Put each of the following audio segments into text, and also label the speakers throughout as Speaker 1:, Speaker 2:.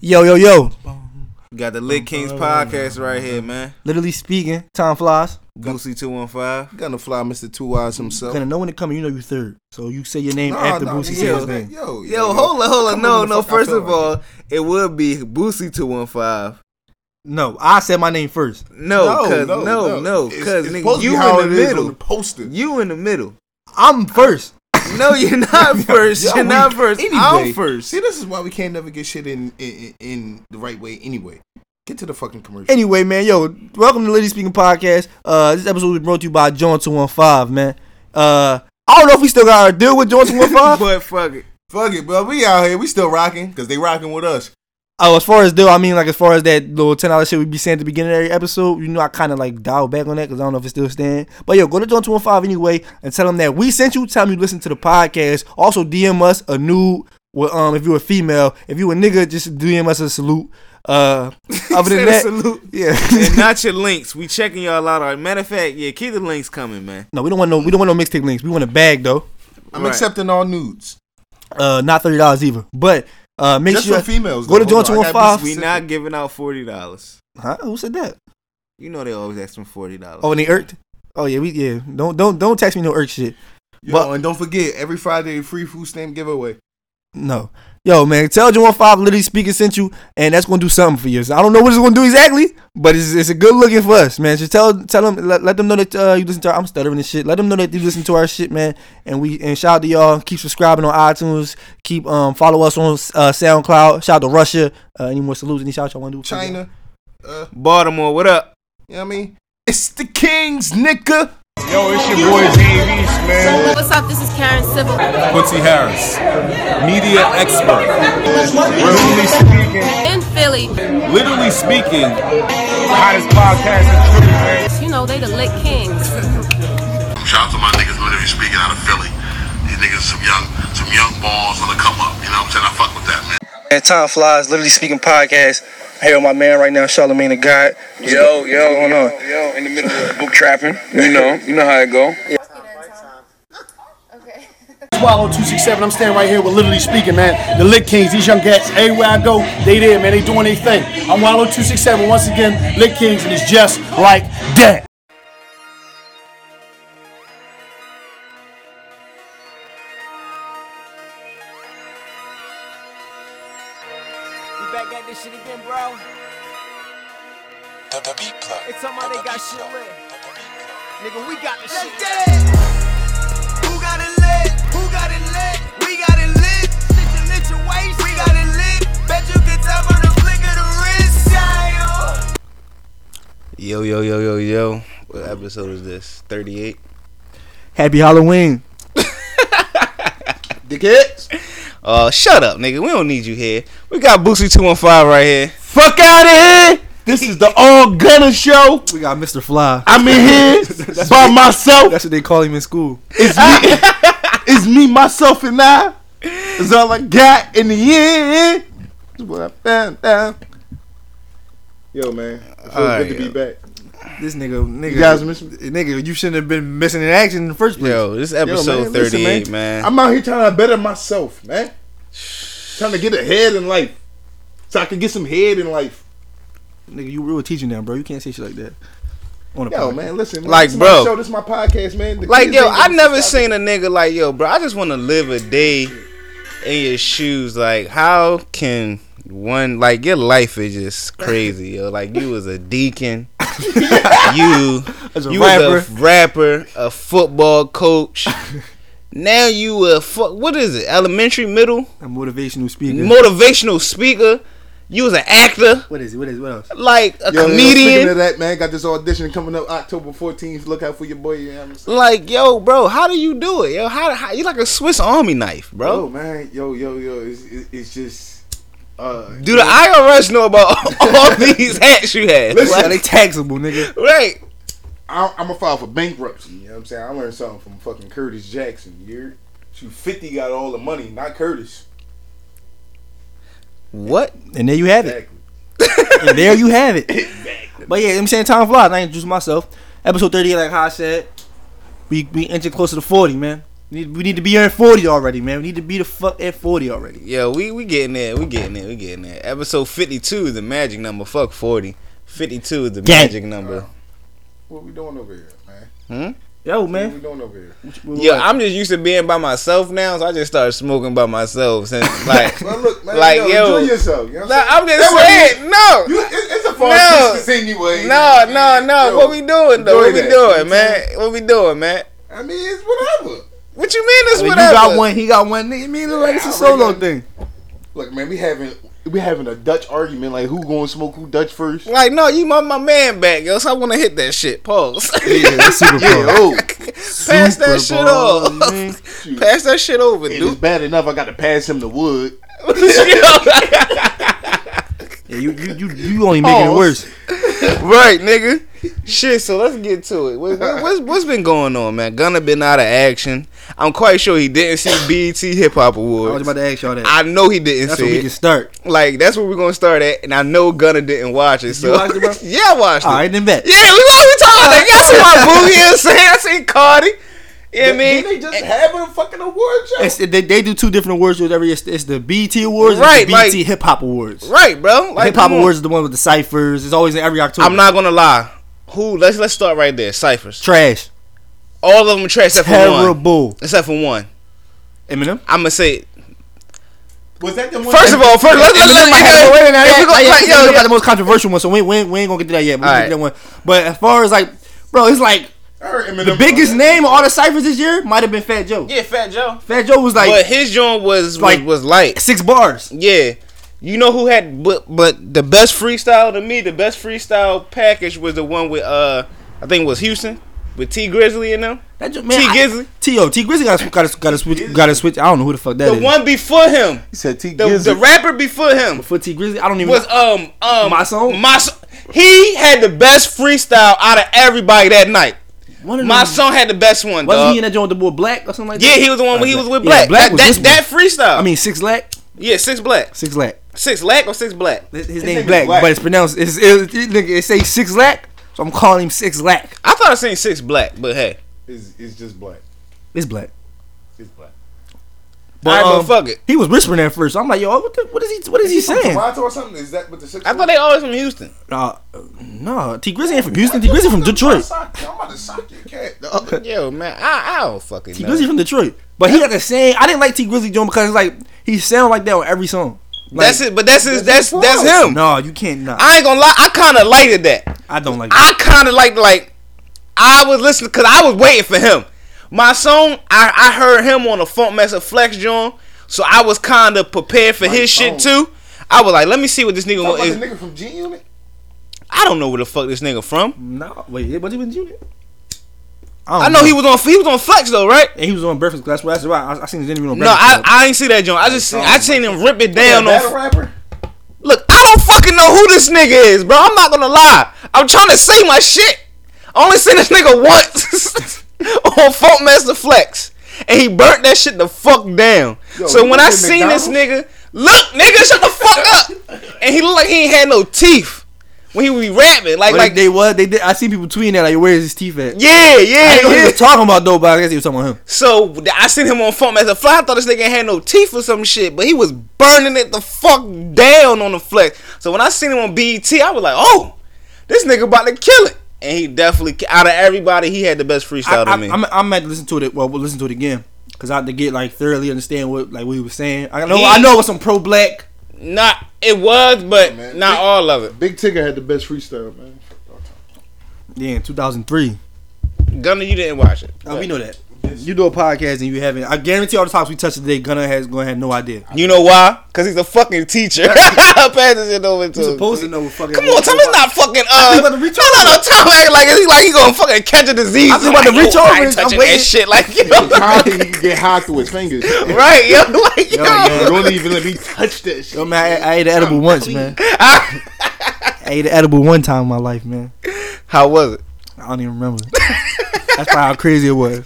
Speaker 1: Yo, yo, yo.
Speaker 2: We got the
Speaker 3: Oh,
Speaker 2: Lit Kings podcast right here, man.
Speaker 1: Literally speaking, time flies.
Speaker 2: Goosey two one five.
Speaker 3: Gonna fly Mr. Two Eyes himself.
Speaker 1: Gonna know when it coming, you know you third. So you say your name
Speaker 3: Nah,
Speaker 1: after
Speaker 3: nah,
Speaker 1: Boosie
Speaker 3: yeah,
Speaker 1: says his name.
Speaker 3: Yo,
Speaker 2: Yo, hold on, hold on.
Speaker 3: Come
Speaker 2: No,
Speaker 3: on,
Speaker 2: no.
Speaker 3: fuck, I
Speaker 2: First
Speaker 3: feel
Speaker 2: of
Speaker 3: like
Speaker 2: all, it would be Boosie two one five.
Speaker 1: No, I said my name first.
Speaker 2: No, cause no, no,
Speaker 3: It's-
Speaker 2: cause
Speaker 3: it's
Speaker 2: nigga,
Speaker 3: supposed to
Speaker 2: you
Speaker 3: be how
Speaker 2: in the
Speaker 3: it is on
Speaker 2: middle.
Speaker 3: the poster.
Speaker 2: You in the middle.
Speaker 1: I'm first.
Speaker 2: No, you're not first.
Speaker 3: Y'all
Speaker 2: You're not
Speaker 3: weak.
Speaker 2: first.
Speaker 3: Anyway,
Speaker 2: I'm first.
Speaker 3: See, this is why we can't never get shit in in, in- in the right way. Anyway, get to the fucking commercial.
Speaker 1: Anyway, man, yo, welcome to Lady Speaking Podcast. Uh, this episode was brought to you by John Two One Five, man. Uh, I don't know if we still got our deal with John Two One Five.
Speaker 2: But fuck it.
Speaker 3: Fuck it, bro. We out here. We still rocking because they rocking with us.
Speaker 1: Oh, as far as deal, I mean, like as far as that little ten dollars shit we be saying at the beginning of every episode, you know, I kind of like dialed back on that because I don't know if it's still staying. But yo, go to John Two One Five anyway and tell them that we sent you. Tell them you listen to the podcast. Also, DM us a nude. Well, um, if you're a female, if you a nigga, just DM us a salute. Uh, other than
Speaker 2: Send a
Speaker 1: that,
Speaker 2: salute.
Speaker 1: yeah.
Speaker 2: And not your links. We checking y'all out. All right. Matter of fact, yeah, keep the links coming, man.
Speaker 1: no, we don't want no. We don't want no mixtape links. We want a bag though.
Speaker 3: I'm
Speaker 2: Right.
Speaker 3: accepting all nudes.
Speaker 1: Uh, not thirty dollars either. But uh, make
Speaker 3: Just
Speaker 1: sure
Speaker 3: for females.
Speaker 1: go to
Speaker 3: though. Hold
Speaker 1: John
Speaker 3: on, I
Speaker 1: 215.
Speaker 3: gotta be
Speaker 2: We
Speaker 3: specific.
Speaker 2: not giving out forty dollars.
Speaker 1: Huh? Who said that?
Speaker 2: You know they always ask for forty dollars.
Speaker 1: Oh, and they irked. Oh yeah, we yeah. Don't don't don't text me no irk shit.
Speaker 3: Yo,
Speaker 1: But-
Speaker 3: and don't forget, every Friday, free food stamp giveaway.
Speaker 1: No. Yo, man, tell Joan Five literally speaking sent you, and that's gonna do something for you. So I don't know what it's gonna do exactly, but it's, it's a good looking for us, man. Just tell tell them let, let them know that uh, you listen to. Our, I'm stuttering and shit. Let them know that you listen to our shit, man. And we and shout out to y'all. Keep subscribing on iTunes. Keep um follow us on uh, SoundCloud. Shout out to Russia. Uh, any more salutes? Any shout y'all wanna do?
Speaker 3: China. Uh,
Speaker 2: Baltimore, what up?
Speaker 3: you know what I mean? It's the Kings, nigga.
Speaker 4: Yo, it's your boy Dave East, man.
Speaker 5: What's up? This is Karen Civil.
Speaker 4: Quincy Harris, media expert. Literally speaking,
Speaker 5: In Philly,
Speaker 4: literally speaking, hottest podcast in truth, man.
Speaker 5: you know, they the lit kings.
Speaker 6: Shout out to my niggas literally speaking out of Philly. These niggas some young some young balls on the come up. You know what I'm saying? I fuck with that man.
Speaker 1: And time flies. Literally speaking podcast. Here with my man right now, Charlemagne the God.
Speaker 7: Yo, yo, yo, yo, in the middle of book trapping. You know, you know how it go.
Speaker 8: Swallow 267. I'm standing right here with Literally Speaking, man. The Lit Kings, these young cats, everywhere I go, they there, man. They doing their thing. I'm oh Wallow 267 once again, Lit Kings, and it's just like that.
Speaker 9: We back at this shit again, bro. It's on my they got shit lit. Nigga, we got this shit. Who got it lit? Who got it lit? We got it lit. Shit, you lit your waist. We got it lit. Bet you can tell by the flick of the wrist. Yeah, yo.
Speaker 2: Yo, yo, yo, yo, yo. What episode is this? Thirty eight.
Speaker 1: Happy Halloween.
Speaker 2: Dickheads. Uh, shut up, nigga. We don't need you here. We got Boosie two one five right here.
Speaker 8: Fuck out of here! This is the All Gunner Show.
Speaker 1: We got Mr. Fly.
Speaker 8: I'm in here by myself.
Speaker 1: That's what they call him in school.
Speaker 8: It's me, it's me, myself, and I. It's all I got in the end. It's what I found out.
Speaker 3: Yo, man. It feels
Speaker 2: All
Speaker 3: good
Speaker 2: right,
Speaker 3: to be back.
Speaker 1: This nigga, nigga,
Speaker 3: You guys miss me?
Speaker 1: nigga, you shouldn't have been missing in action in the first place.
Speaker 2: Yo, this
Speaker 3: Yo,
Speaker 2: episode
Speaker 3: man, listen,
Speaker 2: thirty eight, man.
Speaker 3: I'm out here trying to better myself, man. Trying to get ahead in life. So I can get some head in life.
Speaker 1: Nigga, you real teacher now, bro. You can't say shit like that. On a
Speaker 3: Yo,
Speaker 1: podcast.
Speaker 3: man, listen. Man,
Speaker 2: Like,
Speaker 3: this is
Speaker 2: bro.
Speaker 3: My show, this is my podcast, man. The
Speaker 2: Like
Speaker 3: kids
Speaker 2: yo,
Speaker 3: ain't
Speaker 2: I
Speaker 3: gonna
Speaker 2: never
Speaker 3: stop
Speaker 2: seen a nigga like yo, bro. I just want to live a day in your shoes. Like, how can one like your life is just crazy, yo? Like you was a deacon, you
Speaker 1: As a
Speaker 2: you was
Speaker 1: rapper.
Speaker 2: a rapper, a football coach. Now you a fu- what is it? Elementary, middle,
Speaker 1: a motivational speaker.
Speaker 2: motivational speaker. You was an actor,
Speaker 1: what is it? What is what else?
Speaker 2: like a
Speaker 3: Yo, yo,
Speaker 2: comedian.
Speaker 3: Speaking of that, man, got this audition coming up October 14th. Look out for your boy. You know what I'm saying?
Speaker 2: like yo, bro, how do you do it, yo? How, how you like a Swiss Army knife, bro?
Speaker 10: Oh,
Speaker 3: Yo, man. Yo, yo, yo. It's, it's, it's just. Uh,
Speaker 2: Do the IRS know about all these hats you have?
Speaker 3: Listen,
Speaker 1: Yeah, they taxable, nigga.
Speaker 2: Right.
Speaker 3: I'm, I'm gonna file for bankruptcy. You know what I'm saying? I learned something from fucking Curtis Jackson. You're shoot, 50 got all the money, not Curtis.
Speaker 2: What?
Speaker 1: And there you have it.
Speaker 3: Exactly.
Speaker 1: And there you have it. But yeah, I'm saying time flies. I introduced myself. Episode 38, like how I said, we we inching closer to 40, man. We need, we need to be here at 40 already, man. We need to be the fuck at 40 already.
Speaker 2: Yo, we we getting there. We getting there. We getting there. Episode fifty two is the magic number. Fuck forty. Fifty two is the
Speaker 1: Gang.
Speaker 2: magic
Speaker 10: Uh,
Speaker 2: number.
Speaker 10: What we doing over here, man?
Speaker 1: Yo,
Speaker 10: What we
Speaker 1: man.
Speaker 10: doing over here?
Speaker 2: Yeah, I'm just used to being by myself now, so I just started smoking by myself since like.
Speaker 10: Well, look, man.
Speaker 2: Like,
Speaker 10: yo,
Speaker 2: yo.
Speaker 10: enjoy yourself. You know what
Speaker 2: Nah,
Speaker 10: I'm
Speaker 2: I'm
Speaker 10: saying?
Speaker 2: just
Speaker 10: That's what
Speaker 2: saying no.
Speaker 10: You, you, it- it's a far
Speaker 2: No.
Speaker 10: distance anyway.
Speaker 2: No, no, no.
Speaker 10: Yo,
Speaker 2: what we doing though? What
Speaker 10: enjoy
Speaker 2: we
Speaker 10: that.
Speaker 2: doing, man? What we doing, man?
Speaker 10: I mean, it's whatever.
Speaker 2: What you mean
Speaker 1: I
Speaker 2: this
Speaker 1: mean, you
Speaker 2: whatever?
Speaker 1: got one, he got one. Nigga, me and like it's a solo thing.
Speaker 10: Look, man, we having we having a Dutch argument like who going to smoke who Dutch first.
Speaker 2: Like, no, you my, my man back, yo. So I want to hit that shit. Pause.
Speaker 1: Yeah, that's Super Bowl.
Speaker 10: Oh,
Speaker 2: Pass that shit off.
Speaker 10: shoot.
Speaker 2: Pass that shit over,
Speaker 10: And it's
Speaker 2: dude.
Speaker 10: bad enough I got to pass him the wood.
Speaker 1: Yeah, you, you, you, you only making it worse.
Speaker 2: right, nigga. Shit. So let's get to it. What, what, what's what's been going on, man? Gunna been out of action. I'm quite sure he didn't see BET Hip Hop
Speaker 1: I was
Speaker 2: Awards.
Speaker 1: about to ask y'all that.
Speaker 2: I know he didn't
Speaker 1: That's
Speaker 2: see
Speaker 1: where we
Speaker 2: it.
Speaker 1: can start.
Speaker 2: Like that's where we're gonna start at, and I know Gunna didn't watch it. So
Speaker 1: watch it, bro?
Speaker 2: yeah, I watched
Speaker 1: All
Speaker 2: it.
Speaker 1: right, then bet.
Speaker 2: Yeah, we why we talking about that? That's why Boogie is saying. I seen Cardi. You know what I mean?
Speaker 10: Didn't they just have a fucking award show?
Speaker 1: It's, they, they do two different awards with every. It's, it's the BT Awards
Speaker 2: Right,
Speaker 1: and the BT
Speaker 2: like-
Speaker 1: Hip Hop Awards.
Speaker 2: Right, bro. Like,
Speaker 1: Hip Hop
Speaker 2: come on.
Speaker 1: Awards is the one with the ciphers. It's always in every October.
Speaker 2: I'm not gonna lie. Who? Let's let's start right there. Ciphers.
Speaker 1: trash.
Speaker 2: All of them trash except for one.
Speaker 1: Terrible.
Speaker 2: Except for one.
Speaker 1: Eminem.
Speaker 2: I'm gonna say.
Speaker 10: was that the one?
Speaker 2: First of all, first let's let's
Speaker 1: Eminem
Speaker 2: let
Speaker 1: might have- wait a minute,
Speaker 2: If
Speaker 1: yeah,
Speaker 2: we
Speaker 1: like,
Speaker 2: go- like,
Speaker 1: yeah, Eminem got the
Speaker 2: yo,
Speaker 1: most controversial one, so we, we, we ain't gonna get to that yet. But we
Speaker 2: All
Speaker 1: gonna get to that one. But as far as like, bro, it's like
Speaker 10: I heard Eminem
Speaker 1: the biggest name of all the ciphers this year might have been Fat Joe.
Speaker 2: yeah, Fat Joe.
Speaker 1: Fat Joe was like
Speaker 2: But his joint was
Speaker 1: Like-
Speaker 2: like was light.
Speaker 1: six bars.
Speaker 2: Yeah. You know who had but but the best freestyle to me, the best freestyle package was the one with uh I think it was Houston with T Grizzly and them.
Speaker 1: That Joe,
Speaker 2: T
Speaker 1: I-
Speaker 2: Grizzly.
Speaker 1: T.O. T Grizzly got got to switch. Got to switch. I don't know who the fuck that is.
Speaker 2: The one before him.
Speaker 10: He said T.
Speaker 2: The, the
Speaker 10: Gizzard.
Speaker 2: rapper before him
Speaker 1: for T Grizzly. I don't even.
Speaker 2: was um um
Speaker 1: My Song?
Speaker 2: My Song. He had the best freestyle out of everybody that night.
Speaker 1: one of
Speaker 2: My
Speaker 1: them-
Speaker 2: song had the best one.
Speaker 1: Wasn't
Speaker 2: dog.
Speaker 1: he in that joint with the boy Black or something like
Speaker 2: yeah,
Speaker 1: that?
Speaker 2: he was the one
Speaker 1: Not
Speaker 2: when he was with
Speaker 1: Yeah,
Speaker 2: Black. that,
Speaker 1: was
Speaker 2: that,
Speaker 1: this
Speaker 2: that
Speaker 1: one.
Speaker 2: freestyle.
Speaker 1: I mean, Six Lack.
Speaker 2: yeah, six black,
Speaker 1: Six Lack.
Speaker 2: six lack or six black.
Speaker 1: His, his
Speaker 10: name
Speaker 1: name
Speaker 10: is
Speaker 1: Black,
Speaker 10: Black.
Speaker 1: but it's pronounced. It's, it, it, nigga, it say Six Lack, so I'm calling him Six Lack.
Speaker 2: I thought I seen six black, but hey,
Speaker 10: is is just black.
Speaker 1: It's Black.
Speaker 10: It's black.
Speaker 1: But,
Speaker 2: All right,
Speaker 1: um,
Speaker 2: but fuck it.
Speaker 1: He was whispering at first. So I'm like, yo, what, the, what is he? What is he
Speaker 10: From
Speaker 1: saying?
Speaker 10: Toronto or something? Is that what the six?
Speaker 2: I thought they always from Houston.
Speaker 1: Uh, no, T Grizzly ain't from Houston. T Grizzly from Detroit.
Speaker 10: I'm about to sock your cat. dog.
Speaker 2: Yo, man, I, I don't fucking
Speaker 1: T
Speaker 2: know.
Speaker 1: Grizzly from Detroit, but he got the same. I didn't like T Grizzly doing because it's like he sound like that on every song. Like,
Speaker 2: that's it, but that's his, that's that's him.
Speaker 1: No, you can't. Not. I,
Speaker 2: I ain't gonna lie, I kind of liked that.
Speaker 1: don't like. That.
Speaker 2: I kind of liked like I was listening because I was waiting for him. My song, I I heard him on the Funk Master Flex joint, so I was kind of prepared for his shit too. I was like, let me see what this nigga
Speaker 10: Talking
Speaker 2: want.
Speaker 10: about the
Speaker 2: is.
Speaker 10: nigga from G Unit.
Speaker 2: I don't know where the fuck this nigga from.
Speaker 1: no, wait, was he with you?
Speaker 2: I know he was on he was on Flex though, right?
Speaker 1: And he was on Breakfast Club. That's why. That's why I, I seen his interview on
Speaker 2: No,
Speaker 1: Breakfast
Speaker 2: I,
Speaker 1: Club.
Speaker 2: I ain't see that joint. I just seen, I seen him rip it down
Speaker 10: That
Speaker 2: on
Speaker 10: battle rapper.
Speaker 2: Look, I don't fucking know who this nigga is, bro. I'm not gonna lie. I'm trying to say my shit. I only seen this nigga once on Funk Master Flex, and he burnt that shit the fuck down. so
Speaker 10: you
Speaker 2: when I
Speaker 10: work at
Speaker 2: seen this
Speaker 10: McDonald's?
Speaker 2: nigga, look, nigga, shut the fuck up. And he looked like he ain't had no teeth when he be rapping. Like,
Speaker 1: But
Speaker 2: like,
Speaker 1: they was. They did. I seen people tweeting that like, where is his teeth at?
Speaker 2: yeah,
Speaker 1: I
Speaker 2: yeah,
Speaker 1: didn't know who he
Speaker 2: yeah.
Speaker 1: was talking about though, but I guess he was talking about him.
Speaker 2: So th- I seen him on Funk Master Fly. I thought this nigga ain't had no teeth or some shit, but he was burning it the fuck down on the flex. So when I seen him on BET, I was like, oh, this nigga about to kill it. And he definitely, ki- out of everybody, he had the best freestyle
Speaker 1: I,
Speaker 2: to me.
Speaker 1: am I'm at listen to it. Well, we'll listen to it again because I had to get like thoroughly understand what like what he was saying. I know.
Speaker 2: He-
Speaker 1: I know it was some pro black.
Speaker 2: not, it was, but
Speaker 10: man.
Speaker 2: not
Speaker 10: Big-
Speaker 2: all of
Speaker 10: Big Tigger had the best freestyle, man.
Speaker 1: Yeah, in 2003.
Speaker 2: it. Gunner, you didn't watch it.
Speaker 1: Uh, we know that. You do a podcast and you haven't. I guarantee all the topics we touched today, Gunner has going to have no idea.
Speaker 2: You know why? Because he's a fucking teacher. Pass this shit over to
Speaker 1: You
Speaker 2: him.
Speaker 1: supposed to know what fucking.
Speaker 2: Come on, Tom is not fucking. Uh,
Speaker 1: think
Speaker 2: no,
Speaker 1: about
Speaker 2: no,
Speaker 1: to reach
Speaker 2: no, Tom acting like he like he gonna fucking catch a disease.
Speaker 1: I think about to
Speaker 2: Like,
Speaker 1: reach
Speaker 2: yo, I
Speaker 1: over
Speaker 2: ain't
Speaker 1: and- I'm
Speaker 2: touching
Speaker 1: waiting.
Speaker 2: that shit. Like yo,
Speaker 10: How he can get high through his fingers? Yo,
Speaker 2: right, yo, like yo.
Speaker 1: yeah.
Speaker 10: don't even let me touch that shit.
Speaker 1: Yo, man, I, I ate an edible once, man. I ate an edible one time in my life, man.
Speaker 2: How was it?
Speaker 1: I don't even remember. That's probably how crazy it was.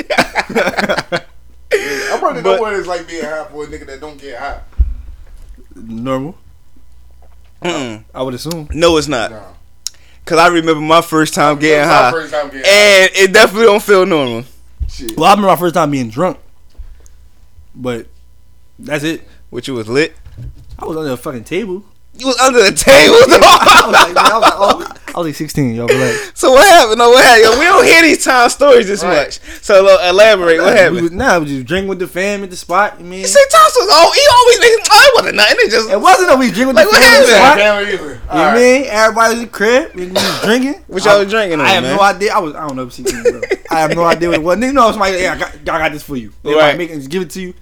Speaker 10: I probably know
Speaker 2: But-
Speaker 10: what it's like being high for a nigga that don't get high.
Speaker 1: Normal, I would assume.
Speaker 2: No, it's not.
Speaker 10: Nah.
Speaker 2: Cause I remember my first time
Speaker 10: That
Speaker 2: getting
Speaker 10: was my
Speaker 2: high,
Speaker 10: first time getting high.
Speaker 2: and it definitely don't feel normal.
Speaker 10: Shit.
Speaker 1: Well, I remember my first time being drunk. But that's it.
Speaker 2: Which you was lit.
Speaker 1: I was under a fucking table.
Speaker 2: You was under the table, dog.
Speaker 1: I was like, man, I was like, oh. I was like 16, y'all. Relax.
Speaker 2: So what happened? No, what happened? Yo, we don't hear these time stories this much. So lo- elaborate. What
Speaker 1: We
Speaker 2: happened?
Speaker 1: was, nah, we just drink with the fam at the spot. I mean,
Speaker 2: You say time stories? Oh, he always niggas. Oh, it wasn't nothing. It just
Speaker 1: it wasn't that we drink with
Speaker 2: Like,
Speaker 1: the
Speaker 2: what
Speaker 1: fam at the
Speaker 2: happened?
Speaker 1: spot.
Speaker 10: Damn it, either.
Speaker 1: You know what I mean? Everybody was in the crib. We was drinking.
Speaker 2: What y'all
Speaker 1: I-
Speaker 2: was drinking
Speaker 1: I
Speaker 2: on,
Speaker 1: have
Speaker 2: man?
Speaker 1: no idea. I was. I don't know. if she did, bro. I have no idea what it was. Nigga, know somebody. Yeah, I got, I got this for you. They
Speaker 2: Right.
Speaker 1: right. Make it, give it to you.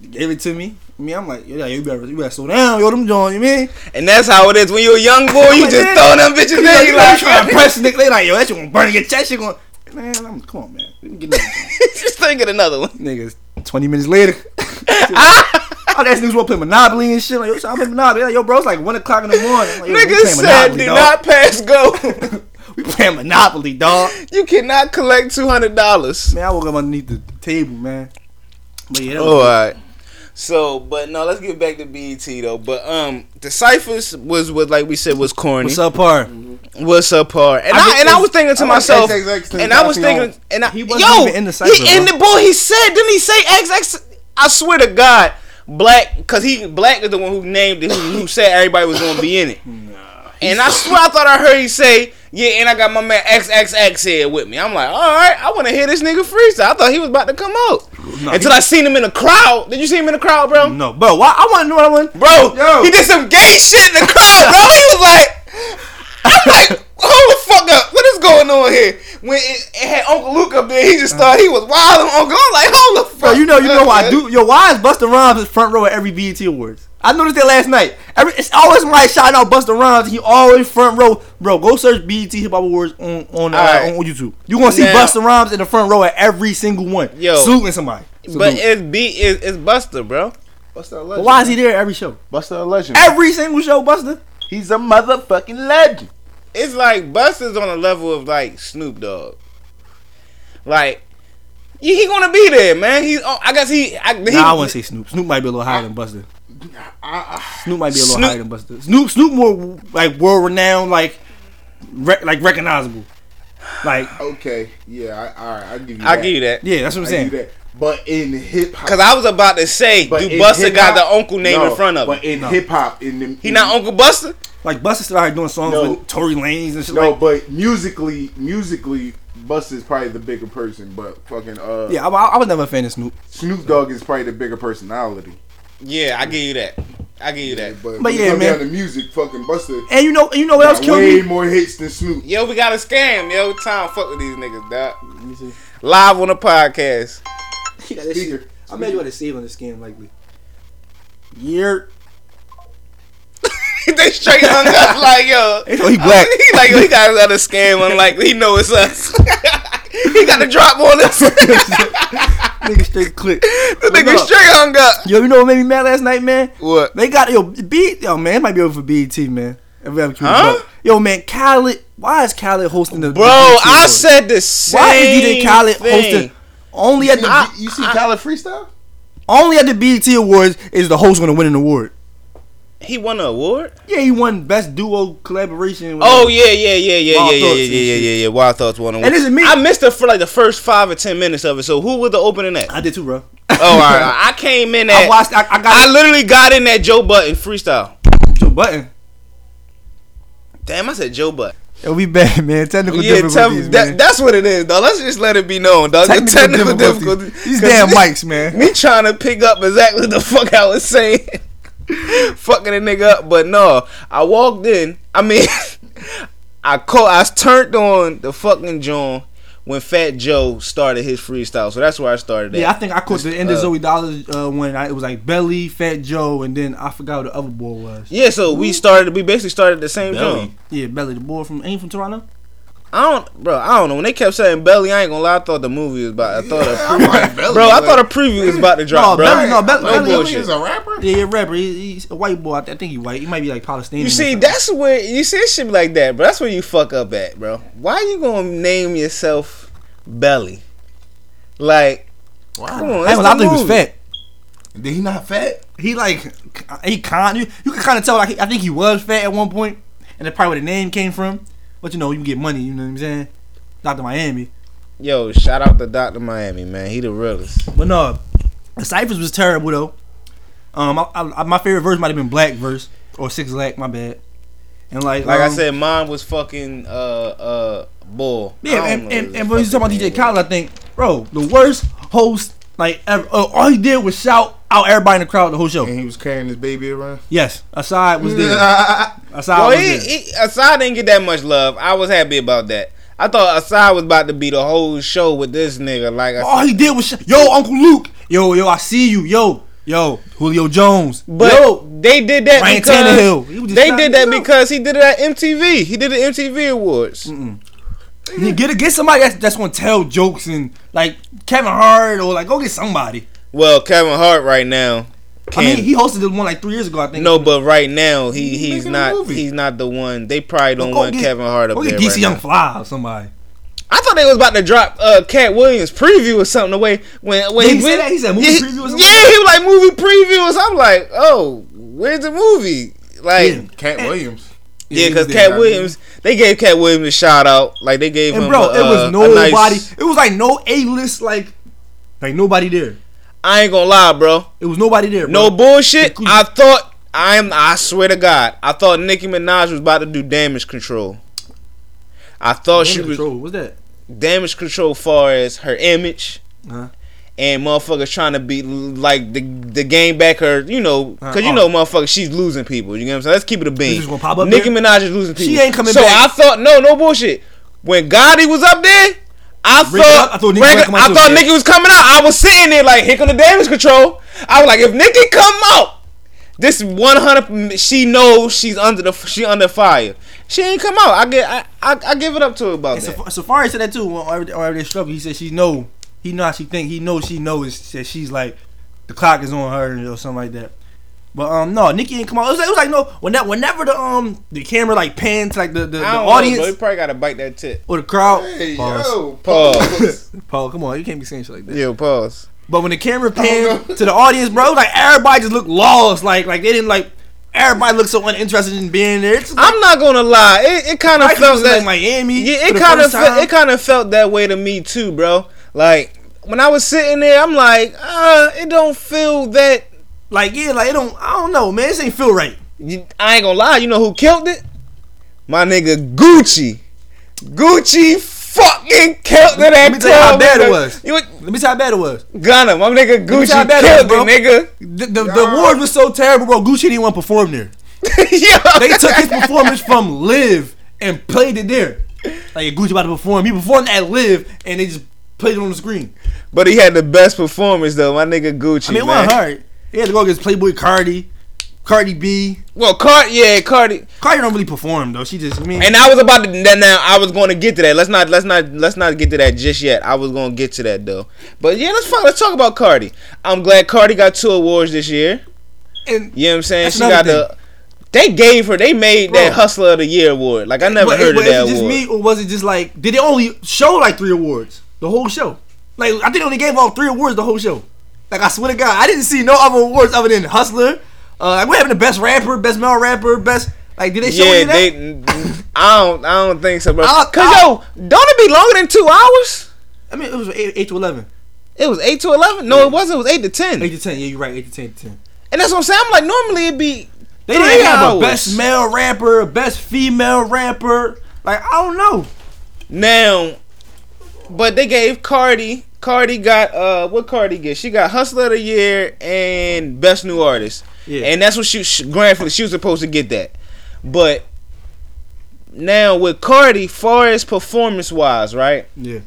Speaker 1: They Gave it to me. Me, I'm like, yo, you better, you better slow down. Yo, them joints. You mean?
Speaker 2: And that's how it is. When you're a young boy, you
Speaker 1: like,
Speaker 2: just
Speaker 1: man,
Speaker 2: throw them bitches
Speaker 1: You know,
Speaker 2: in.
Speaker 1: you
Speaker 2: You
Speaker 1: know,
Speaker 2: like,
Speaker 1: trying to press nigga. They like, yo, that shit gonna burn in your chest. Shit gonna. Man, I'm, come on, man. Let me get another joint.
Speaker 2: just think of another one.
Speaker 1: Niggas, 20 minutes later. I was asking niggas what play Monopoly and shit. Like, yo, so I'm playing Monopoly. Like, yo, bro, it's like 1 o'clock in the morning. I'm Like, yo, we
Speaker 2: Niggas
Speaker 1: playing
Speaker 2: said,
Speaker 1: Monopoly,
Speaker 2: do
Speaker 1: dawg."
Speaker 2: not pass go.
Speaker 1: We playing Monopoly, dog.
Speaker 2: you cannot collect two hundred dollars.
Speaker 1: Man, I woke up underneath the table, man. But yeah, that
Speaker 2: Oh, all
Speaker 1: was,
Speaker 2: right. So, but no, let's get back to BET though. But um, the ciphers was what, like we said, was corny.
Speaker 1: what's up, par?
Speaker 2: What's up, par? And I,
Speaker 1: I think
Speaker 2: and I
Speaker 1: it's-
Speaker 2: was thinking to
Speaker 10: I like
Speaker 2: myself,
Speaker 10: XXX
Speaker 2: and I was
Speaker 10: Tentacion.
Speaker 2: thinking, and I,
Speaker 1: He wasn't
Speaker 2: yo,
Speaker 1: even in the cypher,
Speaker 2: he, and the
Speaker 1: bro.
Speaker 2: boy, he said, didn't he say XX? I swear to God, black, because he black is the one who named it, who, who said everybody was gonna be in it. And I swear, I thought I heard he say, yeah, and I got my man XXX here with me. I'm like, all right, I want to hear this nigga freestyle. I thought he was about to come out. Until I seen him in the crowd. Did you see him in the crowd, bro?
Speaker 1: No, bro, why, I want to know what I want.
Speaker 2: Bro,
Speaker 1: Yo.
Speaker 2: he did some gay shit in the crowd, bro. He was like, I'm like, hold the fuck up. What is going on here? When it, it had Uncle Luke up there, he just thought he was wild on Uncle. I'm like, hold the fuck
Speaker 1: Bro, you know, you know,
Speaker 2: up,
Speaker 1: why I
Speaker 2: man.
Speaker 1: do. Yo, why is Busta Rhymes in front row at every BET Awards? I noticed that last night. Every it's always my shout out Busta Rhymes. He always front row. Bro, go search BET Hip Hop Awards on on, uh,
Speaker 2: Alright.
Speaker 1: on YouTube. You gonna see
Speaker 2: Now-
Speaker 1: Busta Rhymes in the front row at every single one,
Speaker 2: Yo.
Speaker 1: saluting somebody.
Speaker 2: But
Speaker 1: Salute.
Speaker 2: it's, B, it's, it's Buster, bro.
Speaker 10: Buster a
Speaker 1: But
Speaker 10: legend.
Speaker 1: why is he there at every show?
Speaker 10: Buster a legend.
Speaker 1: Every single show, Busta.
Speaker 10: He's a motherfucking legend.
Speaker 2: It's like Buster's on a level of like Snoop Dogg. Like, he, he gonna be there, man. He, oh, I guess he. I, he
Speaker 1: Nah, I wouldn't say Snoop. Snoop might be a little higher than Busta. Snoop might be a little
Speaker 2: Snoop-
Speaker 1: higher than Buster. Snoop, Snoop more like world renowned, like re- like recognizable. Like
Speaker 10: Okay, yeah, I, all right, I'll give you.
Speaker 2: I
Speaker 10: that.
Speaker 2: give you that.
Speaker 1: yeah, that's what I'm
Speaker 10: I give you
Speaker 1: saying.
Speaker 10: that. But in hip hop,
Speaker 2: Cause I was about to say,
Speaker 10: but
Speaker 2: do
Speaker 10: in
Speaker 2: Buster got the
Speaker 10: hip-hop-
Speaker 2: uncle name
Speaker 10: no,
Speaker 2: in front of him?
Speaker 10: But in hip hop, in the
Speaker 2: He not Uncle Buster.
Speaker 1: Like Buster started doing songs
Speaker 10: No.
Speaker 1: with Tory Lanez and shit.
Speaker 10: No,
Speaker 1: like,
Speaker 10: but musically, musically, Buster's probably the bigger person. But fucking uh,
Speaker 1: yeah, I, I was never a fan of Snoop.
Speaker 10: Snoop Dogg is probably the bigger personality.
Speaker 2: Yeah, I give you that. I give you that.
Speaker 1: But
Speaker 10: But, when
Speaker 1: yeah,
Speaker 10: it comes
Speaker 1: man.
Speaker 10: down to music, fucking Buster
Speaker 1: And you know, you know what else
Speaker 10: got way
Speaker 1: killed me?
Speaker 10: more hits than Snoop.
Speaker 2: Yo, we got a scam. Yo, Tom, fuck with these niggas, dog. Live on the podcast.
Speaker 10: Speaker.
Speaker 1: I bet you had a save on this game likely. Year.
Speaker 2: they straight hung up like yo.
Speaker 1: They know Oh, he black.
Speaker 2: He like yo, he got another scam. Unlikely, he know it's us. he got to drop on us. the
Speaker 1: Nigga straight click.
Speaker 2: nigga
Speaker 1: up?
Speaker 2: straight hung up.
Speaker 1: Yo, you know what made me mad last night, man?
Speaker 2: What?
Speaker 1: They got yo B yo man, it might be over for BET, man. If we have a cue,
Speaker 2: Huh?
Speaker 1: but- Yo man, Khaled, why is Khaled hosting the
Speaker 2: Bro,
Speaker 1: the BET
Speaker 2: I
Speaker 1: Awards?
Speaker 2: said the same
Speaker 1: Why is DJ Khaled
Speaker 2: thing.
Speaker 1: hosting? Only at the
Speaker 10: You- you see Khaled freestyle?
Speaker 1: only at the BET Awards is the host going to win an award.
Speaker 2: He won an award.
Speaker 1: Yeah, he won best duo collaboration. with-
Speaker 2: Oh yeah, yeah, yeah, yeah,
Speaker 1: Wild
Speaker 2: yeah, yeah,
Speaker 1: Thoughts
Speaker 2: yeah,
Speaker 1: and
Speaker 2: yeah,
Speaker 1: shit.
Speaker 2: yeah, yeah. Wild thoughts won an award.
Speaker 1: And this is me.
Speaker 2: I missed it for like the first five or ten minutes of it. So who was the opening at?
Speaker 1: I did too, bro.
Speaker 2: Oh, all right. all right. I came in at.
Speaker 1: I watched. I, I
Speaker 2: I
Speaker 1: got
Speaker 2: literally got in that Joe Button freestyle.
Speaker 1: Joe Button.
Speaker 2: Damn, I said Joe Button.
Speaker 1: Yo, we bad, man. Technical
Speaker 2: Yeah, tell
Speaker 1: difficulties,
Speaker 2: that,
Speaker 1: man.
Speaker 2: that's what it is, though. Let's just let it be known, dog.
Speaker 1: technical,
Speaker 2: technical
Speaker 1: difficulties.
Speaker 2: difficulties.
Speaker 1: These
Speaker 2: 'Cause
Speaker 1: damn
Speaker 2: me-
Speaker 1: mics, man.
Speaker 2: Me trying to pick up exactly the fuck I was saying. Fucking a nigga up, but no. I walked in. I mean, I caught. I turned on the fucking John when Fat Joe started his freestyle. So that's where I started. At.
Speaker 1: Yeah, I think I caught the end of
Speaker 2: uh,
Speaker 1: Zoe Dollars uh, when I, it was like Belly, Fat Joe, and then I forgot who the other boy was.
Speaker 2: Yeah, so we started. We basically started the same
Speaker 1: Belly.
Speaker 2: joint.
Speaker 1: Yeah, Belly, the boy from ain't he from Toronto.
Speaker 2: I don't, bro. I don't know. When they kept saying Belly, I ain't gonna lie. I thought the movie was about. I thought, a preview, bro. I thought a preview was about to drop,
Speaker 1: No,
Speaker 2: bro.
Speaker 1: Belly- no, Belly-
Speaker 2: no
Speaker 1: Belly-
Speaker 2: bullshit.
Speaker 1: is
Speaker 10: a rapper.
Speaker 1: Yeah, yeah, rapper. He, he's a white boy. I, th- I think he white. He might be like Palestinian. or
Speaker 2: You see,
Speaker 1: something.
Speaker 2: that's where you see it should be like that, bro. That's where you fuck up at, bro. Why you gonna name yourself Belly? Like, come on,
Speaker 1: I, ain't
Speaker 2: that's
Speaker 1: gonna lie, I think
Speaker 2: the
Speaker 1: he was
Speaker 2: movie.
Speaker 1: fat.
Speaker 10: Did he not fat?
Speaker 1: he like he kind you, you can kind of tell like I think he was fat at one point, and that's probably where the name came from. But you know you get money, you know what I'm saying? Doctor Miami,
Speaker 2: Yo, shout out to Doctor Miami, man. He the realest.
Speaker 1: but no, The ciphers was terrible though. Um, I, I, I- my favorite verse might have been Black verse or Six Lack. My bad. And like,
Speaker 2: Like I
Speaker 1: um,
Speaker 2: said, mine was fucking uh uh bull.
Speaker 1: Yeah, and, and, and when you talk about DJ Khaled, I think, bro, the worst host like ever. Oh, all he did was shout out everybody in the crowd the whole show.
Speaker 10: And he was carrying his baby around.
Speaker 1: Yes, Aside was there.
Speaker 2: Mm.
Speaker 10: Yeah.
Speaker 1: Aside
Speaker 2: Well,
Speaker 1: was
Speaker 2: he,
Speaker 1: there.
Speaker 2: he, Assad didn't get that much love. I was happy about that. I thought Assad was about to be the whole show with this nigga. Like, I
Speaker 1: all he did was, sh- yo, Uncle Luke, yo, yo, I see you, yo, yo, Julio Jones,
Speaker 2: But
Speaker 1: yo,
Speaker 2: they did that
Speaker 1: Ryan
Speaker 2: because
Speaker 1: Tannehill. He was just
Speaker 2: they
Speaker 1: shouting
Speaker 2: did that
Speaker 1: it out.
Speaker 2: because he did it at MTV. He did the MTV Awards.
Speaker 1: You get get somebody that's, that's gonna tell jokes and like Kevin Hart or like go get somebody.
Speaker 2: Well, Kevin Hart right now. Can,
Speaker 1: I mean, he hosted the one like three years ago, I think.
Speaker 2: no, but right now he
Speaker 10: He's
Speaker 2: he's
Speaker 10: making a
Speaker 2: not
Speaker 10: movie.
Speaker 2: he's not the one. They probably don't
Speaker 1: Go
Speaker 2: want
Speaker 1: get-
Speaker 2: Kevin Hart up
Speaker 1: go
Speaker 2: there.
Speaker 1: get
Speaker 2: Right
Speaker 1: Geesey Young
Speaker 2: now.
Speaker 1: Fly or somebody.
Speaker 2: I thought they was about to drop uh, Cat Williams preview or something away when when
Speaker 1: Did he
Speaker 2: he
Speaker 1: say
Speaker 2: went-
Speaker 1: that? He said movie
Speaker 2: Yeah,
Speaker 1: preview or something?
Speaker 2: Yeah, he was like movie previews. I'm like, oh, where's the movie? Like.
Speaker 1: Yeah.
Speaker 10: Cat Williams.
Speaker 2: Yeah,
Speaker 1: he
Speaker 2: because
Speaker 1: was
Speaker 2: Cat
Speaker 1: there.
Speaker 2: Williams, they gave Cat Williams a shout out. Like they gave
Speaker 1: And
Speaker 2: him.
Speaker 1: bro,
Speaker 2: a,
Speaker 1: it was
Speaker 2: uh, a nice-
Speaker 1: nobody. It was like no A list, like like nobody there.
Speaker 2: I ain't gonna lie, bro.
Speaker 1: It was nobody there.
Speaker 2: No
Speaker 1: bro.
Speaker 2: bullshit.
Speaker 1: Cool.
Speaker 2: I thought I'm. I swear to God, I thought Nicki Minaj was about to do damage control. I thought
Speaker 1: Damage
Speaker 2: she was
Speaker 1: control. What's that?
Speaker 2: damage control far as her image.
Speaker 1: Uh-huh.
Speaker 2: And motherfuckers trying to be like the the game back her, you know, cause you
Speaker 1: Uh,
Speaker 2: know, motherfucker, she's losing people. You know what I'm saying? Let's keep it a beam.
Speaker 1: just gonna pop up
Speaker 2: Nicki
Speaker 1: there?
Speaker 2: Minaj is losing people.
Speaker 1: ain't coming
Speaker 2: So
Speaker 1: back.
Speaker 2: I thought, no, no bullshit. When Gotti was up there, I
Speaker 1: Break it
Speaker 2: thought
Speaker 1: up. I thought Nicki
Speaker 2: break
Speaker 1: might
Speaker 2: it-
Speaker 1: come out
Speaker 2: I
Speaker 1: too,
Speaker 2: thought
Speaker 1: man.
Speaker 2: Nicki was coming out. I was sitting there like, here come the damage control. I was like, if Nicki come out, this 100, she knows she's under the she under fire. She ain't come out. I get I I, I give it up to her about
Speaker 1: And
Speaker 2: that.
Speaker 1: Saf- Safari said that too. On every, on every struggle, he said she know. He know how she think. He knows she knows that she's like the clock is on her or something like that. But um, no, Nikki didn't come out. It was like, it was like no. When that, whenever the um the camera like pans to, like the the, the
Speaker 2: I don't
Speaker 1: audience
Speaker 2: know, bro. You probably gotta bite that tip.
Speaker 1: or the crowd.
Speaker 10: Hey,
Speaker 1: pause.
Speaker 10: yo.
Speaker 2: Pause.
Speaker 1: Paul, come on, you can't be saying shit like that.
Speaker 2: Yo, pause.
Speaker 1: But when the camera
Speaker 10: Oh,
Speaker 1: panned to the audience, bro, like everybody just looked lost. Like like they didn't like. Everybody looked so uninterested in being there. It's like,
Speaker 2: I'm not gonna lie. It, it kind of
Speaker 1: I
Speaker 2: felt
Speaker 1: felt
Speaker 2: that.
Speaker 1: like Miami.
Speaker 2: yeah,
Speaker 1: for
Speaker 2: it
Speaker 1: the
Speaker 2: kind of
Speaker 1: first
Speaker 2: felt,
Speaker 1: time.
Speaker 2: it kind of felt that way to me too, bro. Like when I was sitting there, I'm like, uh, it don't feel that.
Speaker 1: like yeah, like it don't. I don't know, man. This ain't feel right.
Speaker 2: you- I ain't gonna lie. You know who killed it? My nigga Gucci. Gucci fucking killed it. Let
Speaker 1: me tell you how bad it was.
Speaker 2: You
Speaker 1: Let me tell you how bad it was.
Speaker 2: Gunna, my nigga
Speaker 1: me tell
Speaker 2: Gucci
Speaker 1: you how bad it
Speaker 2: killed
Speaker 1: was,
Speaker 2: it,
Speaker 1: The, the, the award was so terrible, bro. Gucci didn't want to perform there.
Speaker 2: nigga.
Speaker 1: They took his performance from Live and played it there. Like Gucci about to perform, he performed at Live, and they just played it on the screen.
Speaker 2: but he had the best performance though, my nigga Gucci.
Speaker 1: I mean, it
Speaker 2: man.
Speaker 1: wasn't hard. He had to go against Playboy Cardi, Cardi B.
Speaker 2: Well, Card, yeah, Cardi.
Speaker 1: Cardi don't really perform though. She just I mean.
Speaker 2: And I was about to that now. I was going to get to that. Let's not let's not let's not get to that just yet. I was going to get to that though. But yeah, let's fuck, let's talk about Cardi. I'm glad Cardi got two awards this year.
Speaker 1: and
Speaker 2: You know what I'm saying?
Speaker 1: That's
Speaker 2: she got
Speaker 1: another
Speaker 2: the they gave her they made that
Speaker 1: Bro.
Speaker 2: Hustler of the Year award. Like I never
Speaker 1: but-
Speaker 2: heard
Speaker 1: but
Speaker 2: of that
Speaker 1: Is it just
Speaker 2: award.
Speaker 1: me, or was it just like did they only show like three awards the whole show? Like I think they only gave all three awards the whole show. Like I swear to God, I didn't see no other awards other than Hustler. Uh, like we're having the best rapper, best male rapper, best like did they show any
Speaker 2: Yeah,
Speaker 1: of that?
Speaker 2: they. I don't. I don't think so, bro.
Speaker 1: I'll-
Speaker 2: Cause
Speaker 1: I'll-
Speaker 2: yo, don't it be longer than two hours?
Speaker 1: I mean it was eight, eight to eleven,
Speaker 2: It was eight to eleven. No, it wasn't. It was eight to ten.
Speaker 1: eight to ten. Yeah, you're right, eight to ten, eight to ten.
Speaker 2: And that's what I'm saying. I'm like normally it'd be
Speaker 1: They
Speaker 2: three
Speaker 1: didn't even have
Speaker 2: hours.
Speaker 1: a best male rapper, a best female rapper. Like I don't know.
Speaker 2: Now, but they gave Cardi. Cardi got uh, what Cardi get? She got Hustler of the Year and Best New Artist.
Speaker 1: Yeah.
Speaker 2: And that's what she, she granted. She was supposed to get that, but now with Cardi, far as performance wise, right?
Speaker 1: Yeah.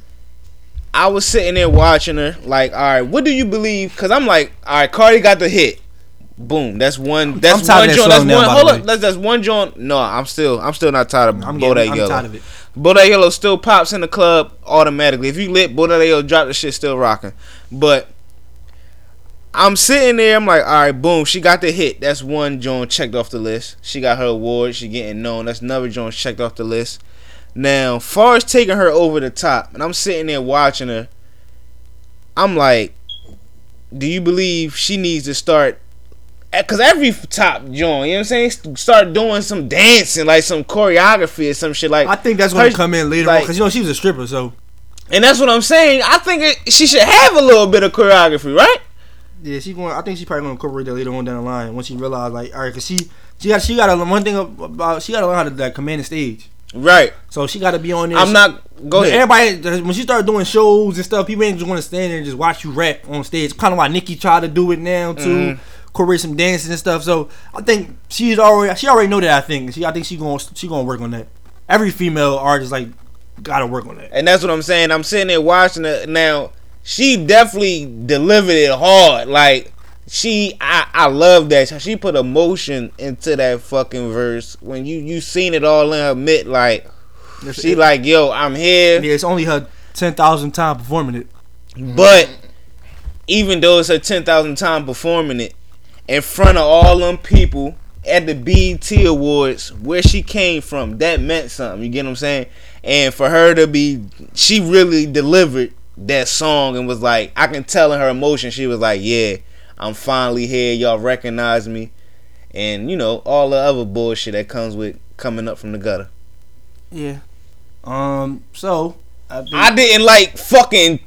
Speaker 2: I was sitting there watching her, like, all right, what do you believe? Because I'm like, all right, Cardi got the hit. Boom. That's one. That's
Speaker 1: I'm tired of
Speaker 2: one
Speaker 1: that
Speaker 2: joint.
Speaker 1: song
Speaker 2: That's
Speaker 1: now,
Speaker 2: one.
Speaker 1: by the
Speaker 2: Hold
Speaker 1: way.
Speaker 2: up. That's that's one joint. No, I'm still. I'm still not tired of
Speaker 1: I'm
Speaker 2: Blow
Speaker 1: getting-
Speaker 2: That
Speaker 1: I'm
Speaker 2: Yellow.
Speaker 1: tired of it.
Speaker 2: Blow That Yellow still pops in the club automatically. If you lit Blow That Yellow, drop the shit still rocking. But I'm sitting there. I'm like, all right, boom. She got the hit. That's one joint checked off the list. She got her award. She getting known. That's another joint checked off the list. Now, far as taking her over the top, and I'm sitting there watching her. I'm like, do you believe she needs to start? Because every top joint, you know what I'm saying, start doing some dancing, like some choreography or some shit. Like
Speaker 1: I think that's gonna
Speaker 2: her-
Speaker 1: come in later on 'cause
Speaker 2: like-
Speaker 1: because you know she was a stripper, so
Speaker 2: and that's what I'm saying. I think it, she should have a little bit of choreography, right?
Speaker 1: Yeah, she going. I think she probably gonna incorporate that later on down the line once she realize like, all right, cause she she got she got to one thing about she got to learn how to like command the stage.
Speaker 2: Right.
Speaker 1: So she got to be on there.
Speaker 2: I'm not. Go
Speaker 1: But
Speaker 2: ahead.
Speaker 1: Everybody, when she started doing shows and stuff, people ain't just going to stand there and just watch you rap on stage. Kind of why Nicki tried to do it now too, incorporate some dancing and stuff. So I think she's already she already know that. I think she I think she going she going to work on that. Every female artist like got to work on that.
Speaker 2: And that's what I'm saying. I'm sitting there watching it now. She definitely delivered it hard. Like she, I, I love that. She put emotion into that fucking verse. When you you seen it all in her mid, like she like, yo, I'm here.
Speaker 1: Yeah, it's only her ten thousand time performing it.
Speaker 2: But even though it's her ten thousand time performing it in front of all them people at the BET Awards, where she came from, that meant something. You get what I'm saying? And for her to be, she really delivered that song and was like, I can tell in her emotion, she was like, yeah, I'm finally here. Y'all recognize me, and you know all the other bullshit that comes with coming up from the gutter.
Speaker 1: Yeah. Um. So I, think,
Speaker 2: I
Speaker 1: I,
Speaker 2: didn't like fucking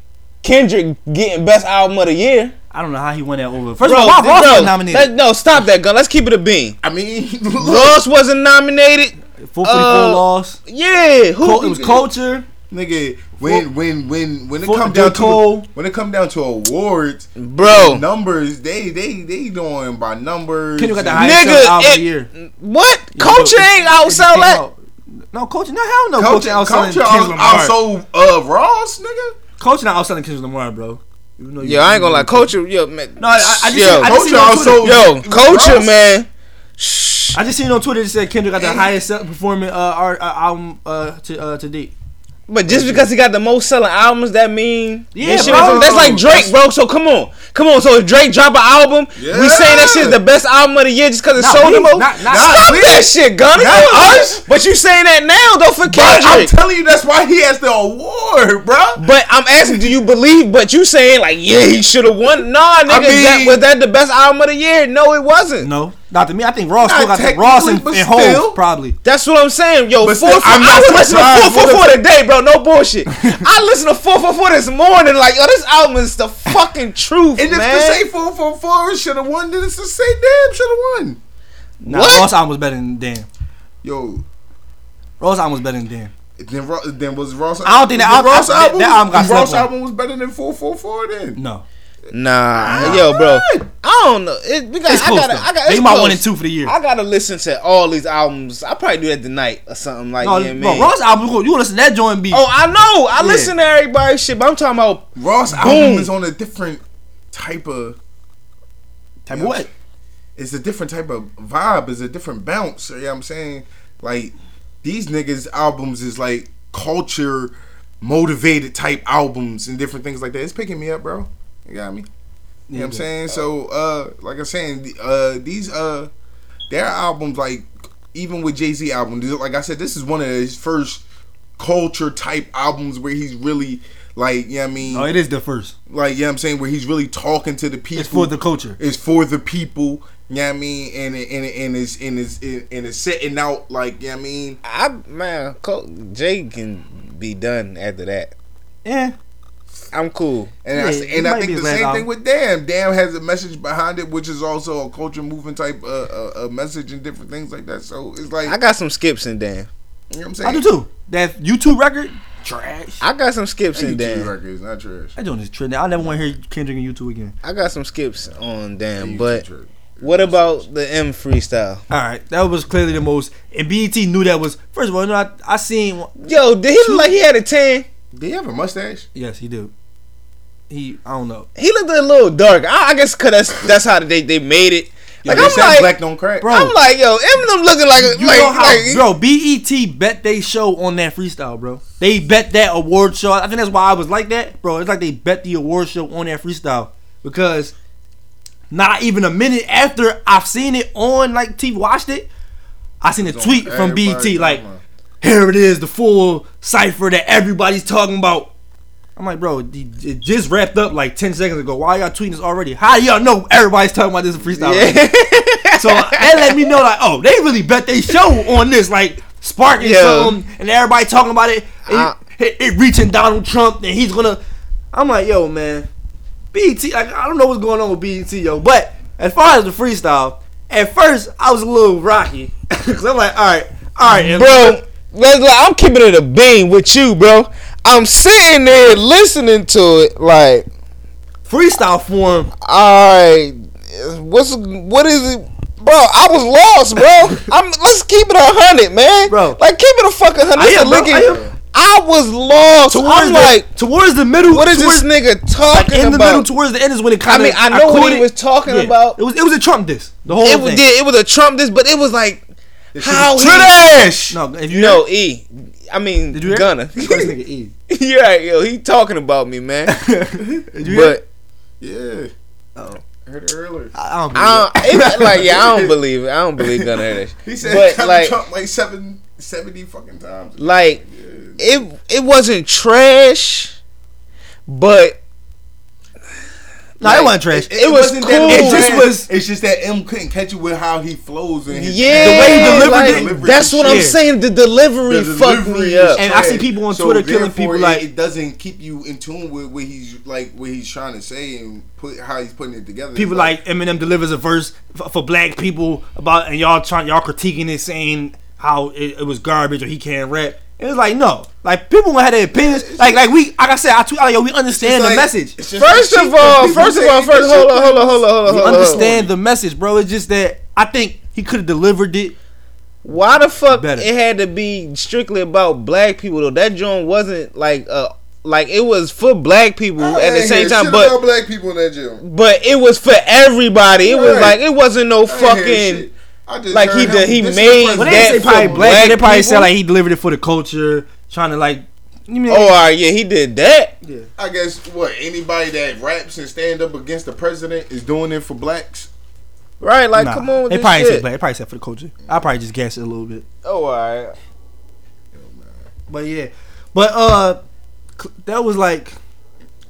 Speaker 2: Kendrick getting best album of the year.
Speaker 1: don't know how he won that over. First
Speaker 2: Bro,
Speaker 1: of all, Bob Ross
Speaker 2: bro,
Speaker 1: was nominated.
Speaker 2: let- no, stop that gun. Let's keep it a bean.
Speaker 10: I mean, look,
Speaker 2: Ross wasn't nominated.
Speaker 1: Four
Speaker 2: uh,
Speaker 1: loss.
Speaker 2: Yeah, who?
Speaker 1: Cul- It was culture.
Speaker 10: nigga, when when when when it
Speaker 1: Fuck
Speaker 10: come
Speaker 1: the
Speaker 10: down to
Speaker 1: Cole.
Speaker 10: when it come down to awards,
Speaker 2: Bro.
Speaker 10: numbers they they they doing by numbers.
Speaker 1: Kendrick got the
Speaker 10: and-
Speaker 1: highest
Speaker 2: Nigga,
Speaker 1: selling album of
Speaker 2: it-
Speaker 1: the year.
Speaker 2: What? Culture ain't outsell that.
Speaker 1: No, coaching. No, hell no.
Speaker 10: Culture,
Speaker 1: Coaching outselling
Speaker 10: culture
Speaker 1: Kendrick Lamar.
Speaker 10: also uh, Ross, nigga.
Speaker 1: Coaching outselling Kendrick Lamar, bro. Even though you-
Speaker 2: Yo, I ain't gonna lie. Culture, yo, man.
Speaker 1: No, I- I- I just-
Speaker 2: yo,
Speaker 1: I just-
Speaker 10: Culture
Speaker 1: seen on Twitter.
Speaker 10: also
Speaker 2: yo, culture,
Speaker 10: Ross-
Speaker 2: man.
Speaker 1: I just seen on Twitter that said Kendrick got the highest sell- performing uh, art, uh, album uh, to uh, to date.
Speaker 2: But just because he got the most selling albums, that mean
Speaker 1: Yeah,
Speaker 2: That shit
Speaker 1: bro.
Speaker 2: was- that's like Drake, bro. So come on, come on. So if Drake drop an album, we saying that shit's the best album of the year just because it
Speaker 1: Not
Speaker 2: sold
Speaker 1: we,
Speaker 2: the most.
Speaker 1: not- not-
Speaker 2: Stop
Speaker 1: not we.
Speaker 2: that shit, Gunna.
Speaker 10: Not
Speaker 2: Come on.
Speaker 10: us.
Speaker 2: But you saying that now though for
Speaker 10: But I'm
Speaker 2: Kendrick.
Speaker 10: telling you, that's why he has the award, bro.
Speaker 2: But I'm asking, do you believe? But you saying like, yeah, he should have won. Nah, nigga, that,
Speaker 10: mean-
Speaker 2: was that the best album of the year? No, it wasn't.
Speaker 1: No, not to me. I think Ross
Speaker 10: Not
Speaker 1: still got the Ross and,
Speaker 10: technically,
Speaker 1: and
Speaker 10: but still.
Speaker 1: Hov probably.
Speaker 2: That's what I'm saying, yo.
Speaker 10: But
Speaker 2: four,
Speaker 10: still,
Speaker 2: four,
Speaker 10: I'm not
Speaker 2: I was listening
Speaker 10: surprised
Speaker 2: to four four
Speaker 10: with
Speaker 2: four
Speaker 10: the-
Speaker 2: today, bro. No bullshit. I listened to four four four this morning. Like, yo, this album is the fucking truth,
Speaker 10: And if
Speaker 2: man.
Speaker 10: this ain't four four four, should have won. Then it's the same damn should have won.
Speaker 1: Nah,
Speaker 2: What?
Speaker 1: Ross album was better than Dan.
Speaker 10: Yo,
Speaker 1: Ross album was better than Dan.
Speaker 10: then Ro- then was Ross.
Speaker 1: I don't think that
Speaker 10: the
Speaker 1: album-
Speaker 10: Ross
Speaker 1: that- that
Speaker 10: album.
Speaker 1: album got
Speaker 10: the Ross
Speaker 1: slept on.
Speaker 10: album was better than four four four. Then
Speaker 1: No,
Speaker 2: Nah, yo, bro. I don't know. It, we got,
Speaker 1: it's
Speaker 2: I
Speaker 1: close.
Speaker 2: gotta,
Speaker 1: though.
Speaker 2: I got,
Speaker 1: they
Speaker 2: it's
Speaker 1: my
Speaker 2: close.
Speaker 1: one and two for the year.
Speaker 2: I gotta listen to all these albums. I probably do that tonight or something like
Speaker 1: no,
Speaker 2: yeah,
Speaker 1: bro,
Speaker 2: man.
Speaker 1: Ross album. You gonna listen to that joint beat?
Speaker 2: oh, I know. I listen to everybody's shit, but I'm talking about
Speaker 10: Ross
Speaker 2: Boom.
Speaker 10: album is on a different type of.
Speaker 1: type of what?
Speaker 10: It's a different type of vibe. It's a different bounce. You know what I'm saying? Like these niggas' albums is like culture motivated type albums and different things like that. It's picking me up, bro. You got me? You know what I'm saying? So uh like I'm saying, the- uh these uh their albums like even with Jay Z albums, like I said, this is one of his first culture type albums where he's really like, you know what I mean?
Speaker 1: Oh, it is the first.
Speaker 10: like you know what I'm saying, where he's really talking to the people.
Speaker 1: It's for the culture.
Speaker 10: It's for the people. You know what I mean? And it- and it- and it's and it's and it's setting out like you know what I mean.
Speaker 2: I man, Col- Jay can be done after that.
Speaker 1: Yeah,
Speaker 2: I'm cool.
Speaker 10: And
Speaker 1: Yeah,
Speaker 10: I I
Speaker 1: it
Speaker 10: and I
Speaker 1: might be
Speaker 10: think the
Speaker 1: his last
Speaker 10: same
Speaker 1: album.
Speaker 10: thing with Damn. Damn has a message behind it, which is also a culture movement type uh, uh, uh, message and different things like that. So it's like
Speaker 2: I got some skips in Dan.
Speaker 10: you know what I'm saying.
Speaker 1: I do too. That YouTube record, trash.
Speaker 2: I got some skips in
Speaker 10: YouTube
Speaker 2: Dan.
Speaker 10: records, not trash.
Speaker 1: That joint is trending. I never want to hear Kendrick and YouTube again.
Speaker 2: I got some skips on Dan.
Speaker 10: YouTube
Speaker 2: But
Speaker 10: trash.
Speaker 2: what about the M freestyle?
Speaker 1: All right, that was clearly the most. And BET knew that was first of all. No, I, I seen.
Speaker 2: Yo, did he look like he had a tan?
Speaker 10: Do you have a mustache?
Speaker 1: Yes, he did. He, I don't know,
Speaker 2: He looked a little dark. I, I guess cause that's that's how they they made it. Like
Speaker 10: they
Speaker 2: I'm
Speaker 10: said
Speaker 2: like,
Speaker 10: black don't crack.
Speaker 1: bro.
Speaker 2: I'm like, yo, Eminem looking like
Speaker 1: you
Speaker 2: like,
Speaker 1: know how,
Speaker 2: like
Speaker 1: bro. BET bet they show on that freestyle, bro. They bet that award show. I think that's why I was like that, bro. It's like they bet the award show on that freestyle because not even a minute after I've seen it on like TV, watched it. I seen a tweet from BET
Speaker 10: Everybody
Speaker 1: like,
Speaker 10: talking
Speaker 1: here it is, the full cipher that everybody's talking about. I'm like, bro, the- it just wrapped up like 10 seconds ago. Why y'all tweeting this already? How y'all know everybody's talking about this freestyle? so that let me know, like, oh, they really bet they show on this, like, sparking
Speaker 2: Yeah. Uh,
Speaker 1: something, and everybody talking about it, and
Speaker 2: I-
Speaker 1: it, it reaching Donald Trump, and he's gonna. I'm like, yo, man, BET, like I don't know what's going on with BET, yo. But as far as the freestyle, at first I was a little rocky because I'm like, all right, all right,
Speaker 2: bro. Let's, like, I'm keeping it a beam with you, bro. I'm sitting there listening to it, like,
Speaker 1: freestyle form.
Speaker 2: all right, what's what is it, bro? I was lost, bro. I'm let's keep it a hundred, man,
Speaker 1: Bro.
Speaker 2: Like, keep it a fucking hundred.
Speaker 1: I
Speaker 2: This
Speaker 1: am,
Speaker 2: a
Speaker 1: bro,
Speaker 2: licking-
Speaker 1: I am.
Speaker 2: I was lost.
Speaker 1: Towards
Speaker 2: I'm
Speaker 1: the,
Speaker 2: like,
Speaker 1: towards the middle.
Speaker 2: what is
Speaker 1: towards,
Speaker 2: this nigga
Speaker 1: like,
Speaker 2: talking
Speaker 1: in the
Speaker 2: about?
Speaker 1: middle towards the end is when it kind
Speaker 2: I
Speaker 1: of.
Speaker 2: mean, I know what he was talking about.
Speaker 1: It was it was a Trump diss. The whole
Speaker 2: it
Speaker 1: thing.
Speaker 2: was did, it was a Trump this, but it was like how he-
Speaker 10: Trash.
Speaker 1: No, if you
Speaker 2: no e. I mean,
Speaker 1: did you hear?
Speaker 2: Gunna.
Speaker 1: Of course, nigga, E.
Speaker 2: yeah, yo, he talking about me, man.
Speaker 1: Did you hear?
Speaker 2: but
Speaker 10: Yeah.
Speaker 2: Oh.
Speaker 10: I heard it earlier.
Speaker 1: I don't believe
Speaker 2: I don't, it's like yeah, I don't believe it. I don't believe Gunna heard that.
Speaker 10: He
Speaker 2: shit.
Speaker 10: said
Speaker 2: but
Speaker 10: Kevin
Speaker 2: like,
Speaker 10: Trump like seven, 70 fucking times.
Speaker 2: like it it wasn't trash, but
Speaker 1: it. no, it wasn't trash.
Speaker 2: it was cool.
Speaker 10: That,
Speaker 1: It just
Speaker 10: man.
Speaker 1: was-
Speaker 10: It's just that M couldn't catch you with how he flows and his
Speaker 2: yeah,
Speaker 1: The way he delivered it-
Speaker 10: delivered
Speaker 2: That's
Speaker 10: the
Speaker 2: what I'm
Speaker 1: shit.
Speaker 2: saying. The delivery
Speaker 10: The
Speaker 2: fucked
Speaker 10: delivery
Speaker 2: me
Speaker 10: is
Speaker 2: up.
Speaker 1: And I see
Speaker 10: trash.
Speaker 1: people on Twitter killing
Speaker 10: therefore,
Speaker 1: people
Speaker 10: it-
Speaker 1: like-
Speaker 10: it doesn't keep you in tune with what he's like, what he's trying to say and put how he's putting it together.
Speaker 1: People
Speaker 10: It's
Speaker 1: like Eminem delivers a verse f- for black people about, and y'all trying y'all critiquing it, saying how it, it was garbage or he can't rap. It was like no, like people gonna have their opinions. Like like we, like I said, I tweet out yo, we understand
Speaker 10: It's
Speaker 1: the
Speaker 10: like- it's
Speaker 1: message.
Speaker 10: just
Speaker 2: First
Speaker 10: like
Speaker 2: of
Speaker 10: shit
Speaker 2: all,
Speaker 10: that people
Speaker 2: first of
Speaker 10: say
Speaker 2: all,
Speaker 10: he
Speaker 2: first
Speaker 10: can
Speaker 2: hold
Speaker 10: say.
Speaker 2: on, hold on, hold on, hold on,
Speaker 1: We
Speaker 2: hold on.
Speaker 1: understand the message, bro. It's just that I think he could have delivered it.
Speaker 2: Why the fuck
Speaker 1: Better.
Speaker 2: it had to be strictly about black people though? That joint wasn't like uh like it was for black people
Speaker 10: I
Speaker 2: at the
Speaker 10: ain't
Speaker 2: same
Speaker 10: hear
Speaker 2: time,
Speaker 10: shit
Speaker 2: but
Speaker 10: about black people in that gym.
Speaker 2: but it was for everybody. It was
Speaker 10: Right.
Speaker 2: like it wasn't no
Speaker 10: I ain't hear
Speaker 2: fucking
Speaker 10: shit. I just
Speaker 2: like,
Speaker 10: heard
Speaker 2: he
Speaker 10: him
Speaker 2: did- he
Speaker 10: dissing the
Speaker 2: made
Speaker 1: But
Speaker 10: president.
Speaker 1: they didn't
Speaker 2: that
Speaker 1: say probably
Speaker 2: for
Speaker 1: black.
Speaker 2: black
Speaker 1: they probably said
Speaker 2: people?
Speaker 1: like he delivered it for the culture, trying to like. You mean,
Speaker 2: oh all right, yeah, he did that.
Speaker 10: I guess what anybody that raps and stand up against the president is doing it for blacks.
Speaker 2: Right, like
Speaker 1: nah.
Speaker 2: come on with
Speaker 1: they
Speaker 2: this
Speaker 1: probably
Speaker 2: shit.
Speaker 1: said black. They probably said for the culture. I probably just guessed it a little bit.
Speaker 2: Oh alright.
Speaker 1: But yeah, but uh, cl- that was like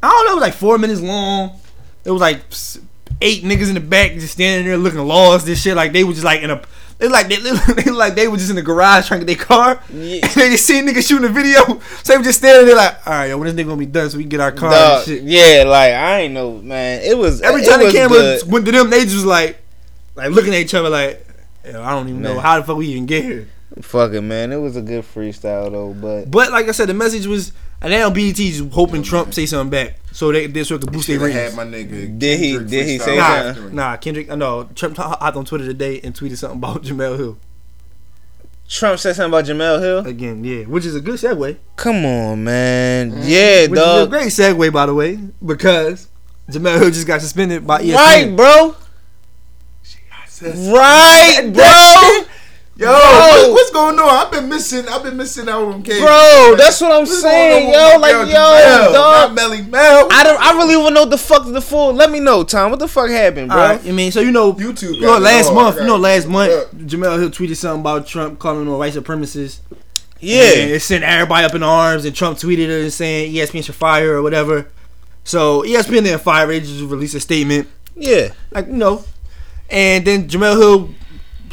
Speaker 1: I don't know, it was like four minutes long. It was like s- eight niggas in the back just standing there looking lost. This shit like they was just like in a. It's like they, they look like they were just in the garage trying to get their car,
Speaker 2: Yeah.
Speaker 1: and they just see a nigga shooting a video. So they were just standing there like, all right, yo, when this nigga gonna be done so we can get our car
Speaker 2: Dog,
Speaker 1: and shit.
Speaker 2: yeah, like I ain't know, man. It was
Speaker 1: Every
Speaker 2: it
Speaker 1: time the
Speaker 2: was
Speaker 1: camera
Speaker 2: good.
Speaker 1: went to them, they just like, like looking at each other like, yo, I don't even know
Speaker 2: Man.
Speaker 1: how the fuck we even get here.
Speaker 2: Fuck it, man. It was a good freestyle though, but
Speaker 1: But like I said, the message was, and now BET is hoping Trump say something back, so they this so it could boost their
Speaker 10: Should have had
Speaker 1: ratings.
Speaker 10: my nigga.
Speaker 2: Did he-
Speaker 10: Kendrick
Speaker 2: did he
Speaker 10: freestyle
Speaker 2: say
Speaker 1: Nah,
Speaker 10: after him.
Speaker 1: nah, Kendrick. uh, No, Trump ho- hopped on Twitter today and tweeted something about Jamel Hill
Speaker 2: Trump said something about Jamel Hill.
Speaker 1: again. Yeah, which is a good segue.
Speaker 2: Come on, man.
Speaker 1: Mm-hmm.
Speaker 2: Yeah,
Speaker 1: Which is a
Speaker 2: dog.
Speaker 1: great segue, by the way, because Jamel Hill just got suspended by E ESPN.
Speaker 2: Right, bro. Right, bro.
Speaker 10: Yo,
Speaker 2: Bro.
Speaker 10: what- what's going on? I've been missing. I've been missing out on K.
Speaker 2: Bro, that's what I'm saying, yo. Like, yo,
Speaker 10: Not
Speaker 2: dog.
Speaker 10: Melly Mel.
Speaker 2: I don't. I really want to know what the fuck the full. Let me know, Tom. What the fuck happened, bro?
Speaker 1: All right, I mean, so you know,
Speaker 10: YouTube
Speaker 1: you know,
Speaker 10: got it
Speaker 1: last
Speaker 10: all.
Speaker 1: month,
Speaker 10: I
Speaker 1: you know,
Speaker 10: got
Speaker 1: last
Speaker 10: it.
Speaker 1: month,
Speaker 10: Yeah.
Speaker 1: Jamel Hill tweeted something about Trump calling him a white supremacist. And
Speaker 2: Yeah.
Speaker 1: it sent everybody up in arms, and Trump tweeted it and saying E ESPN should fire or whatever. So E ESPN didn't fire it; just released a statement,
Speaker 2: Yeah.
Speaker 1: like you know. And then Jamel Hill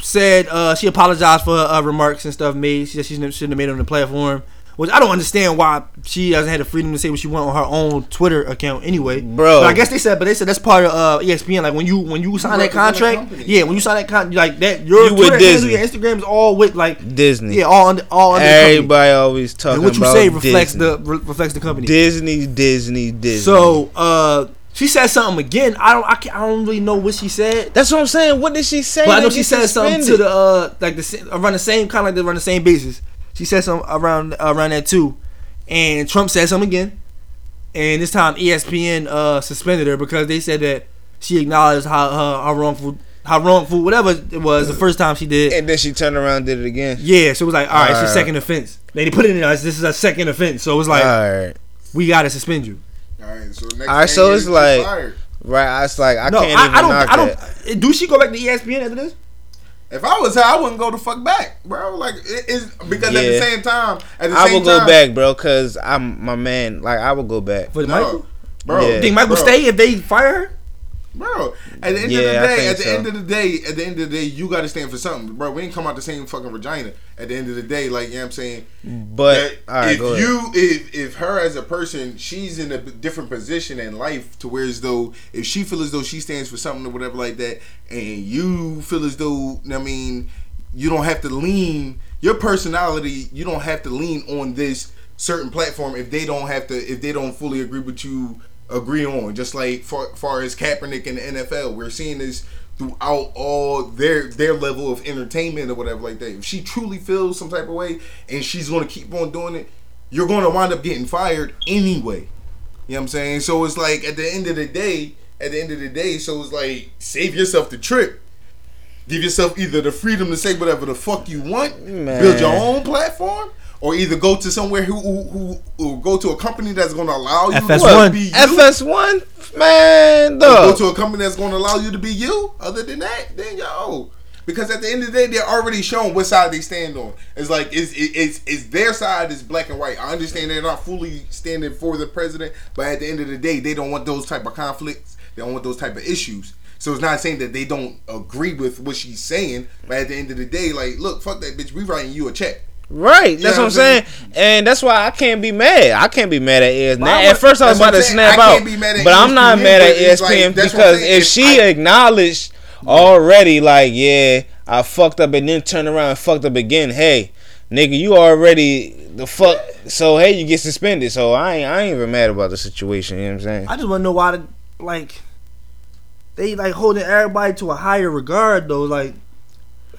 Speaker 1: said uh, she apologized for her uh, remarks and stuff made. She said she shouldn't shouldn't have made it on the platform, which I don't understand why she doesn't have the freedom to say what she want on her own Twitter account anyway.
Speaker 2: Bro.
Speaker 1: but I guess they said, but they said that's part of uh, ESPN. Like when you when you sign that
Speaker 10: represent the
Speaker 1: contract,
Speaker 10: company.
Speaker 1: yeah, when you sign that contract, like that your
Speaker 2: You with
Speaker 1: Twitter handle,
Speaker 2: Disney.
Speaker 1: your Instagram is all with like
Speaker 2: Disney.
Speaker 1: yeah, all under all under the company.
Speaker 2: Everybody always talking
Speaker 1: And what you
Speaker 2: about
Speaker 1: say reflects
Speaker 2: Disney.
Speaker 1: the re- reflects the company.
Speaker 2: Disney, Disney, Disney.
Speaker 1: So uh, she said something again. I don't I, can't, I don't really know what she said,
Speaker 2: that's what I'm saying. What did she say?
Speaker 1: but I know
Speaker 2: to
Speaker 1: she
Speaker 2: get
Speaker 1: said something to
Speaker 2: suspended?
Speaker 1: the uh, like the sa- around the same kind of like around the same basis. She said something around around that too, and Trump said something again, and this time ESPN uh, suspended her because they said that she acknowledged how uh, how wrongful how wrongful whatever it was the first time she did.
Speaker 2: And then she turned around, and did it again.
Speaker 1: yeah, so it was like, all right, it's your
Speaker 2: Alright.
Speaker 1: second offense. They put it in us. This is a second offense. So it was like,
Speaker 2: All right.
Speaker 1: we gotta suspend you.
Speaker 10: All right, so next.
Speaker 2: All right,
Speaker 10: thing
Speaker 2: so
Speaker 10: is
Speaker 2: it's
Speaker 10: you
Speaker 2: like-
Speaker 10: fired.
Speaker 2: Right. I was like, I
Speaker 1: No, I,
Speaker 2: can't even
Speaker 1: I don't.
Speaker 2: knock
Speaker 1: I
Speaker 2: that.
Speaker 1: don't. Do she go back to E ESPN after this?
Speaker 10: If I was her, I wouldn't go the fuck back, bro. Like it is because at
Speaker 2: Yeah.
Speaker 10: the same time, at the
Speaker 2: I
Speaker 10: same
Speaker 2: will go
Speaker 10: time,
Speaker 2: back, bro, cause I'm my man. Like I will go back.
Speaker 1: For
Speaker 10: No,
Speaker 1: Michael?
Speaker 10: bro.
Speaker 2: Yeah.
Speaker 1: Think Michael
Speaker 10: bro.
Speaker 1: stay if they fire her?
Speaker 10: Bro, at the end of the
Speaker 2: Yeah, I
Speaker 10: day,
Speaker 2: think
Speaker 10: at the
Speaker 2: so.
Speaker 10: end of the day, at the end of the day, you got to stand for something, bro. We ain't come out the same fucking vagina. At the end of the day, like you know what I'm saying.
Speaker 2: But
Speaker 10: That
Speaker 2: all right,
Speaker 10: if
Speaker 2: go ahead.
Speaker 10: you if if her as a person, she's in a b- different position in life to where as though if she feel as though she stands for something or whatever like that, and you feel as though I mean, you don't have to lean your personality. You don't have to lean on this certain platform if they don't have to if they don't fully agree with you agree on. Just like far, far as Kaepernick and the NFL, we're seeing this throughout all their their level of entertainment or whatever like that. If she truly feels some type of way and she's gonna keep on doing it, you're gonna wind up getting fired anyway. You know what I'm saying? So it's like at the end of the day, at the end of the day, so it's like save yourself the trip. Give yourself either the freedom to say whatever the fuck you want, build your own platform, or either go to somewhere who who, who, who go to a company that's gonna allow you
Speaker 1: FS1.
Speaker 10: to be you.
Speaker 2: FS1 man,
Speaker 10: go
Speaker 2: dog.
Speaker 10: to a company that's going to allow you to be you. Other than that, then yo, because at the end of the day, they're already shown what side they stand on. It's like it's it- it's it's their side is black and white. I understand they're not fully standing for the president, but at the end of the day, they don't want those type of conflicts. They don't want those type of issues. So it's not saying that they don't agree with what she's saying, but at the end of the day, like, look, fuck that bitch. We writing you a check.
Speaker 2: Right, that's
Speaker 10: know
Speaker 2: what I'm
Speaker 10: what
Speaker 2: saying,
Speaker 10: I'm
Speaker 2: and that's why I can't be mad. I can't be mad at E ESPN.
Speaker 10: I
Speaker 2: Now, at
Speaker 10: would-
Speaker 2: first, I was
Speaker 10: that's what
Speaker 2: about to
Speaker 10: I'm saying.
Speaker 2: snap
Speaker 10: I
Speaker 2: out,
Speaker 10: can't be mad at E
Speaker 2: but I'm not
Speaker 10: ESPN,
Speaker 2: mad at E
Speaker 10: but it's like,
Speaker 2: ESPN
Speaker 10: that's what I'm
Speaker 2: because
Speaker 10: saying.
Speaker 2: if
Speaker 10: If
Speaker 2: she
Speaker 10: I-
Speaker 2: acknowledged already, like, yeah, I fucked up, and then turned around and fucked up again. Hey, nigga, you already the fuck. So hey, you get suspended. So I ain't, I ain't even mad about the situation. You know what I'm saying?
Speaker 3: I just want to know why, the, like, they like holding everybody to a higher regard though. Like,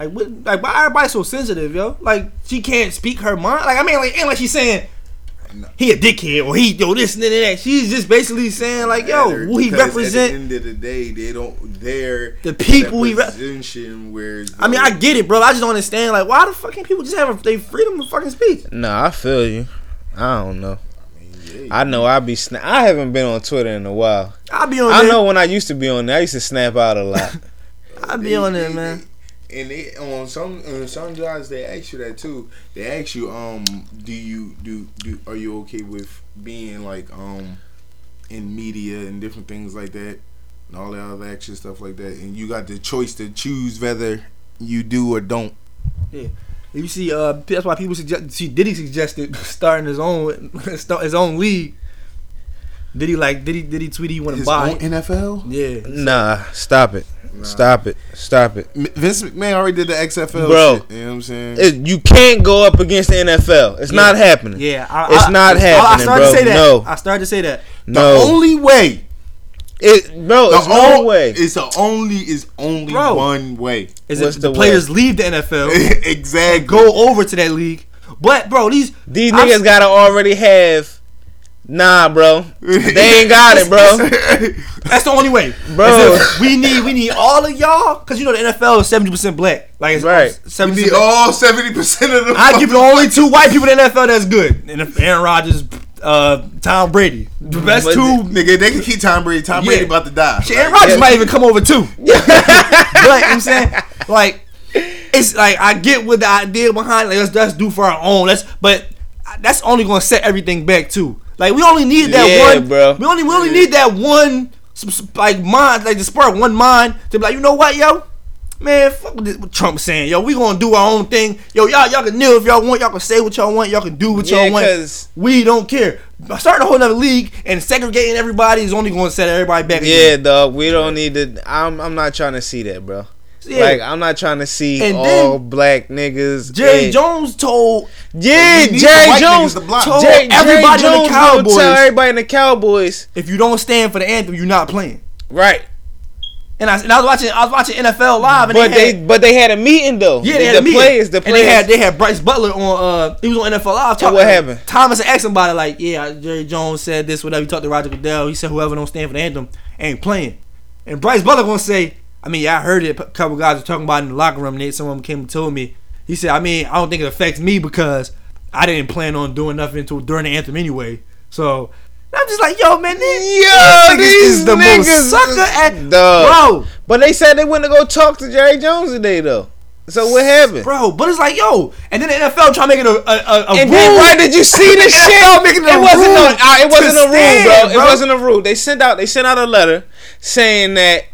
Speaker 3: like what? Like why everybody so sensitive, yo? Like she can't speak her mind. Like I mean, like ain't like she's saying. He a dickhead, or he yo this and that. She's just basically saying like, yo, who he
Speaker 10: Because At the
Speaker 3: represent?
Speaker 10: end of the day, they don't. They're
Speaker 3: The people he
Speaker 10: in
Speaker 3: re-
Speaker 10: that position where.
Speaker 3: I mean, I get it, bro. I just don't understand like why the fucking people just have their freedom of fucking speech.
Speaker 2: Nah, I feel you. I don't know. I know I be sna- I haven't been on Twitter in a while.
Speaker 3: I'll
Speaker 10: Oh,
Speaker 3: be on
Speaker 2: I
Speaker 3: there.
Speaker 2: know when I used to be on there, I used to snap out a lot.
Speaker 3: I'll be on there, man.
Speaker 10: And they, on some on some jobs they ask you that too. They ask you, um, do you do do are you okay with being like um in media and different things like that and all that other action stuff like that. And you got the choice to choose whether you do or don't.
Speaker 3: You see, uh, that's why people suggest. See, Diddy suggested starting his own, start his own league. Diddy like Diddy Diddy tweet he want to
Speaker 10: His
Speaker 3: buy?
Speaker 10: own NFL.
Speaker 3: Yeah,
Speaker 2: Nah, stop it. Stop it. Stop it.
Speaker 10: M- Vince McMahon already did the XFL,
Speaker 2: Bro.
Speaker 10: shit, you know what I'm saying?
Speaker 2: It- You can't go up against the NFL. It's not happening.
Speaker 3: yeah. I,
Speaker 2: It's
Speaker 3: I-
Speaker 2: not
Speaker 3: I-
Speaker 2: happening,
Speaker 3: I started
Speaker 2: bro.
Speaker 3: to say that.
Speaker 2: No.
Speaker 3: I started to say that.
Speaker 2: no.
Speaker 10: The only way,
Speaker 2: it, bro,
Speaker 10: the
Speaker 2: it's no
Speaker 10: on-
Speaker 2: way.
Speaker 10: It's the only is only
Speaker 3: Bro.
Speaker 10: one way.
Speaker 3: Is
Speaker 2: What's
Speaker 3: it the,
Speaker 2: the
Speaker 3: players leave the NFL,
Speaker 10: exactly.
Speaker 3: go over to that league? But bro, these
Speaker 2: These
Speaker 3: I'm-
Speaker 2: niggas gotta already have. Nah, bro. They ain't got it, bro.
Speaker 3: That's the only way,
Speaker 2: Bro.
Speaker 3: It's just, We need we need all of y'all because you know the NFL is seventy percent black. Like it's
Speaker 2: Right.
Speaker 10: You
Speaker 3: Seventy.
Speaker 10: need all seventy percent of the.
Speaker 3: I give it only two white people in the NFL that's good, and if Aaron Rodgers, uh, Tom Brady, the best
Speaker 2: But
Speaker 3: two.
Speaker 10: nigga. They can keep Tom Brady. Tom
Speaker 3: Yeah.
Speaker 10: Brady about to die.
Speaker 3: Shit, Aaron Rodgers might even come over too. but you know what I'm saying, like, it's like I get what the idea behind. Like, let's let's do for our own. Let's, but that's only gonna set everything back too. Like, we only need that
Speaker 2: Yeah,
Speaker 3: one,
Speaker 2: bro.
Speaker 3: We only we only need that one, s- s- like mind, like to spark one mind to be like, you know what, yo. Man, fuck what, this, what Trump saying, yo. We gonna do our own thing, yo. Y'all, y'all can kneel if y'all want. Y'all can say what y'all want. Y'all can do what
Speaker 2: Yeah,
Speaker 3: y'all want.
Speaker 2: 'cause-
Speaker 3: We don't care. Starting a whole other league and segregating everybody is only going to set everybody back. again.
Speaker 2: Yeah, dog. We don't need to. I'm. I'm not trying to see that, bro.
Speaker 3: Yeah.
Speaker 2: Like I'm not trying to see
Speaker 3: And
Speaker 2: all
Speaker 3: then-
Speaker 2: black niggas.
Speaker 3: Jerry
Speaker 2: and-
Speaker 3: Jones told
Speaker 2: Yeah,
Speaker 10: We need the
Speaker 2: Jerry
Speaker 10: white
Speaker 2: Jones.
Speaker 10: niggas to block.
Speaker 3: told
Speaker 2: Jerry, everybody
Speaker 3: everybody in
Speaker 2: Jones go
Speaker 3: the Cowboys,
Speaker 2: tell everybody in the Cowboys.
Speaker 3: if you don't stand for the anthem, you're not playing.
Speaker 2: Right.
Speaker 3: And I, and I was watching, I was watching NFL live, and
Speaker 2: But
Speaker 3: they,
Speaker 2: they,
Speaker 3: had,
Speaker 2: but they had a meeting though.
Speaker 3: yeah,
Speaker 2: the,
Speaker 3: they had
Speaker 2: the
Speaker 3: a meeting.
Speaker 2: players, the
Speaker 3: and
Speaker 2: players.
Speaker 3: they had they had Bryce Butler on, uh, he was on NFL live. talking-
Speaker 2: what happened?
Speaker 3: Thomas asked somebody like, yeah, Jerry Jones said this, whatever. He talked to Roger Goodell. He said whoever don't stand for the anthem ain't playing. And Bryce Butler gonna say, I mean, yeah, I heard it. A couple guys were talking about it in the locker room. Nate, someone came and told me. He said, I mean, I don't think it affects me because I didn't plan on doing nothing until during the anthem anyway. So I'm just like, yo, man, these,
Speaker 2: Yo,
Speaker 3: niggas
Speaker 2: these
Speaker 3: is the
Speaker 2: niggas
Speaker 3: most sucker
Speaker 2: is-
Speaker 3: at
Speaker 2: Dog.
Speaker 3: bro.
Speaker 2: But they said they went to go talk to Jerry Jones today though. So what happened?
Speaker 3: Bro, but it's like, yo, and then the NFL trying to make it a, a, a, a
Speaker 2: And
Speaker 3: rule.
Speaker 2: then why did you see this shit?
Speaker 3: NFL making it a
Speaker 2: wasn't
Speaker 3: rule
Speaker 2: a, uh, it wasn't
Speaker 3: to
Speaker 2: a rule,
Speaker 3: stand,
Speaker 2: bro. It
Speaker 3: bro.
Speaker 2: wasn't a rule. They sent out they sent out a letter saying that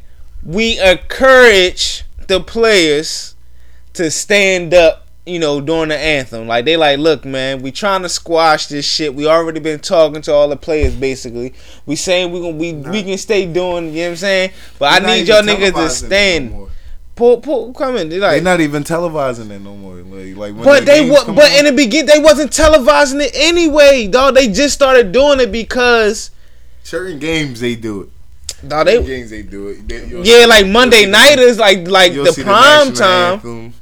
Speaker 2: we encourage the players to stand up. You know, during the anthem, like they like, look, man, we trying to squash this shit. We already been talking to all the players, basically. We saying we gonna we, we can stay doing. You know what I'm saying? But
Speaker 10: They're
Speaker 2: I
Speaker 10: not
Speaker 2: need y'all
Speaker 10: even
Speaker 2: niggas to
Speaker 10: televising it no
Speaker 2: stand.
Speaker 10: more.
Speaker 2: pull, pull, come in. They
Speaker 10: They're
Speaker 2: like,
Speaker 10: not even televising it no more. Like, like when
Speaker 2: but
Speaker 10: the
Speaker 2: they
Speaker 10: games
Speaker 2: wa-
Speaker 10: come
Speaker 2: but
Speaker 10: on-
Speaker 2: in the beginning they wasn't televising it anyway, dog. They just started doing it because
Speaker 10: certain games they do it.
Speaker 2: dog,
Speaker 10: Certain
Speaker 2: they
Speaker 10: games they do it. They- you'll
Speaker 2: yeah
Speaker 10: see-
Speaker 2: like Monday
Speaker 10: you'll see
Speaker 2: nighters like like
Speaker 10: you'll
Speaker 2: the
Speaker 10: see
Speaker 2: prime
Speaker 10: national
Speaker 2: time
Speaker 10: anthems.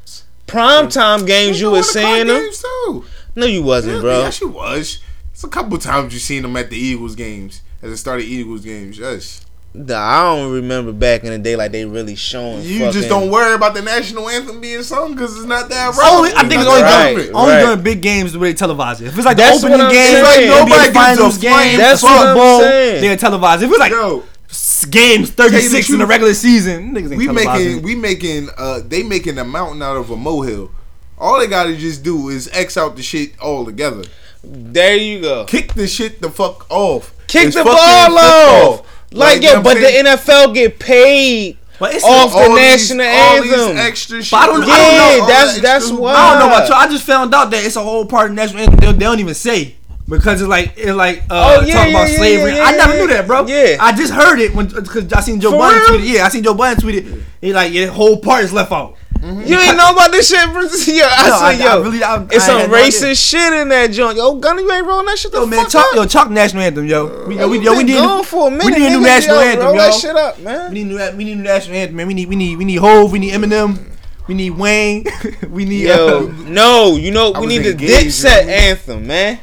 Speaker 2: prime time games you
Speaker 10: They
Speaker 2: were
Speaker 10: do
Speaker 2: seeing
Speaker 10: one o'clock
Speaker 2: them.
Speaker 10: games too.
Speaker 2: No, you
Speaker 10: Yeah,
Speaker 2: wasn't, bro.
Speaker 10: Yeah, she was. It's a couple times you seen them at the Eagles games. As it started Eagles games, yes.
Speaker 2: Nah, I don't remember back in the day like they really showing.
Speaker 10: You
Speaker 2: fucking- Oh,
Speaker 10: just don't worry about the national anthem being sung because it's not that
Speaker 3: Only,
Speaker 10: relevant.
Speaker 3: I think it's
Speaker 10: not
Speaker 3: only,
Speaker 10: that
Speaker 2: Right,
Speaker 3: during,
Speaker 10: relevant.
Speaker 3: only
Speaker 2: right.
Speaker 3: during big games the way they televise it. If it's like
Speaker 2: That's
Speaker 3: the
Speaker 2: what
Speaker 3: opening
Speaker 2: I'm
Speaker 3: game,
Speaker 2: saying. Like,
Speaker 3: it'd be
Speaker 10: nobody
Speaker 3: the
Speaker 10: gives a
Speaker 3: finals game,
Speaker 10: flying
Speaker 3: the
Speaker 2: That's what
Speaker 3: Super
Speaker 2: I'm
Speaker 3: Bowl,
Speaker 2: saying.
Speaker 3: then televise it. If it was like
Speaker 10: Yo,
Speaker 3: s- games 36 in the
Speaker 10: truth.
Speaker 3: regular season, niggas ain't
Speaker 10: we making
Speaker 3: televising.
Speaker 10: we making uh they making a mountain out of a molehill. All they gotta just do is X out the shit all together.
Speaker 2: There you go.
Speaker 10: Kick the shit the fuck off.
Speaker 2: Kick
Speaker 10: It's
Speaker 2: the ball
Speaker 10: fucking
Speaker 2: off.
Speaker 10: football.
Speaker 2: Like,
Speaker 10: you know
Speaker 2: yo,
Speaker 10: what
Speaker 2: but
Speaker 10: I'm
Speaker 2: the
Speaker 10: saying?
Speaker 2: NFL get paid
Speaker 3: But it's
Speaker 2: off the
Speaker 10: All these-
Speaker 2: national
Speaker 10: all these
Speaker 2: anthem.
Speaker 10: extra shit.
Speaker 3: I don't- I don't know
Speaker 2: yeah,
Speaker 3: all
Speaker 2: that's
Speaker 10: that
Speaker 2: that's
Speaker 10: extra-
Speaker 2: why.
Speaker 3: I don't know about you. I just found out that it's a whole part of national anthem. They, they don't even say because it's like it like uh,
Speaker 2: Oh, yeah,
Speaker 3: talk
Speaker 2: yeah,
Speaker 3: about
Speaker 2: yeah,
Speaker 3: slavery.
Speaker 2: yeah, yeah,
Speaker 3: I never
Speaker 2: yeah.
Speaker 3: knew that, bro.
Speaker 2: Yeah.
Speaker 3: I just heard it when because I seen Joe
Speaker 2: For
Speaker 3: Biden
Speaker 2: real?
Speaker 3: tweet it. Yeah, I seen Joe Biden tweet it. He like yeah, the whole part is left out.
Speaker 2: You ain't know about this shit, bro. Yo, I
Speaker 3: No, I-
Speaker 2: said,
Speaker 3: I
Speaker 2: yo,
Speaker 3: really- I-
Speaker 2: it's
Speaker 3: I
Speaker 2: some
Speaker 3: had no
Speaker 2: racist
Speaker 3: idea.
Speaker 2: shit in that joint. Yo, Gunner, you ain't rolling that shit. The
Speaker 3: Yo man,
Speaker 2: fuck
Speaker 3: talk
Speaker 2: up.
Speaker 3: yo talk national anthem, yo. We, yo, we,
Speaker 2: You
Speaker 3: yo, we
Speaker 2: been
Speaker 3: need
Speaker 2: gone for a minute.
Speaker 3: we need a new
Speaker 2: nigga.
Speaker 3: national
Speaker 2: Yo,
Speaker 3: anthem,
Speaker 2: roll
Speaker 3: yo.
Speaker 2: that shit up, man.
Speaker 3: We need new we need new national anthem, man. We need we need we need Hove, we need Eminem, we need Wayne, we need
Speaker 2: Yo,
Speaker 3: uh,
Speaker 2: no, you know
Speaker 10: I
Speaker 2: we
Speaker 10: was
Speaker 2: need the
Speaker 10: engaged,
Speaker 2: Dipset
Speaker 10: yo.
Speaker 2: anthem, man.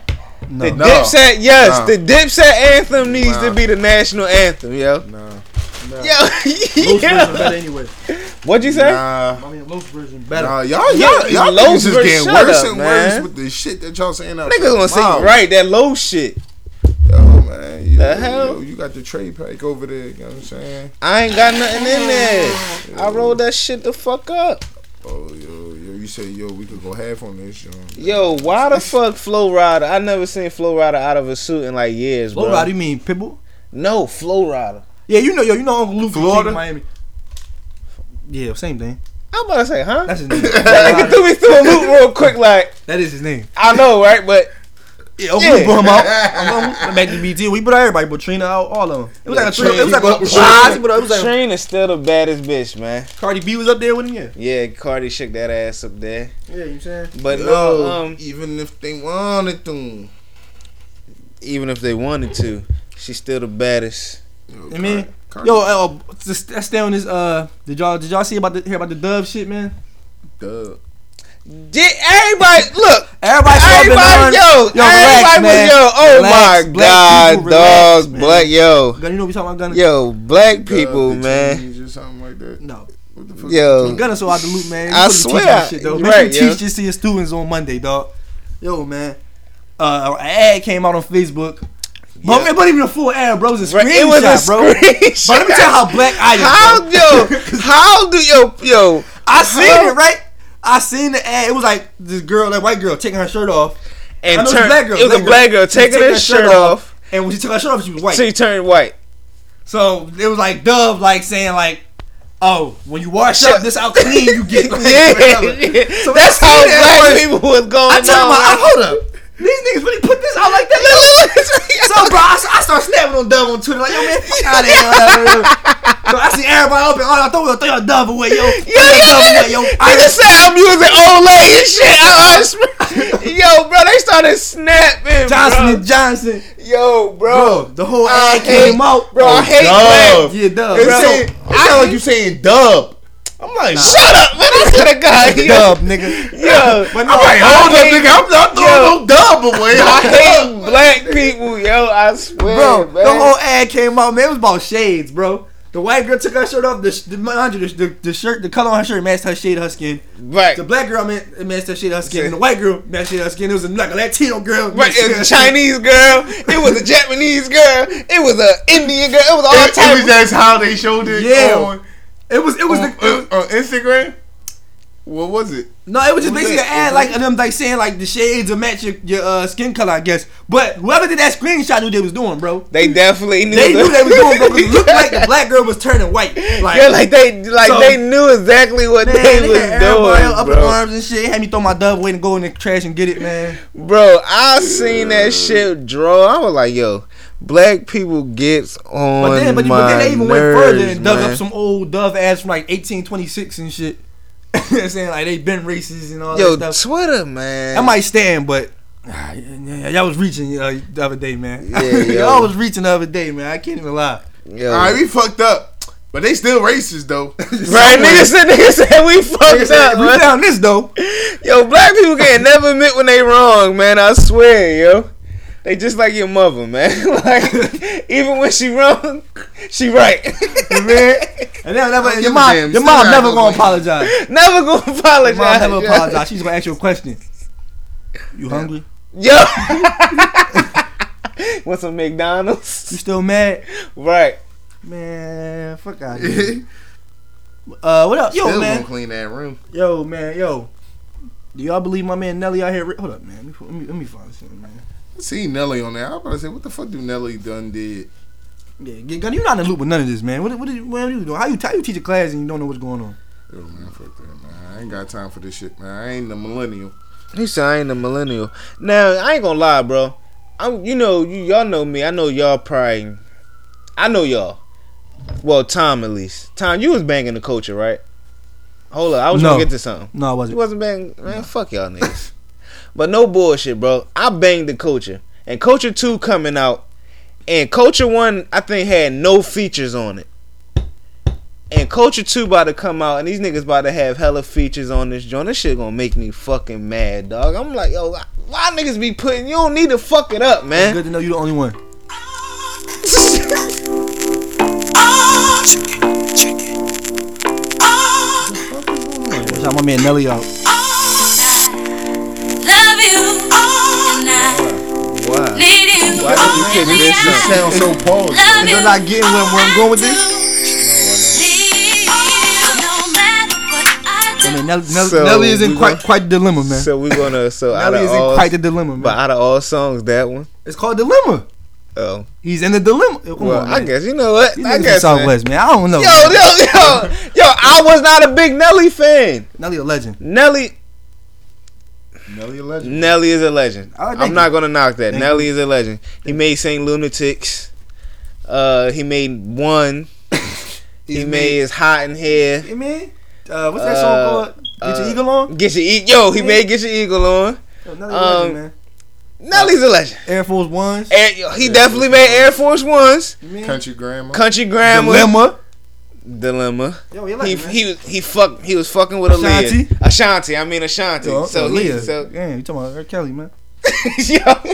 Speaker 2: The
Speaker 10: No.
Speaker 2: Dipset, yes,
Speaker 10: Nah.
Speaker 2: the Dipset anthem needs
Speaker 10: Nah.
Speaker 2: to be the national anthem, yo.
Speaker 10: Nah.
Speaker 2: Yo,
Speaker 3: Los
Speaker 2: yeah.
Speaker 3: version better anyway.
Speaker 2: What'd you say?
Speaker 10: Nah.
Speaker 3: I mean, Los version better.
Speaker 10: Nah, y'all,
Speaker 2: Yeah,
Speaker 10: y'all,
Speaker 2: it's
Speaker 10: y'all
Speaker 2: low
Speaker 10: niggas is
Speaker 2: verse.
Speaker 10: getting
Speaker 2: Shut
Speaker 10: worse
Speaker 2: up,
Speaker 10: and
Speaker 2: man.
Speaker 10: worse with the shit that y'all saying out
Speaker 2: Niggas gonna say
Speaker 10: Wow.
Speaker 2: right that low shit.
Speaker 10: Yo, man, you,
Speaker 2: The hell?
Speaker 10: yo, you got the trade pack over there. You know what I'm saying?
Speaker 2: I ain't got nothing in there. I rolled that shit the fuck up.
Speaker 10: Oh, yo, yo, you say yo, we could go half on this. Yo,
Speaker 2: Yo, why the fuck Flow Rider? I never seen Flow Rider out of a suit in like years, bro.
Speaker 3: Low Rider, you mean Pitbull?
Speaker 2: No, Flow Rider.
Speaker 3: Yeah, you know, yo, you know Uncle Luke from
Speaker 10: Florida?
Speaker 3: Miami. Yeah, same thing.
Speaker 2: I'm about to say, huh?
Speaker 3: That's his name.
Speaker 2: that nigga threw me through a loop real quick, like
Speaker 3: that is his name.
Speaker 2: I know, right? But
Speaker 3: Yeah, Uncle
Speaker 2: Yeah.
Speaker 3: Luke brought him out. Uncle Luke- Back to BT, we put out everybody, but Trina out, all of them. It was like a trio. It was like a quad. but It was like
Speaker 2: Trina is still the baddest bitch, man.
Speaker 3: Cardi B was up there with him. Yeah,
Speaker 2: Yeah, Cardi shook that ass up there.
Speaker 3: yeah, you know what I'm saying.
Speaker 2: But
Speaker 10: Yo,
Speaker 2: no, um,
Speaker 10: even if they wanted to,
Speaker 2: even if they wanted to, she's still the baddest.
Speaker 3: I mean, yo, uh, just let's stay on this. Uh, did y'all did y'all see about the hear about the Dove shit, man?
Speaker 10: Duh.
Speaker 2: Did everybody look?
Speaker 3: Everybody,
Speaker 2: Everybody, yo, everybody was yo. Oh my god, dogs, black, yo,
Speaker 3: Gun, you know what we talking about, Gunna?
Speaker 2: yo, black people, man.
Speaker 10: Or something like that.
Speaker 3: No,
Speaker 10: What the fuck?
Speaker 2: Yo,
Speaker 3: Gunna so out the loop, man. You
Speaker 2: I
Speaker 3: really teach
Speaker 2: swear,
Speaker 3: that shit, though. Make
Speaker 2: right,
Speaker 3: you
Speaker 2: yo.
Speaker 3: teach this to your students on Monday, dog. Yo, man. Uh, an ad came out on Facebook. But it wasn't even a full ad, bro. It was a
Speaker 2: Right,
Speaker 3: screenshot,
Speaker 2: it was a
Speaker 3: bro.
Speaker 2: screenshot.
Speaker 3: But let me tell you how black I am.
Speaker 2: How
Speaker 3: bro.
Speaker 2: yo? How do yo yo?
Speaker 3: I seen it, right? I seen the ad. It was like this girl, like white girl, taking her shirt off. I
Speaker 2: And
Speaker 3: know it's
Speaker 2: turn,
Speaker 3: black girl,
Speaker 2: it was a
Speaker 3: black
Speaker 2: black
Speaker 3: girl.
Speaker 2: girl
Speaker 3: She
Speaker 2: taking
Speaker 3: take
Speaker 2: her shirt off.
Speaker 3: And when she took her shirt off, she was white.
Speaker 2: She turned white.
Speaker 3: So it was like Dove, like saying like, "Oh, when you wash
Speaker 2: Shut-
Speaker 3: up, this out clean, you get
Speaker 2: Yeah,
Speaker 3: clean." So
Speaker 2: that's
Speaker 3: I
Speaker 2: how
Speaker 3: seen that
Speaker 2: black
Speaker 3: first-
Speaker 2: people was going.
Speaker 3: I tell
Speaker 2: on.
Speaker 3: my, I, hold up, these niggas really put this out like that. so bro, I, s- I start snapping on Dove on Twitter like, "Yo man, fuck out of here!" so I see everybody open. Oh, I thought we were throwing Dove away, yo.
Speaker 2: Yo, yo, yo, I just said I'm using Olay and shit. I, I swear. yo, bro, they started snapping.
Speaker 3: Johnson
Speaker 2: bro.
Speaker 3: and Johnson,
Speaker 2: Yo, bro.
Speaker 3: bro. The whole
Speaker 2: I
Speaker 3: ad came
Speaker 2: hate-
Speaker 3: out,
Speaker 2: Bro, I hate
Speaker 10: Dove.
Speaker 2: black.
Speaker 3: Yeah, Dove.
Speaker 10: It's
Speaker 3: bro.
Speaker 10: saying, it sound like you saying dub. I'm like, shut
Speaker 2: Shut up, man. I swear to God. Yo,
Speaker 3: Dove, nigga.
Speaker 2: yo.
Speaker 3: But
Speaker 10: I'm
Speaker 3: no,
Speaker 10: like, hold up,
Speaker 2: hate-
Speaker 10: nigga. I'm not throwing no dub away.
Speaker 2: I hate black people, yo. I swear,
Speaker 3: bro,
Speaker 2: man.
Speaker 3: the whole ad came out, man. It was about shades, bro. The white girl took her shirt off. The sh- the, mind you, the, the, the shirt, the color on her shirt matched her shade, her skin.
Speaker 2: right.
Speaker 3: The black girl man, it matched her shade, her skin. And the white girl matched her skin. It was a, like a Latino girl.
Speaker 2: Right,
Speaker 3: matched
Speaker 2: it
Speaker 3: her
Speaker 2: was a
Speaker 3: skin.
Speaker 2: Chinese girl. It was a Japanese girl. It was a Indian girl. It was all
Speaker 10: It, it was
Speaker 2: types.
Speaker 1: Oh.
Speaker 10: just how they showed it
Speaker 3: Yeah.
Speaker 10: on,
Speaker 2: Oh,
Speaker 3: It was it was
Speaker 10: on,
Speaker 3: the,
Speaker 10: on Instagram.
Speaker 3: What was it?
Speaker 1: No, it was just
Speaker 3: What
Speaker 1: basically an
Speaker 3: that?
Speaker 1: ad,
Speaker 3: What
Speaker 1: like them like saying like the shades will match your, your uh, skin color, I guess. But whoever did that screenshot knew they was doing, bro.
Speaker 2: They definitely knew.
Speaker 1: They knew they was doing, bro. 'cause It looked
Speaker 2: look
Speaker 1: like the black girl was turning white. Like,
Speaker 2: yeah, like they like
Speaker 1: So-
Speaker 2: they knew exactly what
Speaker 1: man,
Speaker 2: they
Speaker 1: they
Speaker 2: was
Speaker 1: had everybody
Speaker 2: doing,
Speaker 1: up in
Speaker 2: bro.
Speaker 1: arms and shit. Had me throw my dove away and go in the trash and get it, man.
Speaker 2: Bro, I seen that shit draw. I was like, yo, black people gets on
Speaker 1: But then, but, you-
Speaker 2: my
Speaker 1: but then they even
Speaker 2: nerves,
Speaker 1: went further and dug
Speaker 2: man.
Speaker 1: up some old dove ads from like 1826 and shit. you know what I'm saying? Like, they been racist and all
Speaker 2: Yo,
Speaker 1: that stuff.
Speaker 2: Twitter, man.
Speaker 1: I might stand, but. ah, yeah, yeah, Y'all was reaching uh, the other day, man.
Speaker 2: Yeah, yo.
Speaker 1: y'all was reaching the other day, man. I can't even lie.
Speaker 2: Yo.
Speaker 3: All right, we fucked up, but they still racist though.
Speaker 2: Right, nigga said, nigga said we fucked up,
Speaker 1: We
Speaker 2: man.
Speaker 1: found this though.
Speaker 2: Yo, black people can't never admit when they wrong, man. I swear, yo. They just like your mother, man. like, even when she wrong, she right.
Speaker 1: Man. And they'll never,
Speaker 3: give
Speaker 1: your
Speaker 3: a
Speaker 1: mom,
Speaker 3: damn.
Speaker 1: your
Speaker 3: Still
Speaker 1: mom
Speaker 3: not
Speaker 1: never gonna
Speaker 3: gonna play.
Speaker 1: apologize.
Speaker 2: never gonna apologize.
Speaker 1: Your mom never
Speaker 2: yo.
Speaker 1: apologize. She's gonna ask you a question. You hungry?
Speaker 2: Yo. Want some McDonald's?
Speaker 1: You still mad?
Speaker 2: Right.
Speaker 1: Man, fuck out of here.
Speaker 3: still
Speaker 1: Uh, what up, yo,
Speaker 3: gonna
Speaker 1: man?
Speaker 3: clean that room.
Speaker 1: Yo, man, yo. Do y'all believe my man Nelly out here? ri- Hold up, man. Let me, let me, let me find this thing, man.
Speaker 3: See Nelly on there. I was about to say, what the fuck do Nelly done did?
Speaker 1: Yeah, get gun. You not in the loop with none of this, man. What, what, you- what are you doing? How you, how you teach a class and you don't know what's going on?
Speaker 3: Yo, man, fuck that, man. I ain't got time for this shit, man. I ain't a millennial.
Speaker 2: He said I ain't a millennial. Now I ain't gonna lie, bro. I'm, you know, you, y'all know me. I know y'all probably. I know y'all. Well, Tom at least. Tom, you was banging the culture, right? Hold up, I was
Speaker 1: No.
Speaker 2: gonna get to something.
Speaker 1: No, I
Speaker 2: You
Speaker 1: wasn't.
Speaker 2: wasn't banging, man. Fuck y'all niggas. but no bullshit, bro. I banged the culture, and culture two coming out, and culture one I think had no features on it. And Culture 2 about to come out, and these niggas about to have hella features on this joint. This shit gonna make me fucking mad, dog. I'm like, yo, why niggas be putting, you don't need to fuck it up, man.
Speaker 1: Good to know you the only one. Shout out my man Nelly out.
Speaker 2: Wow. Why did you pick this
Speaker 3: This
Speaker 2: up?
Speaker 3: sounds so paused.
Speaker 1: If you're not getting where, where I'm going with this, I mean, Nelly, Nelly,
Speaker 2: So,
Speaker 1: Nelly is
Speaker 2: we
Speaker 1: in quite
Speaker 2: gonna-
Speaker 1: quite the dilemma, man.
Speaker 2: So we gonna, so out
Speaker 1: Nelly
Speaker 2: of
Speaker 1: is in
Speaker 2: all,
Speaker 1: quite the dilemma,
Speaker 2: but
Speaker 1: man.
Speaker 2: out of all songs, that one.
Speaker 1: It's called dilemma.
Speaker 2: Oh,
Speaker 1: He's in the dilemma. Come
Speaker 2: well,
Speaker 1: on,
Speaker 2: I
Speaker 1: Oh, man.
Speaker 2: guess you know what.
Speaker 1: These
Speaker 2: I
Speaker 1: niggas from
Speaker 2: guess man.
Speaker 1: Southwest, man. I don't know.
Speaker 2: Yo, yo, yo, yo! I was not a big Nelly fan.
Speaker 1: Nelly a legend.
Speaker 2: Nelly,
Speaker 3: Nelly a legend.
Speaker 2: Nelly is a legend.
Speaker 1: Oh, thank
Speaker 2: I'm not gonna knock that.
Speaker 1: Thank
Speaker 2: Nelly is a legend. He made Saint Lunatics. Uh, he made one. he
Speaker 1: He's
Speaker 2: made is hot in here.
Speaker 1: Hey, man. Uh, what's that
Speaker 2: Uh,
Speaker 1: song called? Get your
Speaker 2: uh,
Speaker 1: eagle on.
Speaker 2: Get your e- yo. He made get your eagle on.
Speaker 1: Yo, Nelly a
Speaker 2: um,
Speaker 1: legend, man.
Speaker 2: Nelly's a legend.
Speaker 1: Air Force Ones.
Speaker 2: Air, he definitely made Air Force Ones.
Speaker 1: Man.
Speaker 3: Country grandma.
Speaker 2: Country Grammar.
Speaker 1: Dilemma.
Speaker 2: Dilemma.
Speaker 1: Yo, he a
Speaker 2: He
Speaker 1: legend, man.
Speaker 2: he was he fuck he was fucking with Aaliyah.
Speaker 1: Ashanti?
Speaker 2: Ashanti. I mean Ashanti.
Speaker 1: Yo,
Speaker 2: so
Speaker 1: Leah.
Speaker 2: he so
Speaker 1: Damn, you talking about R. Kelly, man.
Speaker 2: yo.
Speaker 1: Shout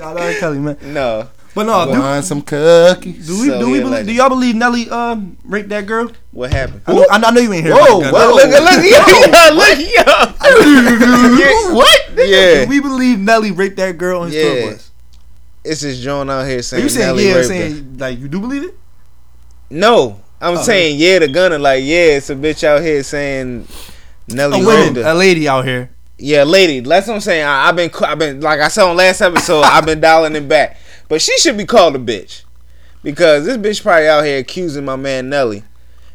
Speaker 1: out R. Kelly, man.
Speaker 2: No.
Speaker 1: But no, do,
Speaker 3: Find some cookies.
Speaker 1: do we
Speaker 2: So
Speaker 1: do
Speaker 2: he
Speaker 1: we
Speaker 2: a
Speaker 1: believe,
Speaker 2: legend.
Speaker 1: do y'all believe Nelly um raped that girl?
Speaker 2: What happened?
Speaker 1: I know, I know- I know you ain't here.
Speaker 3: Whoa, whoa.
Speaker 2: Look, look, look, yo, look, yo. Yeah,
Speaker 1: What?
Speaker 2: Yeah.
Speaker 1: Do we believe Nelly raped that girl on his
Speaker 2: Yeah.
Speaker 1: tour bus?
Speaker 2: It's this joint out here
Speaker 1: Are
Speaker 2: saying
Speaker 1: you saying
Speaker 2: Nelly
Speaker 1: yeah?
Speaker 2: raped her.
Speaker 1: Saying Oh. like you do believe it?
Speaker 2: No, I'm saying yeah to Gunna. Like yeah, it's a bitch out here saying Nelly
Speaker 1: Oh, A
Speaker 2: raped
Speaker 1: woman,
Speaker 2: her.
Speaker 1: a lady out here.
Speaker 2: Yeah, lady. That's what I'm saying. I, I've been, ca- I've been like I said on last episode. I've been dialing it back, but she should be called a bitch because this bitch probably out here accusing my man Nelly,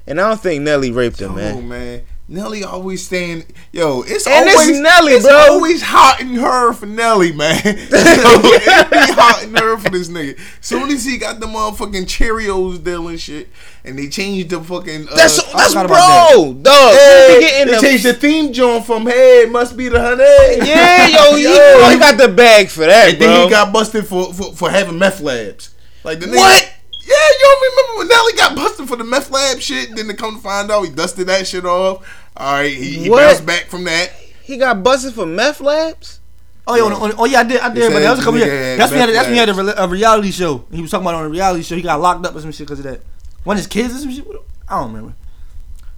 Speaker 2: and I don't think Nelly raped him,
Speaker 3: Oh
Speaker 2: man.
Speaker 3: man. Nelly always staying. Yo, it's
Speaker 1: Oh,
Speaker 2: And it's
Speaker 3: always
Speaker 2: Nelly,
Speaker 3: it's
Speaker 2: bro.
Speaker 3: Always hot in her for Nelly, man. Yo, it be hot in her for this nigga. Soon as he got the motherfucking Cheerios deal and shit, and they changed the fucking. Uh,
Speaker 2: That's that's
Speaker 1: forgot
Speaker 2: bro,
Speaker 1: about
Speaker 2: dog.
Speaker 3: Hey,
Speaker 2: you be getting
Speaker 3: they
Speaker 2: the-
Speaker 3: changed the theme joint from "Hey, it must be the honey."
Speaker 2: yeah, yo, he,
Speaker 3: Yo.
Speaker 2: he got the bag for that,
Speaker 3: and
Speaker 2: bro.
Speaker 3: then he got busted for, for for having meth labs. Like the nigga,
Speaker 2: What?
Speaker 3: Yeah, you don't remember when Nelly got busted for the meth lab shit? Then to come to find out, he dusted that shit off. All right, he, he
Speaker 2: What?
Speaker 3: bounced back from that.
Speaker 2: he got busted for meth labs.
Speaker 1: Oh yeah, on, on, oh yeah, I did, I did. But
Speaker 3: said
Speaker 1: that was a couple
Speaker 3: nigga
Speaker 1: years.
Speaker 3: had
Speaker 1: That's when he had, that's when he had a,
Speaker 3: backflash.
Speaker 1: re- a reality show. He was talking about on a reality show. He got locked up or some shit because of that. One of his kids or some shit. I don't remember.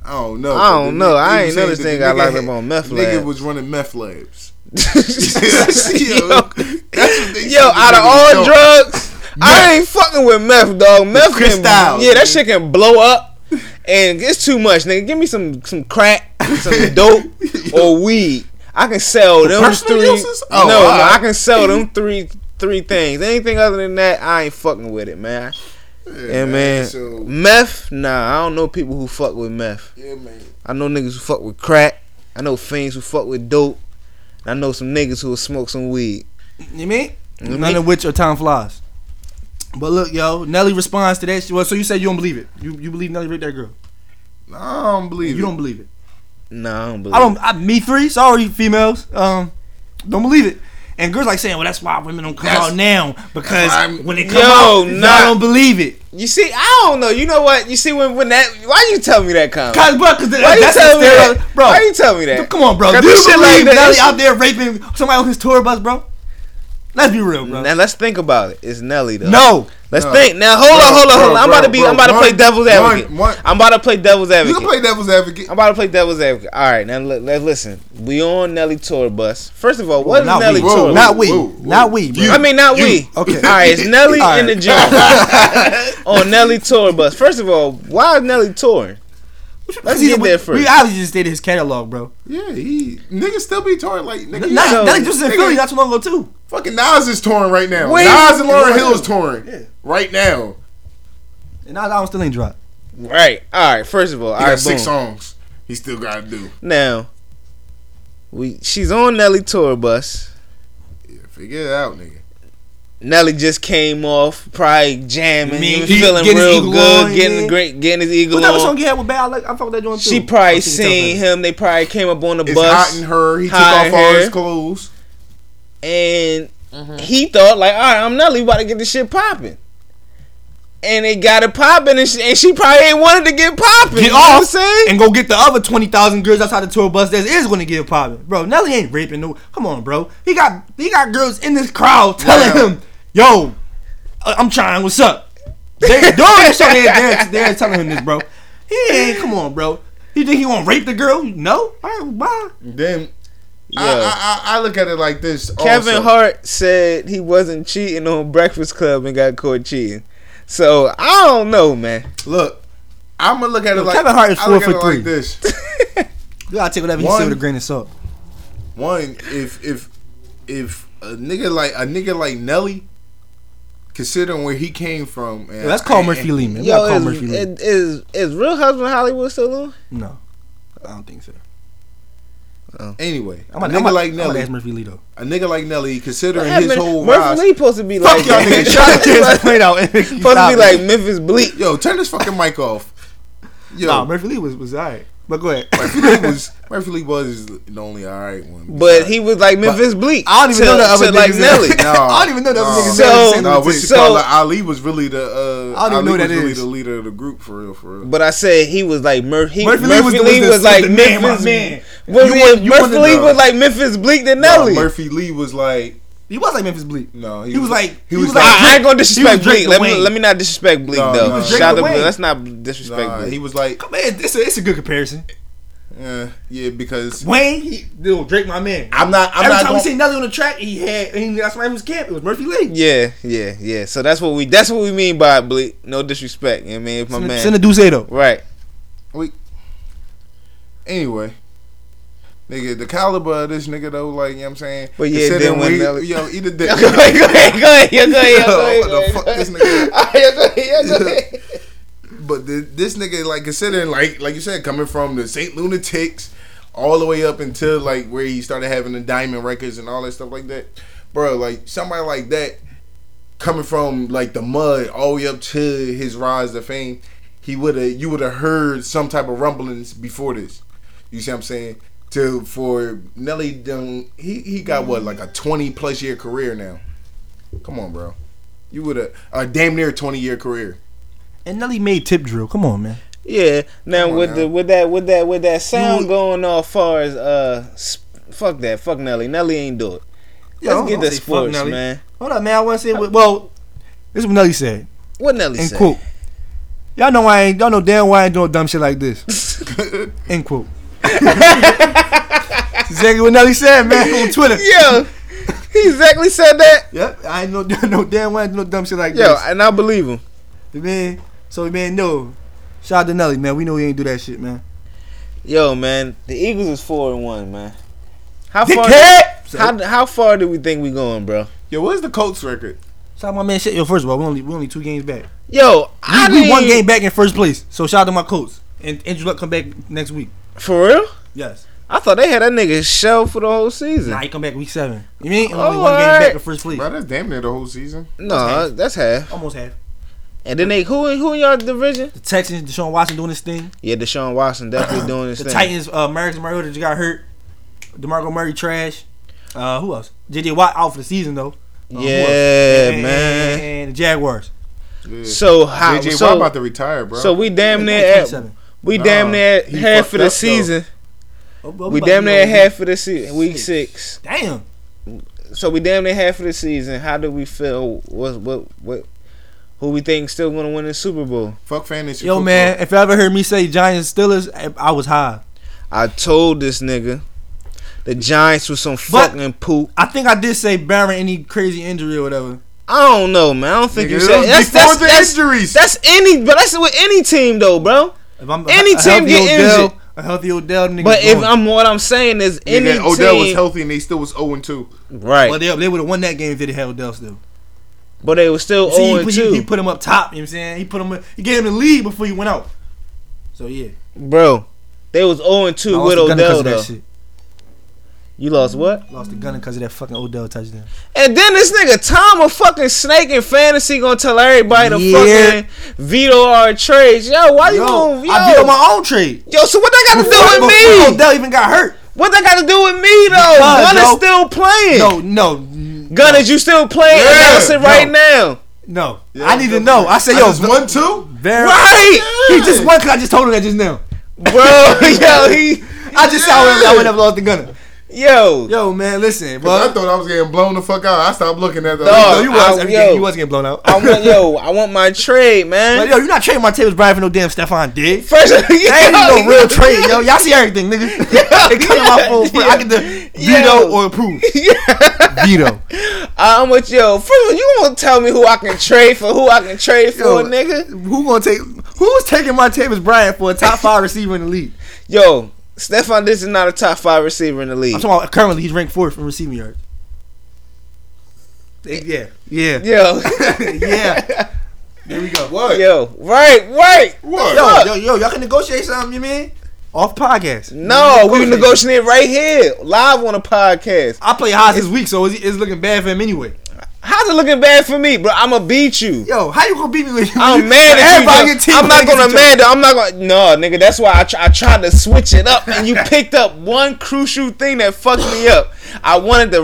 Speaker 3: I don't know.
Speaker 2: I don't know. I
Speaker 3: They
Speaker 2: ain't know
Speaker 3: saying
Speaker 2: this
Speaker 3: that the
Speaker 2: thing got
Speaker 3: nigga
Speaker 2: locked
Speaker 3: had-
Speaker 2: up on meth
Speaker 3: Nigga
Speaker 2: lab.
Speaker 3: was running meth labs.
Speaker 2: yo,
Speaker 3: that's what they
Speaker 2: Yo,
Speaker 3: said
Speaker 2: out of
Speaker 3: the nigga
Speaker 2: all
Speaker 3: was
Speaker 2: drugs, I ain't fucking with meth, dog. Meth can,
Speaker 3: Cristal,
Speaker 2: yeah, that
Speaker 3: nigga.
Speaker 2: shit can blow up, and it's too much, nigga. Give me some some crack. some dope or weed. I can sell them
Speaker 10: personal
Speaker 2: three.
Speaker 10: uses? Oh,
Speaker 2: no, no,
Speaker 10: alright.
Speaker 2: I can sell them three three things. Anything other than that, I ain't fucking with it, man. Yeah, man.
Speaker 10: so-
Speaker 2: meth, nah, I don't know people who fuck with meth.
Speaker 10: Yeah, man.
Speaker 2: I know niggas who fuck with crack. I know fiends who fuck with dope. I know some niggas who will smoke some weed.
Speaker 1: You mean?
Speaker 2: You
Speaker 1: None
Speaker 2: mean?
Speaker 1: of which are time flies. But look, yo, Nelly responds to that. She, well, so you say you don't believe it? You you believe Nelly raped that girl?
Speaker 10: Nah, I don't believe
Speaker 1: You
Speaker 10: it.
Speaker 1: don't believe it?
Speaker 2: Nah, I don't believe.
Speaker 1: I don't. I, me three. Sorry, females. Um, don't believe it. And girls like saying, well, that's why women don't come
Speaker 10: That's-
Speaker 1: out now because
Speaker 10: I'm-
Speaker 1: when it come
Speaker 2: Yo,
Speaker 1: out, y'all
Speaker 2: nah.
Speaker 1: don't believe it.
Speaker 2: it. You see, I don't know. You know what? You see when when that? Why you tell me that comment?
Speaker 1: Cause, bro, cause that-
Speaker 2: Why you
Speaker 1: that's
Speaker 2: tell
Speaker 1: the
Speaker 2: me that?
Speaker 1: stereo- bro.
Speaker 2: Why you tell me that?
Speaker 1: Come on, bro.
Speaker 2: Cause
Speaker 1: Do you
Speaker 2: this shit
Speaker 1: believe
Speaker 2: like that-
Speaker 1: Nelly
Speaker 2: this-
Speaker 1: out there raping somebody on his tour bus, bro? Let's be real, bro.
Speaker 2: Now let's think about it. It's Nelly though.
Speaker 1: No.
Speaker 2: Let's
Speaker 10: No.
Speaker 2: think. Now hold on,
Speaker 10: Bro,
Speaker 2: hold on,
Speaker 10: bro,
Speaker 2: hold on. I'm
Speaker 10: bro,
Speaker 2: about to be.
Speaker 10: bro,
Speaker 2: I'm about to play
Speaker 10: one-
Speaker 2: devil's advocate.
Speaker 10: one- one-
Speaker 2: I'm about to play devil's
Speaker 10: You
Speaker 2: advocate.
Speaker 10: can play devil's advocate.
Speaker 2: I'm about to play devil's advocate. All right, now let, let, listen. We on Nelly tour bus. First of all, what is
Speaker 1: not
Speaker 2: Nelly
Speaker 1: we.
Speaker 2: tour?
Speaker 10: Whoa,
Speaker 1: Not we.
Speaker 10: whoa, whoa.
Speaker 1: Not we, bro.
Speaker 2: I mean, not we.
Speaker 1: Okay.
Speaker 2: All right, it's Nelly
Speaker 1: All
Speaker 2: in the
Speaker 1: right.
Speaker 2: gym on Nelly tour bus. First of all, why is Nelly touring? Let's
Speaker 1: See,
Speaker 2: get
Speaker 1: we,
Speaker 2: there first.
Speaker 1: We obviously just stated his catalog, bro.
Speaker 10: Yeah, he niggas still be touring like nigga.
Speaker 1: Not,
Speaker 2: So-
Speaker 1: Nelly just was in
Speaker 10: nigga.
Speaker 1: Philly not too long ago too.
Speaker 10: Fucking Nas is touring right now.
Speaker 2: Wait.
Speaker 10: Nas and Lauren
Speaker 2: Lauren
Speaker 10: Hill is
Speaker 2: Hill.
Speaker 10: touring right now.
Speaker 1: And now that one still ain't dropped.
Speaker 2: right. All right. First of all, all
Speaker 10: He
Speaker 2: right.
Speaker 10: got six
Speaker 2: boom.
Speaker 10: songs. He still got to do.
Speaker 2: Now, we she's on Nelly tour bus.
Speaker 10: Yeah, figure it out, nigga.
Speaker 2: Nelly just came off, probably jamming,
Speaker 1: Me-
Speaker 2: he was
Speaker 1: he-
Speaker 2: feeling
Speaker 1: getting his
Speaker 2: real
Speaker 1: eagle
Speaker 2: good,
Speaker 1: on,
Speaker 2: getting
Speaker 1: yeah.
Speaker 2: great, getting his eagle
Speaker 1: What that song
Speaker 2: on.
Speaker 1: he had with Bad? I, like, I fuck with that joint too.
Speaker 2: She
Speaker 1: I
Speaker 2: probably
Speaker 1: think it's tough,
Speaker 2: seen
Speaker 1: man.
Speaker 2: him. They probably came up on the
Speaker 10: It's hot
Speaker 2: bus,
Speaker 10: in her. He took
Speaker 2: hot
Speaker 10: off
Speaker 2: in
Speaker 10: all
Speaker 2: her.
Speaker 10: his clothes.
Speaker 2: and he thought like, all right, I'm Nelly, about to get this shit popping. And they got it popping, and she, and she probably ain't wanted to get popping.
Speaker 1: Get
Speaker 2: you know what I'm
Speaker 1: off
Speaker 2: saying?
Speaker 1: and go get the other twenty thousand girls outside the tour bus that is going to get popping, bro. Nelly ain't raping no. Come on, bro. He got he got girls in this crowd telling
Speaker 10: Wow.
Speaker 1: him, "Yo, I- I'm trying. What's up?" They doing that shit. They're, they're, they're telling him this, bro. He ain't. Come on, bro. You think he want to rape the girl? No. All right, bye.
Speaker 10: Then
Speaker 2: Yeah.
Speaker 10: I, I, I, I look at it like this.
Speaker 2: Kevin
Speaker 10: also.
Speaker 2: Hart said he wasn't cheating on Breakfast Club and got caught cheating. So I don't know, man.
Speaker 10: Look, I'm gonna look at it like
Speaker 1: Kevin Hart is
Speaker 10: I look
Speaker 1: four
Speaker 10: at
Speaker 1: for
Speaker 10: it
Speaker 1: three.
Speaker 10: Like this.
Speaker 1: You gotta take whatever he
Speaker 10: One.
Speaker 1: said with a grain of salt.
Speaker 10: One, if if if a nigga like a nigga like Nelly, considering where he came from, and,
Speaker 1: Yo, that's called
Speaker 10: and-
Speaker 1: Murphy Lee, man. We
Speaker 2: Yo,
Speaker 1: gotta call
Speaker 2: is-
Speaker 1: Murphy Lee.
Speaker 2: is, is is Real Husband Hollywood still on?
Speaker 1: No, I don't think so.
Speaker 10: Anyway,
Speaker 1: I'm
Speaker 10: a
Speaker 1: gonna,
Speaker 10: nigga
Speaker 1: I'm gonna,
Speaker 10: like
Speaker 1: I'm gonna
Speaker 10: Nelly,
Speaker 1: ask Murphy Lee though.
Speaker 10: a nigga like Nelly, considering
Speaker 2: What
Speaker 10: his
Speaker 2: happened?
Speaker 10: whole
Speaker 2: Murphy
Speaker 10: rise.
Speaker 2: Lee supposed to be
Speaker 10: Fuck
Speaker 2: like
Speaker 10: y'all niggas. Y'all
Speaker 2: supposed
Speaker 10: kids
Speaker 2: to
Speaker 1: out.
Speaker 2: be like Memphis Bleak.
Speaker 10: Yo, turn this fucking mic off. Yo,
Speaker 1: Nah, Murphy Lee was was alright. But go ahead.
Speaker 10: Murphy Lee was Murphy Lee was the only all right one.
Speaker 2: But he was like Memphis Bleak.
Speaker 1: I don't even
Speaker 2: to-
Speaker 1: know the other
Speaker 2: to like
Speaker 1: niggas.
Speaker 2: Nelly.
Speaker 10: No,
Speaker 1: I don't even know the other
Speaker 10: no.
Speaker 1: niggas.
Speaker 2: So-
Speaker 1: name.
Speaker 10: no, what you
Speaker 2: So-
Speaker 10: call it? Ali was really the uh,
Speaker 1: I don't even know
Speaker 10: Ali
Speaker 1: who
Speaker 10: was
Speaker 1: that
Speaker 10: really
Speaker 1: is.
Speaker 10: the leader of the group for real, for real.
Speaker 2: But I said he was like Mur- he,
Speaker 1: Murphy
Speaker 2: Murphy.
Speaker 1: Lee was the-
Speaker 2: Lee was,
Speaker 1: was the-
Speaker 2: like
Speaker 1: the man, my
Speaker 2: Memphis.
Speaker 1: man.
Speaker 2: Was
Speaker 10: You
Speaker 2: he-
Speaker 10: want- you
Speaker 2: Murphy
Speaker 10: wanted
Speaker 2: Lee
Speaker 10: the-
Speaker 2: was like Memphis Bleak than Nelly.
Speaker 10: No, Murphy Lee was like
Speaker 1: He was like Memphis Bleak.
Speaker 10: no,
Speaker 1: He was like- he was
Speaker 2: I- I, ain't gonna
Speaker 1: He
Speaker 2: disrespect
Speaker 1: was Drake
Speaker 2: Bleak. Let me
Speaker 1: Dwayne.
Speaker 2: let me not disrespect Bleak
Speaker 10: No,
Speaker 2: though.
Speaker 10: no, no.
Speaker 2: Shout out to
Speaker 1: Drake
Speaker 2: Bleak.
Speaker 1: Dwayne.
Speaker 2: Let's not disrespect
Speaker 10: nah,
Speaker 2: Bleak.
Speaker 10: he was like
Speaker 1: Man, it's a, it's a good comparison.
Speaker 10: eh, yeah because
Speaker 1: Wayne, he, dude, Drake, my man.
Speaker 10: I'm not I'm
Speaker 1: Every
Speaker 10: not
Speaker 1: time we
Speaker 10: going
Speaker 1: see Nelly on the track, he had he, that's why he was camp. It was Murphy Lee.
Speaker 2: yeah, yeah, yeah. So that's what we that's what we mean by Bleak. No disrespect. You know what I mean, if my man.
Speaker 1: Send a Duce though.
Speaker 2: right.
Speaker 10: anyway. Nigga, the caliber of this nigga though, like you know what I'm saying.
Speaker 2: But yeah,
Speaker 10: Considering
Speaker 2: then when
Speaker 10: we-
Speaker 2: Nelly-
Speaker 10: yo, either
Speaker 2: go
Speaker 10: dick.
Speaker 2: ahead, go ahead, go ahead, yo, go ahead, go ahead,
Speaker 10: Yo,
Speaker 2: go ahead.
Speaker 10: what the fuck, this nigga-
Speaker 2: All right, yo, go ahead, yo, go ahead.
Speaker 10: But the, this nigga, like considering, like like you said, coming from the Saint Lunatics, all the way up until like where he started having the Diamond Records and all that stuff like that, bro. Like somebody like that, coming from like the mud all the way up to his rise to fame, he would have you would have heard some type of rumblings before this. You see what I'm saying? To for Nelly, done, he he got what like a 20 plus year career now. Come on, bro. You would have a damn near 20 year career.
Speaker 1: And Nelly made tip drill. Come on, man.
Speaker 2: Yeah. Now
Speaker 10: on
Speaker 2: with
Speaker 10: now.
Speaker 2: the with that with that with that sound going off far as uh sp- fuck that fuck Nelly Nelly ain't do it.
Speaker 1: Yo,
Speaker 2: Let's get
Speaker 1: don't
Speaker 2: to
Speaker 1: say fuck
Speaker 2: sports,
Speaker 1: Nelly.
Speaker 2: man.
Speaker 1: Hold up, man. I want to say what- well. This is what Nelly said.
Speaker 2: What Nelly
Speaker 1: End
Speaker 2: said?
Speaker 1: quote. Y'all know why I ain't, y'all know damn why I ain't doing dumb shit like this. End quote. exactly what Nelly said, man, on Twitter.
Speaker 2: Yo, he exactly said that.
Speaker 1: Yep, I ain't no, no damn why I ain't doing dumb shit like
Speaker 2: Yo,
Speaker 1: this.
Speaker 2: and I believe him.
Speaker 1: The man, so the man, no. Shout out to Nelly, man. We know he ain't do that shit, man.
Speaker 2: Yo, man, the Eagles is four and one, man. How
Speaker 11: Dickhead!
Speaker 2: far? How how far do we think we going, bro?
Speaker 10: Yo, what's the Colts record?
Speaker 1: Shout out my man. Shit, yo. First of all, we only we only two games back.
Speaker 2: Yo, I
Speaker 1: We, we one
Speaker 2: didn't-
Speaker 1: game back in first place. So shout out to my coach. And Andrew Luck come back next week.
Speaker 2: for real.
Speaker 1: Yes.
Speaker 2: I thought they had that nigga shell for the whole season.
Speaker 1: Nah, he come back week seven. You mean only
Speaker 2: Oh,
Speaker 1: one game
Speaker 2: alright.
Speaker 1: back in first place?
Speaker 10: Bro, that's damn near the whole season.
Speaker 2: No, that's half.
Speaker 1: Almost half.
Speaker 2: And then they who who in y'all division?
Speaker 1: The Texans, Deshaun Watson doing his thing.
Speaker 2: Yeah, Deshaun Watson definitely doing his
Speaker 1: The
Speaker 2: thing.
Speaker 1: Titans, uh, Marcus Mariota just got hurt. Demarco Murray trash. Uh, who else? J.J. Watt out for the season though. Uh, who else?
Speaker 2: Yeah,
Speaker 1: And-
Speaker 2: man.
Speaker 1: And the Jaguars.
Speaker 10: Yeah.
Speaker 2: So how?
Speaker 10: JJ
Speaker 2: so,
Speaker 10: Watt about to retire, bro.
Speaker 2: so we damn near at,
Speaker 1: 27.
Speaker 2: we
Speaker 10: Nah,
Speaker 2: damn near at
Speaker 10: he
Speaker 2: half
Speaker 10: fucked
Speaker 2: of the
Speaker 10: up, though.
Speaker 2: season.
Speaker 1: Oh, well,
Speaker 2: We
Speaker 1: about to
Speaker 2: damn
Speaker 1: be
Speaker 2: near at
Speaker 1: on
Speaker 2: half of the season. Week six.
Speaker 1: the- Damn.
Speaker 2: So we damn near half of the season. How do we feel? What what what? Who we think still gonna win the Super Bowl?
Speaker 10: fuck fantasy.
Speaker 1: Yo,
Speaker 10: football.
Speaker 1: man, if you ever heard me say Giants Steelers, I- I was high.
Speaker 2: I told this nigga, the Giants was some
Speaker 1: But-
Speaker 2: fucking poop.
Speaker 1: I think I did say barring any crazy injury or whatever.
Speaker 2: I don't know, man. I don't think
Speaker 10: Nigga,
Speaker 2: you
Speaker 10: it
Speaker 2: said
Speaker 10: was
Speaker 2: that's
Speaker 10: before
Speaker 2: that's,
Speaker 10: the
Speaker 2: that's,
Speaker 10: injuries.
Speaker 2: that's any, but that's with any team though, bro.
Speaker 1: If I'm
Speaker 2: Any
Speaker 1: a
Speaker 2: team
Speaker 1: healthy
Speaker 2: get
Speaker 1: Odell,
Speaker 2: injured.
Speaker 1: a healthy Odell nigga.
Speaker 2: But if I'm what I'm saying is
Speaker 10: And
Speaker 2: any
Speaker 10: then Odell was
Speaker 2: team-
Speaker 10: healthy and they still was 0 2.
Speaker 2: right?
Speaker 1: well, they, they would have won that game if they'd have had Odell still.
Speaker 2: but they were still
Speaker 1: See, he,
Speaker 2: zero
Speaker 1: put, he, he
Speaker 2: two,
Speaker 1: put him up top. You know what I'm saying he put him. He gave him the lead before he went out. So yeah,
Speaker 2: bro. They was zero
Speaker 1: I
Speaker 2: two
Speaker 1: lost
Speaker 2: with
Speaker 1: the gun because
Speaker 2: Odell
Speaker 1: of that
Speaker 2: though.
Speaker 1: shit.
Speaker 2: You lost what?
Speaker 1: Lost the gun because of that fucking Odell touchdown.
Speaker 2: And then this nigga Tom a fucking snake in fantasy gonna tell everybody to
Speaker 1: Yeah.
Speaker 2: fucking veto our trades. Yo, why you gonna yo?
Speaker 1: I did on my own trade.
Speaker 2: yo, so what that got to do
Speaker 1: Before-
Speaker 2: with me?
Speaker 1: Odell even got hurt.
Speaker 2: What that got to do with me though?
Speaker 1: Because,
Speaker 2: Gunner's
Speaker 1: yo.
Speaker 2: still playing.
Speaker 1: No, no,
Speaker 2: Gunner, you still playing?
Speaker 10: Yeah,
Speaker 2: Announce it right now.
Speaker 1: no.
Speaker 10: Yeah,
Speaker 1: I need to
Speaker 10: Odell
Speaker 1: know. I said, yo,
Speaker 10: Just 1 2?
Speaker 1: very
Speaker 2: Right,
Speaker 1: He just won 'cause I just told him that just now.
Speaker 2: bro. Yo, he,
Speaker 1: I just saw him. I would have lost the gunner.
Speaker 2: yo,
Speaker 1: Yo, man, listen,
Speaker 10: I
Speaker 1: but
Speaker 10: thought I was getting blown the fuck out. I stopped looking at the.
Speaker 2: Dog.
Speaker 1: you was
Speaker 2: I-
Speaker 1: every
Speaker 2: yo.
Speaker 1: game you was getting blown out.
Speaker 2: I want yo, I want my trade, man.
Speaker 1: Like, yo, you're not trading my tables, Brian, for no damn Stefan Diggs.
Speaker 2: First,
Speaker 1: That ain't no real trade, yo. Y'all see everything, nigga. it come to my phone.
Speaker 2: yeah.
Speaker 1: I get the
Speaker 2: Yo.
Speaker 1: veto or approve. Veto.
Speaker 2: I'm with yo. First of all, you won't tell me who I can trade for, who I can trade for,
Speaker 1: Yo.
Speaker 2: nigga.
Speaker 1: Who gonna take? Who's taking my tables, Brian, for a top five receiver in the league?
Speaker 2: Yo, Stefan, this is not a top five receiver in the
Speaker 1: I'm
Speaker 2: league.
Speaker 1: talking about currently he's ranked fourth in receiving yards. Yeah, yeah,
Speaker 2: Yo,
Speaker 1: yeah. there we go. What?
Speaker 2: yo, right, right.
Speaker 1: Yo, yo, yo, y'all can negotiate something, you mean? Off podcast.
Speaker 2: No, we
Speaker 1: Negotiate.
Speaker 2: negotiating right here, live on a podcast.
Speaker 1: I play Haas this week, so it's, it's looking bad for him anyway.
Speaker 2: How's it looking bad for me, bro? I'ma beat you.
Speaker 1: Yo, how you gonna beat me with
Speaker 2: I'm mad at
Speaker 1: Everybody
Speaker 2: you. though. I'm not gonna mad. though. I'm not gonna. No, nigga. That's why I, tr- I tried to switch it up, and you picked up one crucial thing that fucked me up. I wanted the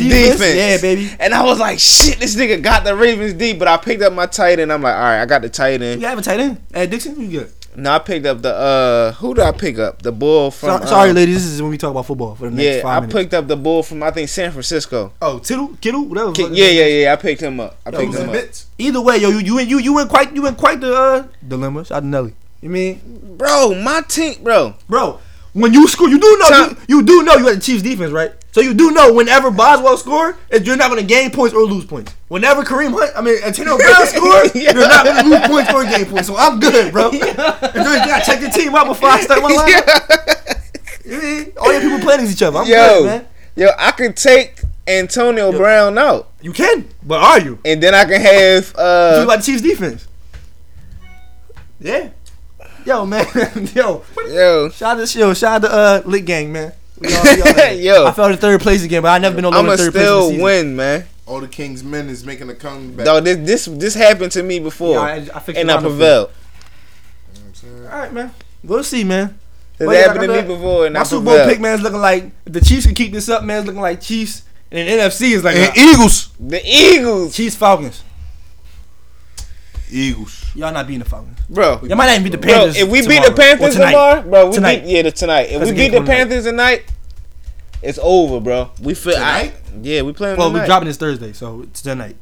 Speaker 1: Ravens
Speaker 2: defense.
Speaker 1: defense? Yeah, baby.
Speaker 2: And I was like, shit, this nigga got the Ravens D, but I picked up my tight end. I'm like, all right, I got the tight end.
Speaker 1: You have a tight end? Hey, Dixon, who you got?
Speaker 2: No, I picked up the uh, who did I pick up? The bull from.
Speaker 1: So- sorry,
Speaker 2: um,
Speaker 1: ladies. This is when we talk about football for the next
Speaker 2: Yeah,
Speaker 1: five
Speaker 2: I
Speaker 1: minutes.
Speaker 2: picked up the bull from I think San Francisco.
Speaker 1: oh, Tittle, Kittle, whatever.
Speaker 2: Ki- Yeah, yeah, yeah. I picked him up. I picked
Speaker 10: Who's
Speaker 2: him
Speaker 10: in
Speaker 2: up,
Speaker 10: bits?
Speaker 1: Either way, yo, you you went you you went quite you went quite the uh, dilemma. Shout out to Nelly. You mean,
Speaker 2: bro. My team, bro.
Speaker 1: bro? When you score, you do know
Speaker 2: Tom-
Speaker 1: you, you do know you had the Chiefs defense, right? So you do know whenever Boswell score, if you're not gonna gain points or lose points. Whenever Kareem Hunt, I mean Antonio Brown score,
Speaker 2: Yeah.
Speaker 1: you're not gonna lose points or gain points. So I'm good, bro. And then you gotta check your team out before I start my line. You mean? All your people playing against each other. I'm
Speaker 2: Yo,
Speaker 1: good, man.
Speaker 2: yo, I can take Antonio Brown out,
Speaker 1: You can, but are you?
Speaker 2: and then I can have
Speaker 1: You
Speaker 2: uh,
Speaker 1: about the Chiefs defense? Yeah. Yo, man. yo.
Speaker 2: yo.
Speaker 1: Shout out to yo. Shout out to uh, Lit Gang, man. We all- we all in it.
Speaker 2: Yo.
Speaker 1: I fell in third place again, but I never been no lower
Speaker 2: I'ma
Speaker 1: than third place.
Speaker 2: still
Speaker 1: this season.
Speaker 2: win, man.
Speaker 10: All the Kings men is making a comeback.
Speaker 2: Dog, this this this happened to me before,
Speaker 1: Yeah, I- I fixed
Speaker 2: and
Speaker 1: the
Speaker 2: I
Speaker 1: lineup.
Speaker 2: prevailed.
Speaker 1: All right, man. We'll see, man.
Speaker 2: This
Speaker 1: Well, yeah,
Speaker 2: happened
Speaker 1: I
Speaker 2: to me
Speaker 1: got-
Speaker 2: before, and
Speaker 1: My
Speaker 2: I
Speaker 1: Super Bowl
Speaker 2: prevailed.
Speaker 1: pick, man's looking like if the Chiefs can keep this up, man's looking like Chiefs, and then NFC is like
Speaker 10: and
Speaker 1: uh,
Speaker 10: Eagles.
Speaker 2: the Eagles,
Speaker 1: Chiefs Falcons.
Speaker 10: Eagles.
Speaker 1: Y'all not beating the Falcons.
Speaker 2: bro.
Speaker 1: Y'all might not even beat the
Speaker 2: Bro,
Speaker 1: Panthers.
Speaker 2: if we beat
Speaker 1: tomorrow
Speaker 2: the
Speaker 1: or
Speaker 2: Panthers
Speaker 1: tonight.
Speaker 2: tomorrow, bro, we
Speaker 1: Tonight.
Speaker 2: beat yeah the tonight. If
Speaker 1: Cause
Speaker 2: we
Speaker 1: the
Speaker 2: beat
Speaker 1: game
Speaker 2: the
Speaker 1: come tonight.
Speaker 2: Panthers tonight, it's over, bro. We feel I,
Speaker 10: Tonight?
Speaker 2: yeah, we playing
Speaker 1: well,
Speaker 2: tonight
Speaker 1: we dropping this Thursday, so it's tonight.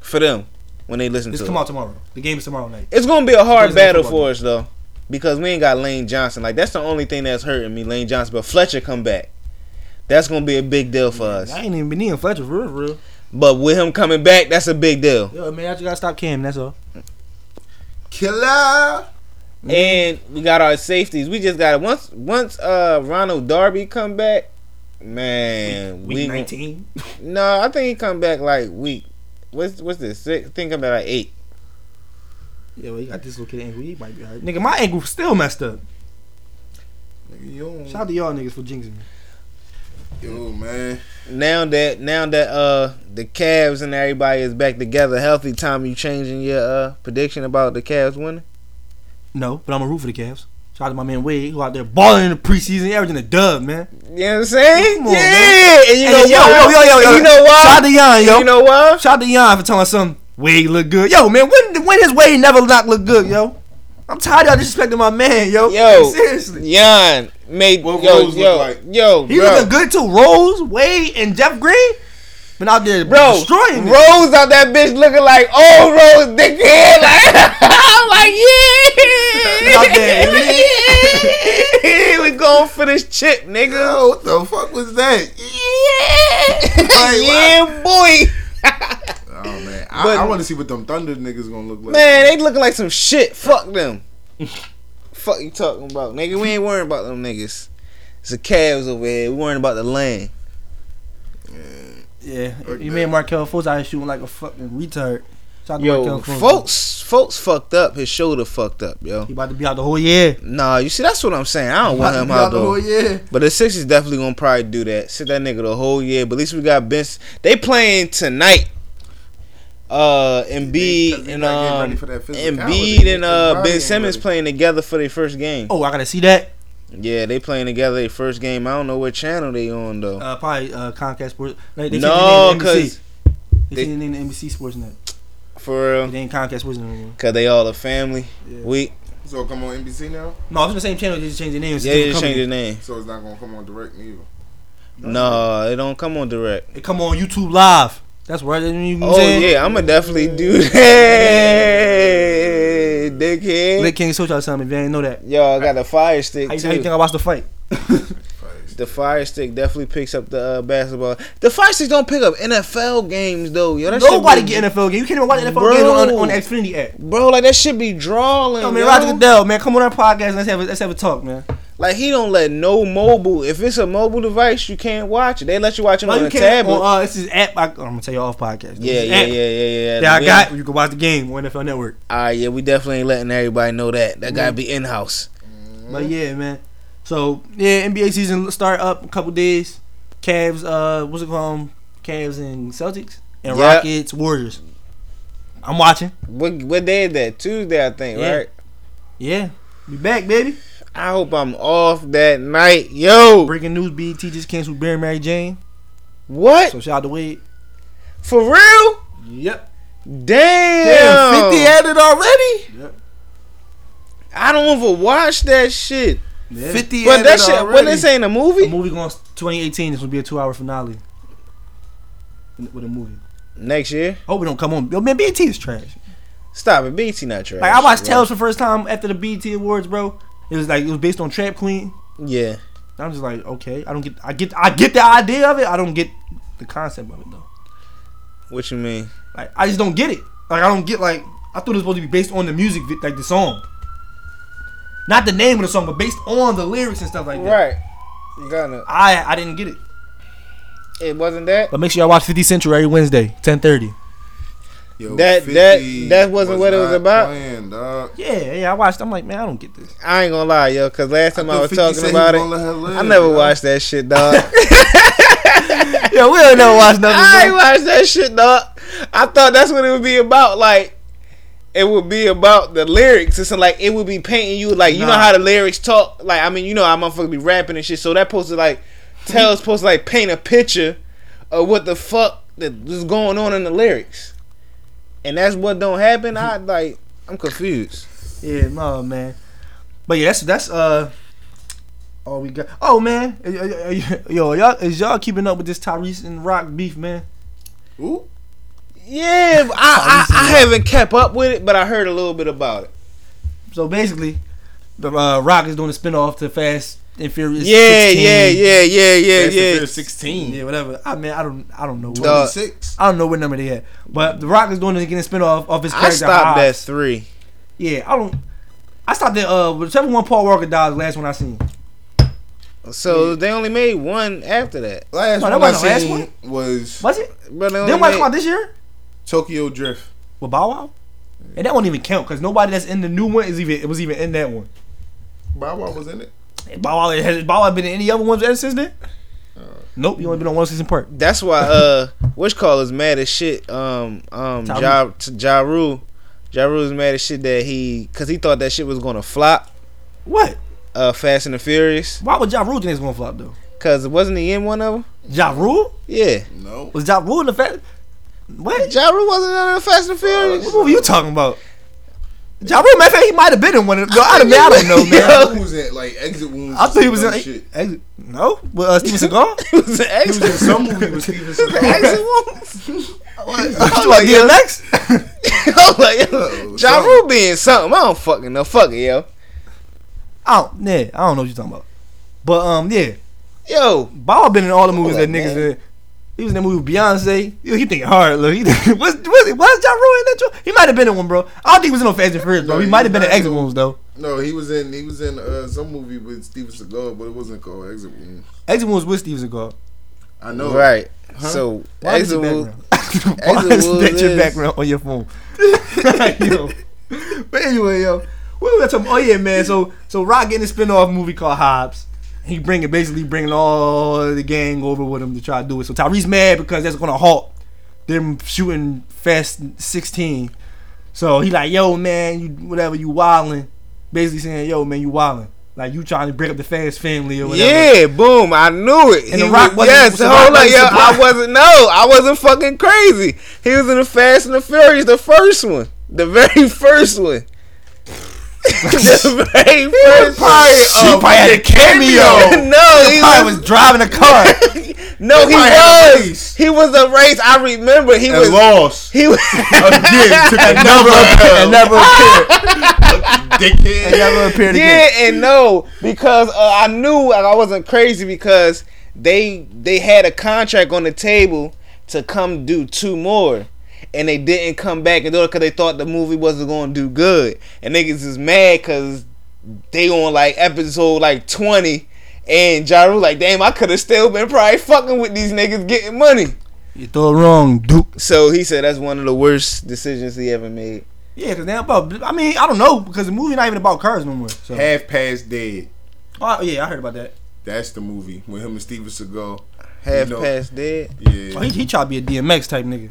Speaker 2: for them when they listen
Speaker 1: This
Speaker 2: to
Speaker 1: come
Speaker 2: it.
Speaker 1: out tomorrow. The game is tomorrow night.
Speaker 2: It's gonna be a hard
Speaker 1: Thursday
Speaker 2: battle
Speaker 1: football
Speaker 2: for us though, because we ain't got Lane Johnson. Like that's the only thing that's hurting me, Lane Johnson. But Fletcher come back, that's gonna be a big deal for us.
Speaker 1: I ain't even been needing Fletcher for real, for real.
Speaker 2: But with him coming back, that's a big deal.
Speaker 1: Yo, man, I just gotta stop Cam. That's all.
Speaker 10: Killer.
Speaker 1: Mm-hmm.
Speaker 2: and we got our safeties. We just got to once once uh Ronald Darby come back, man.
Speaker 1: Week- week 19?
Speaker 2: No, I think he come back like week. What's what's this? Six, I think come back like eight.
Speaker 1: Yeah, well, he got dislocated ankle. He might be alright. Nigga, my ankle still messed up. Shout out to y'all niggas for jinxing me.
Speaker 10: Yo, man.
Speaker 2: Now that now that uh the Cavs and everybody is back together healthy, Tom, you changing your uh prediction about the Cavs winning?
Speaker 1: No, but I'm a root for the Cavs. Shout out to my man Wade, who out there balling in the preseason, averaging a dub, man.
Speaker 2: You know what I'm saying?
Speaker 1: Come on,
Speaker 2: yeah,
Speaker 1: man.
Speaker 2: and you
Speaker 1: And
Speaker 2: know
Speaker 1: yo,
Speaker 2: why?
Speaker 1: yo, yo, yo, yo.
Speaker 2: And you know why?
Speaker 1: Shout out to Yon, yo.
Speaker 2: You know why?
Speaker 1: Shout out to Yon for telling us something. Wade look good, yo, man. When when has Wade never not look good, yo? I'm tired of y'all disrespecting my man, yo.
Speaker 2: Yo,
Speaker 1: seriously.
Speaker 2: Yon made
Speaker 10: What
Speaker 2: yo
Speaker 10: Rose look
Speaker 2: yo
Speaker 10: like?
Speaker 2: yo
Speaker 1: He
Speaker 2: bro.
Speaker 1: looking good too. Rose, Wade, and Jeff Green been out there
Speaker 2: Bro,
Speaker 1: destroying it.
Speaker 2: Rose out that bitch looking like old Rose dickhead. Like, I'm like, yeah.
Speaker 1: Out there,
Speaker 2: yeah. we going for this chip, nigga.
Speaker 10: Yo, what the fuck was that?
Speaker 2: Yeah.
Speaker 10: Like,
Speaker 2: yeah, boy.
Speaker 10: Oh man, I,
Speaker 2: But-
Speaker 10: I want to see what them Thunder niggas gonna look like.
Speaker 2: Man, they looking like some shit. Fuck them. Fuck you talking about, nigga. We ain't worrying about them niggas. It's the Cavs over here. We worrying about the land.
Speaker 1: Yeah,
Speaker 10: Look,
Speaker 1: you
Speaker 10: man.
Speaker 1: made Markel Fultz out here shooting like a fucking retard. Shout out to
Speaker 2: Yo,
Speaker 1: Markel Fultz.
Speaker 2: folks, folks fucked up. His shoulder fucked up, yo.
Speaker 1: He about to be out the whole year.
Speaker 2: Nah, you see, that's what I'm saying. I don't want him out though.
Speaker 10: Oh yeah,
Speaker 2: But the Sixers definitely gonna probably do that. Sit that nigga the whole year. But at least we got Ben. They playing tonight. Uh,
Speaker 10: Because
Speaker 2: Embiid
Speaker 10: they
Speaker 2: and
Speaker 10: not getting
Speaker 2: um,
Speaker 10: ready for that physicality.
Speaker 2: Embiid and uh
Speaker 10: Everybody
Speaker 2: Ben
Speaker 10: ain't
Speaker 2: Simmons
Speaker 10: ready.
Speaker 2: playing together for their first game.
Speaker 1: Oh, I gotta see that.
Speaker 2: Yeah, they playing together their first game. I don't know what channel they on though.
Speaker 1: Uh, probably uh, Comcast Sports. Like, they
Speaker 2: no,
Speaker 1: changed the name to
Speaker 2: cause
Speaker 1: NBC. they,
Speaker 2: they-
Speaker 1: changed the name to NBC Sports Net.
Speaker 2: for real,
Speaker 1: They ain't Comcast Sports Net anymore.
Speaker 2: cause they all a family.
Speaker 1: Yeah.
Speaker 2: We
Speaker 10: So come on NBC now.
Speaker 1: No, it's on the same channel. They just changed the name. It's a
Speaker 2: yeah, they
Speaker 1: different
Speaker 2: just changed
Speaker 1: company.
Speaker 2: the name.
Speaker 10: So it's not gonna come on direct neither.
Speaker 2: No, it don't come on direct.
Speaker 1: It come on YouTube Live. That's right. You know what I'm
Speaker 2: Oh
Speaker 1: saying?
Speaker 2: yeah, I'ma definitely do that, dickhead.
Speaker 1: Lick King Soul y'all something if you ain't know that.
Speaker 2: Yo, I got the fire stick
Speaker 1: How you, how you
Speaker 2: too.
Speaker 1: think I watched the fight?
Speaker 2: The fire stick definitely picks up the uh, basketball. The fire stick don't pick up NFL games though. Yo, that
Speaker 1: Nobody
Speaker 2: should be,
Speaker 1: get NFL game. You can't even watch NFL
Speaker 2: Bro.
Speaker 1: games on, on the Xfinity app.
Speaker 2: bro. Like that should be drawing.
Speaker 1: Yo, man,
Speaker 2: yo.
Speaker 1: Roger Goodell, man, come on our podcast. And let's have a, let's have a talk, man.
Speaker 2: Like he don't let no mobile. If it's a mobile device, you can't watch it. They let you watch it
Speaker 1: No,
Speaker 2: on
Speaker 1: you
Speaker 2: a
Speaker 1: can't.
Speaker 2: tablet.
Speaker 1: Well, uh, it's this app. I, I'm gonna tell you off podcast. It's
Speaker 2: yeah,
Speaker 1: this
Speaker 2: yeah, yeah,
Speaker 1: app
Speaker 2: yeah, yeah, yeah.
Speaker 1: That I
Speaker 2: We-
Speaker 1: got. You can watch the game on NFL Network.
Speaker 2: Ah, yeah, we definitely ain't letting everybody know that. That
Speaker 1: Mm.
Speaker 2: gotta be in house.
Speaker 1: But
Speaker 2: Mm-hmm.
Speaker 1: yeah, man. So yeah, NBA season start up in a couple days. Cavs, uh, what's it called? Cavs and Celtics and
Speaker 2: Yeah.
Speaker 1: Rockets, Warriors. I'm watching.
Speaker 2: What what day is that? Tuesday, I think,
Speaker 1: Yeah.
Speaker 2: right?
Speaker 1: Yeah, be back, baby.
Speaker 2: I hope I'm off that night, yo.
Speaker 1: Breaking news: BET just canceled Barry Mary Jane.
Speaker 2: What
Speaker 1: So shout out to Wade.
Speaker 2: for real?
Speaker 1: Yep.
Speaker 2: Damn,
Speaker 1: Fifty had it already.
Speaker 2: I don't even watch that shit.
Speaker 1: Fifty.
Speaker 2: But that
Speaker 1: that's
Speaker 2: shit, when this ain't a
Speaker 1: the
Speaker 2: movie,
Speaker 1: movie going 2018. This will be a two hour finale with a movie.
Speaker 2: next year.
Speaker 1: Hope it don't come on. Yo, man, BET is trash.
Speaker 2: Stop it, BT not trash.
Speaker 1: Like I watched
Speaker 2: bro.
Speaker 1: Tales for the first time after the BET Awards, bro. It was like it was based on Trap Queen.
Speaker 2: Yeah,
Speaker 1: I'm just like, okay, I don't get, I get, I get the idea of it. I don't get the concept of it though.
Speaker 2: what you mean?
Speaker 1: Like, I just don't get it. Like, I don't get like, I thought it was supposed to be based on the music, vi- like the song, not the name of the song, but based on the lyrics and stuff like that.
Speaker 2: Right, gonna.
Speaker 1: I, I didn't get it.
Speaker 2: It wasn't that.
Speaker 1: But make sure y'all watch 50 Central every Wednesday, 10:30.
Speaker 10: Yo,
Speaker 2: That- that- that wasn't what it was
Speaker 10: not
Speaker 2: about?
Speaker 10: Playing, dog.
Speaker 1: Yeah, yeah, I watched. I'm like, man, I don't get this.
Speaker 2: I ain't gonna lie, yo, cause last time I,
Speaker 10: thought
Speaker 2: was
Speaker 10: 50
Speaker 2: talking
Speaker 10: said he
Speaker 2: about it,
Speaker 10: gonna let her live,
Speaker 2: I never
Speaker 10: yo.
Speaker 2: watched that shit, dog.
Speaker 1: Yo, we don't never watch
Speaker 2: I
Speaker 1: nothing.
Speaker 2: ain't
Speaker 1: bro.
Speaker 2: watched that shit, dog. I thought that's what it would be about, like. It would be about the lyrics. It's like it would be painting you like you know
Speaker 1: Nah.
Speaker 2: how the lyrics talk. Like I mean, you know how motherfuckers be rapping and shit. So that supposed to like tell us supposed to like paint a picture of what the fuck that is going on in the lyrics. And that's what don't happen. I like I'm confused.
Speaker 1: Yeah, no, man. But yeah, that's that's uh. all we got. Oh man, yo, y'all is y'all keeping up with this Tyrese and Rock beef, man?
Speaker 10: Ooh,
Speaker 2: Yeah, but I, I, I haven't kept up with it, but I heard a little bit about it.
Speaker 1: So basically, the uh, Rock is doing a spinoff to Fast and Furious.
Speaker 2: Yeah,
Speaker 1: 16.
Speaker 2: yeah, yeah, yeah,
Speaker 10: Fast and
Speaker 2: yeah, yeah.
Speaker 10: Furious 16,
Speaker 1: yeah, whatever. I mean, I don't, I don't know. What,
Speaker 2: Dog.
Speaker 10: 26.
Speaker 1: I don't know what number they had, but the Rock is doing it getting a spinoff of his
Speaker 2: I
Speaker 1: character.
Speaker 2: stopped
Speaker 1: Hobbs.
Speaker 2: at three.
Speaker 1: Yeah, I don't.
Speaker 3: I stopped at uh whichever one Paul Walker died was the last one I seen.
Speaker 2: So they only made one after that.
Speaker 10: Last
Speaker 3: No, that
Speaker 10: one I
Speaker 3: wasn't the last
Speaker 10: seen
Speaker 3: one.
Speaker 10: was
Speaker 3: Was it?
Speaker 2: But they only
Speaker 3: Didn't one
Speaker 2: made-
Speaker 3: come out this year
Speaker 10: Tokyo Drift.
Speaker 3: with Bow Wow? And that won't even count because nobody that's in the new one is even it was even in that one.
Speaker 10: Bow Wow was in it.
Speaker 3: Bow Wow has Bow Wow been in any other ones ever since then? Nope, you only been on one season part.
Speaker 2: That's why uh which call is mad as shit. Um um
Speaker 3: Tom-
Speaker 2: Ja Ja Rule. Ja Rule's mad as shit that he cause he thought that shit was gonna flop.
Speaker 3: What?
Speaker 2: Uh Fast and the Furious.
Speaker 3: Why would Ja Rule think it's gonna flop though?
Speaker 2: Cause wasn't he in one of them?
Speaker 3: Ja Rule?
Speaker 2: Yeah.
Speaker 10: No.
Speaker 3: Was Ja Rule in the fact? What?
Speaker 2: Ja Rule wasn't in the Fast and Furious.
Speaker 1: Uh,
Speaker 3: What were you talking about? Ja Rule, matter of fact, he might have been in one of them. No, I don't I don't know, man.
Speaker 10: Who was in like Exit Wounds?
Speaker 3: I thought he was in.
Speaker 10: some shit.
Speaker 3: Exit- No, with uh, Steven Seagal.
Speaker 2: He was an
Speaker 10: He was
Speaker 2: exit.
Speaker 10: in some movie with Steven Seagal.
Speaker 3: You like DMX?
Speaker 2: I'm like, yo, Ja Rule being something. I don't fucking know. Fuck it, yo.
Speaker 3: I don't. Yeah, I don't know what you're talking about. But um, yeah,
Speaker 2: Yo,
Speaker 3: Bob been in all the movies
Speaker 2: Hold
Speaker 3: that
Speaker 2: up,
Speaker 3: niggas
Speaker 2: Oh, man.
Speaker 3: in. He was in the movie with Beyonce. Yo, he thinking hard. Look, he think, was was was Ja Rule in that? joint? He might have been in one, bro. I don't think he was in no Fast and Furious, bro.
Speaker 10: No,
Speaker 3: He
Speaker 10: he
Speaker 3: might have been
Speaker 10: was
Speaker 3: in
Speaker 10: not.
Speaker 3: Exit Wounds though.
Speaker 10: no, he was in he was in uh, some movie with Steven Seagal, but it wasn't called Exit Wounds.
Speaker 3: Exit Wounds with Steven Seagal.
Speaker 10: I know.
Speaker 2: right. So
Speaker 3: Why is
Speaker 2: exit.
Speaker 3: your
Speaker 2: Rule-
Speaker 3: background? Why
Speaker 2: Exit
Speaker 3: is
Speaker 2: Wounds
Speaker 3: that your
Speaker 2: is-
Speaker 3: background on your phone? yo. But anyway, yo, what was I talking? Oh yeah, man. So so Rock getting a spinoff movie called Hobbs. He bringing basically bringing all the gang over with him to try to do it. So Tyree's mad because that's gonna halt them shooting Fast 16. So he like, yo man, you whatever you wildin', basically saying, yo man, you wildin'. Like you trying to break up the Fast family or whatever.
Speaker 2: Yeah, boom! I knew it.
Speaker 3: And The
Speaker 2: He
Speaker 3: Rock
Speaker 2: was,
Speaker 3: wasn't-
Speaker 2: yes,
Speaker 3: The
Speaker 2: hold
Speaker 3: Rock
Speaker 2: on, yo,
Speaker 3: wasn't
Speaker 2: I
Speaker 3: surprised.
Speaker 2: wasn't. No, I wasn't fucking crazy. He was in the Fast and the Furious, the first one, the very first one. the very first
Speaker 3: probably,
Speaker 2: one.
Speaker 3: uh, He probably had a cameo.
Speaker 2: no, he
Speaker 3: I
Speaker 2: was,
Speaker 3: was driving a car.
Speaker 2: no, he
Speaker 10: probably had a
Speaker 2: was.
Speaker 10: race.
Speaker 2: He was a race. I remember. He
Speaker 10: And
Speaker 2: was.
Speaker 10: lost
Speaker 2: He was.
Speaker 10: again. Took another L.
Speaker 3: and never appeared.
Speaker 10: dickhead.
Speaker 3: And never appeared again.
Speaker 2: Yeah and no because uh, I knew and I wasn't crazy because they they had a contract on the table to come do two more. And they didn't come back and do it because they thought the movie wasn't going to do good. And niggas is mad because they on like episode like 20. And Jaru like, damn, I could have still been probably fucking with these niggas getting money.
Speaker 3: You throw it wrong, Duke.
Speaker 2: So he said that's one of the worst decisions he ever made.
Speaker 3: Yeah, because now, but I mean, I don't know because the movie not even about cars no more. So.
Speaker 10: Half past dead.
Speaker 3: Oh, yeah, I heard about that.
Speaker 10: That's the movie with him and Steven Seagal.
Speaker 2: Half
Speaker 10: You know,
Speaker 2: past dead.
Speaker 3: Oh,
Speaker 10: Yeah,
Speaker 3: he, he tried to be a DMX type nigga.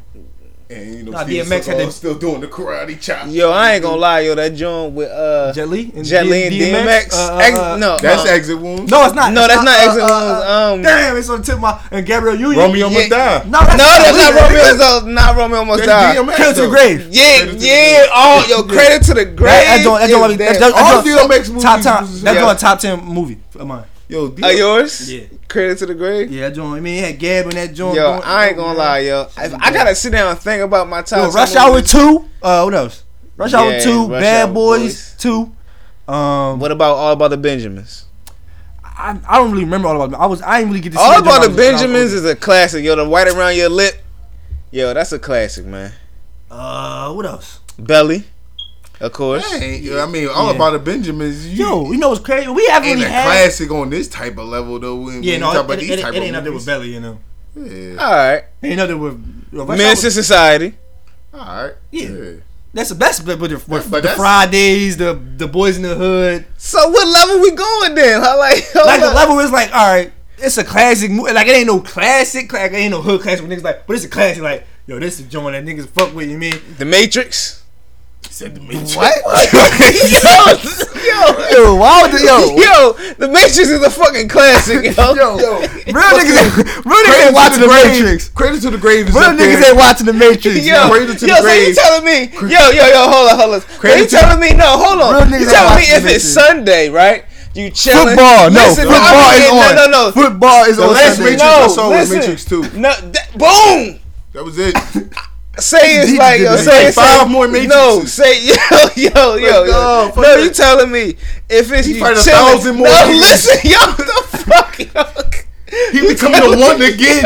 Speaker 10: and you know
Speaker 3: Nah,
Speaker 10: Steven
Speaker 3: DMX had
Speaker 10: Seagal
Speaker 3: that-
Speaker 10: still doing the karate chop.
Speaker 2: Yo, I ain't gonna lie, yo, that joint with uh
Speaker 3: Jet Li and
Speaker 2: Jet Li and
Speaker 3: D-
Speaker 2: DMX.
Speaker 3: Uh, uh,
Speaker 2: Ex-
Speaker 3: uh,
Speaker 2: no,
Speaker 10: That's
Speaker 2: no.
Speaker 10: Exit Wounds.
Speaker 3: no, it's not.
Speaker 2: No,
Speaker 3: It's
Speaker 2: that's not Exit Wounds, um,
Speaker 3: damn, it's on the tip of my and Gabriel Union.
Speaker 10: Romeo
Speaker 2: Yeah.
Speaker 10: must die.
Speaker 3: No, that's,
Speaker 2: No, that's not
Speaker 3: Romeo.
Speaker 2: Romeo. That's uh, not Romeo Must
Speaker 10: That's
Speaker 2: Die.
Speaker 10: DMX.
Speaker 3: Kill to the
Speaker 10: though.
Speaker 3: grave.
Speaker 2: Yeah,
Speaker 10: Credit to the
Speaker 2: yeah.
Speaker 10: grave.
Speaker 2: Oh, yo, credit to the grave.
Speaker 3: That, that joint, that
Speaker 2: is
Speaker 3: joint, that,
Speaker 2: dead.
Speaker 3: that,
Speaker 10: All
Speaker 3: that
Speaker 10: DMX
Speaker 3: joint,
Speaker 10: movies
Speaker 3: top time,
Speaker 10: was-
Speaker 3: that
Speaker 2: Yeah.
Speaker 3: joint top ten movie of mine.
Speaker 10: Yo,
Speaker 2: Uh, yours?
Speaker 3: Yeah.
Speaker 2: Credit to the grave.
Speaker 3: Yeah, that joint. I mean, he had Gab and that joint.
Speaker 2: Yo,
Speaker 3: going-
Speaker 2: I ain't gonna lie, yo. If I gotta sit down and think about my
Speaker 3: Yo,
Speaker 2: top.
Speaker 3: Rush
Speaker 2: ten
Speaker 3: Hour
Speaker 2: movies.
Speaker 3: Two. Uh, what else? Rush Hour
Speaker 2: Yeah,
Speaker 3: Two.
Speaker 2: Rush
Speaker 3: Bad
Speaker 2: Hour
Speaker 3: Boys Two. Um,
Speaker 2: What about All About the Benjamins?
Speaker 3: I, I don't really remember all about. it. I was I didn't really get to see
Speaker 2: All
Speaker 3: that
Speaker 2: About
Speaker 3: joint
Speaker 2: the
Speaker 3: when I was-
Speaker 2: Benjamins is a classic. Yo, the white around your lip. Yo, that's a classic, man.
Speaker 3: Uh, what else?
Speaker 2: Belly, of course.
Speaker 10: Hey, yo, I mean, all about the Benjamins. You,
Speaker 3: Yo, Oh, you know what's crazy? We haven't
Speaker 10: ain't
Speaker 3: really
Speaker 10: a
Speaker 3: had.
Speaker 10: classic on this type of level though. When,
Speaker 3: Yeah,
Speaker 10: when
Speaker 3: no,
Speaker 10: you talk about
Speaker 3: it,
Speaker 10: these
Speaker 3: it, it,
Speaker 10: type
Speaker 3: it
Speaker 10: of
Speaker 3: ain't nothing with
Speaker 10: movies.
Speaker 3: Belly, you know.
Speaker 10: Yeah.
Speaker 2: All right,
Speaker 3: Ain't nothing with. Yo, Rush
Speaker 2: Men's
Speaker 3: Hour-
Speaker 2: Society.
Speaker 10: All right.
Speaker 3: Yeah.
Speaker 10: Yeah.
Speaker 3: that's the best, but with, the, with the
Speaker 10: But that's-
Speaker 3: Fridays, the the boys in the hood.
Speaker 2: So what level we going then? Huh? Like, hold
Speaker 3: Like the
Speaker 2: up.
Speaker 3: level is like, all right, it's a classic movie. Like it ain't no classic, like it ain't no hood classic. But niggas like, but it's a classic. Like, yo, this is joint that niggas fuck with. You mean?
Speaker 2: The Matrix.
Speaker 10: Said the Matrix.
Speaker 2: yo,
Speaker 3: Yo, why would the,
Speaker 2: yo, yo, The Matrix is a fucking classic, yo.
Speaker 10: Yo,
Speaker 3: real niggas, ain't- real niggas ain't
Speaker 10: Credit to
Speaker 3: watching
Speaker 10: the
Speaker 3: the
Speaker 10: grave.
Speaker 3: Matrix.
Speaker 10: Credit to the grave is
Speaker 3: Real
Speaker 10: up
Speaker 3: niggas
Speaker 10: there.
Speaker 3: ain't watching the Matrix.
Speaker 2: Yo, yo,
Speaker 10: Credit to the
Speaker 2: so you
Speaker 10: grave.
Speaker 2: telling me, yo, yo, yo, hold on, hold on. So you
Speaker 10: Credit to the-
Speaker 2: telling me, no, hold
Speaker 3: Real
Speaker 2: on. You
Speaker 3: niggas ain't
Speaker 2: telling me if
Speaker 3: watching this
Speaker 2: it's
Speaker 3: shit.
Speaker 2: Sunday, right? You chilling.
Speaker 3: Football, no,
Speaker 2: Listen,
Speaker 3: football
Speaker 2: I'm
Speaker 3: is
Speaker 2: saying-
Speaker 3: on.
Speaker 2: No, no, no.
Speaker 3: Football is
Speaker 10: The
Speaker 3: on
Speaker 10: last
Speaker 3: Sunday.
Speaker 10: Matrix I saw was
Speaker 2: listen.
Speaker 10: Matrix 2.
Speaker 2: No, that, boom.
Speaker 10: That was it.
Speaker 2: Say it's
Speaker 3: Deep
Speaker 2: like yo,
Speaker 3: dive.
Speaker 2: say it's
Speaker 10: Five
Speaker 2: like-
Speaker 10: more
Speaker 2: No,
Speaker 10: Matrixes.
Speaker 2: say yo, yo, yo, yo.
Speaker 10: go, fuck
Speaker 2: No,
Speaker 10: it.
Speaker 2: you telling me if it's you
Speaker 10: fight a
Speaker 2: chilling-
Speaker 10: thousand more
Speaker 2: No,
Speaker 10: niggas.
Speaker 2: listen, yo, the fuck, yo.
Speaker 10: He becoming the one again.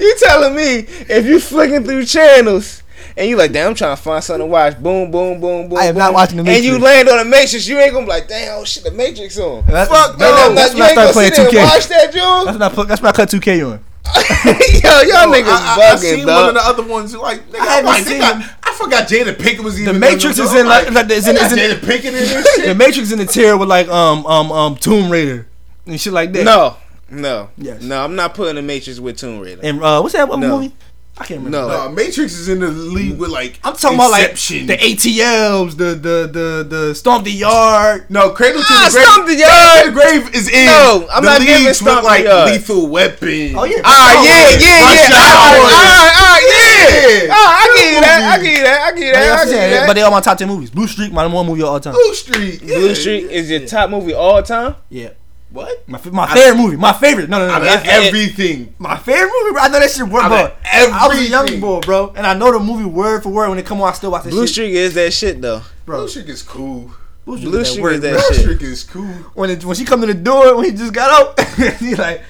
Speaker 2: You telling me if you flicking through channels and you like, damn, I'm trying to find something to watch. Boom, boom, boom, boom.
Speaker 1: I am
Speaker 2: boom.
Speaker 1: not watching The
Speaker 2: And you
Speaker 1: Matrix.
Speaker 2: land on the Matrix, you ain't gonna be like, damn, oh shit, the Matrix on.
Speaker 1: That's-
Speaker 2: Fuck
Speaker 1: no,
Speaker 2: no,
Speaker 1: that's
Speaker 2: you
Speaker 1: when I
Speaker 2: ain't gonna
Speaker 1: started playing
Speaker 2: sit there and
Speaker 1: 2K.
Speaker 2: watch that, Joe.
Speaker 1: That's when I put, that's when I cut 2K on.
Speaker 2: Yo, y'all
Speaker 10: Yo,
Speaker 2: niggas
Speaker 10: I, I, I
Speaker 2: bugging,
Speaker 10: seen
Speaker 2: dog.
Speaker 10: one of the other ones. Like, nigga, I,
Speaker 1: haven't
Speaker 10: like, they
Speaker 1: seen
Speaker 10: got, I forgot Jada Pinkett was even.
Speaker 1: Matrix
Speaker 10: the-
Speaker 1: is
Speaker 10: I'm
Speaker 1: in, like- like, is in-
Speaker 10: they got
Speaker 1: is in-
Speaker 10: Jada Pinkett in this shit.
Speaker 1: The Matrix in the tier with like um um um Tomb Raider and shit like that.
Speaker 2: No, no,
Speaker 1: Yes.
Speaker 2: no. I'm not putting the Matrix with Tomb Raider.
Speaker 1: And uh, what's that other
Speaker 2: No.
Speaker 1: movie? I can't remember.
Speaker 2: No,
Speaker 10: Nah, Matrix is in the league with like.
Speaker 1: I'm talking about like
Speaker 10: Inception.
Speaker 1: the ATLs, the the the the Stomp the Yard.
Speaker 10: No, Cradle to
Speaker 2: Ah,
Speaker 10: the Grave.
Speaker 2: Stomp the
Speaker 10: Cradle
Speaker 2: Yard.
Speaker 10: to the Grave is in.
Speaker 2: No, I'm
Speaker 10: the
Speaker 2: not giving
Speaker 10: leagues
Speaker 2: Stomp
Speaker 10: with
Speaker 2: the
Speaker 10: like
Speaker 2: Yard.
Speaker 10: Lethal Weapon.
Speaker 1: uh, Oh, yeah.
Speaker 2: Ah,
Speaker 1: Oh,
Speaker 2: yeah, yeah,
Speaker 10: Rush
Speaker 2: yeah.
Speaker 10: Hour.
Speaker 2: Ah, ah, yeah.
Speaker 10: Yeah.
Speaker 2: Ah, I get that. I get that. I get
Speaker 1: Like
Speaker 2: that.
Speaker 1: I
Speaker 2: I
Speaker 1: said,
Speaker 2: get
Speaker 1: But
Speaker 2: that.
Speaker 1: they all my top ten movies. Blue Streak, my number one movie of all time.
Speaker 10: Blue Street. Yeah.
Speaker 2: Blue Street is your top movie all time.
Speaker 1: Yeah. What? My, fa- my favorite movie. My favorite. No, no, no.
Speaker 10: Out of
Speaker 1: that's-
Speaker 10: everything.
Speaker 1: my favorite movie, bro. I know that shit word
Speaker 10: I
Speaker 1: for
Speaker 10: mean,
Speaker 1: word. I was a young
Speaker 10: everything.
Speaker 1: boy, bro, and I know the movie word for word. When it come on, I still watch that
Speaker 2: Blue
Speaker 1: shit.
Speaker 2: Street is that shit though.
Speaker 10: Blue Street is cool.
Speaker 1: Blue Streak,
Speaker 2: Blue
Speaker 1: is that
Speaker 2: Streak
Speaker 1: word,
Speaker 2: is that
Speaker 1: bro.
Speaker 10: Blue
Speaker 2: shit.
Speaker 10: Streak is cool.
Speaker 1: When it, when she come to the door, when he just got out, he like.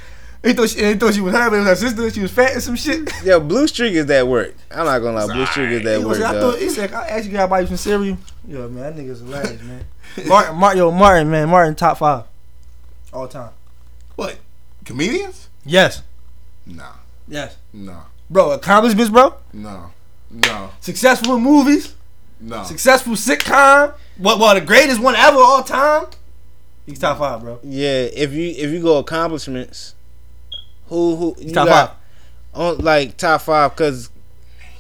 Speaker 1: He thought, she, he thought she was her, but it was her sister. She was fat and some shit.
Speaker 2: Yo, Blue Streak is that work. I'm not gonna lie. Blue Streak is that
Speaker 1: He
Speaker 2: work,
Speaker 1: was- I thought
Speaker 2: dog.
Speaker 1: he said, I asked you guys about some cereal. Yo, man, that nigga's hilarious, man. Martin, Martin, yo, Martin, man, Martin, top five, all time.
Speaker 10: What? Comedians?
Speaker 1: Yes,
Speaker 10: Nah.
Speaker 1: yes,
Speaker 10: No.
Speaker 1: bro. Accomplishments, bro.
Speaker 10: No. No.
Speaker 1: Successful movies,
Speaker 10: No.
Speaker 1: successful sitcom. What? Well, the greatest one ever, all time. He's top five, bro.
Speaker 2: Yeah, if you if you go accomplishments, who who you
Speaker 1: top
Speaker 2: got on like top five? Cause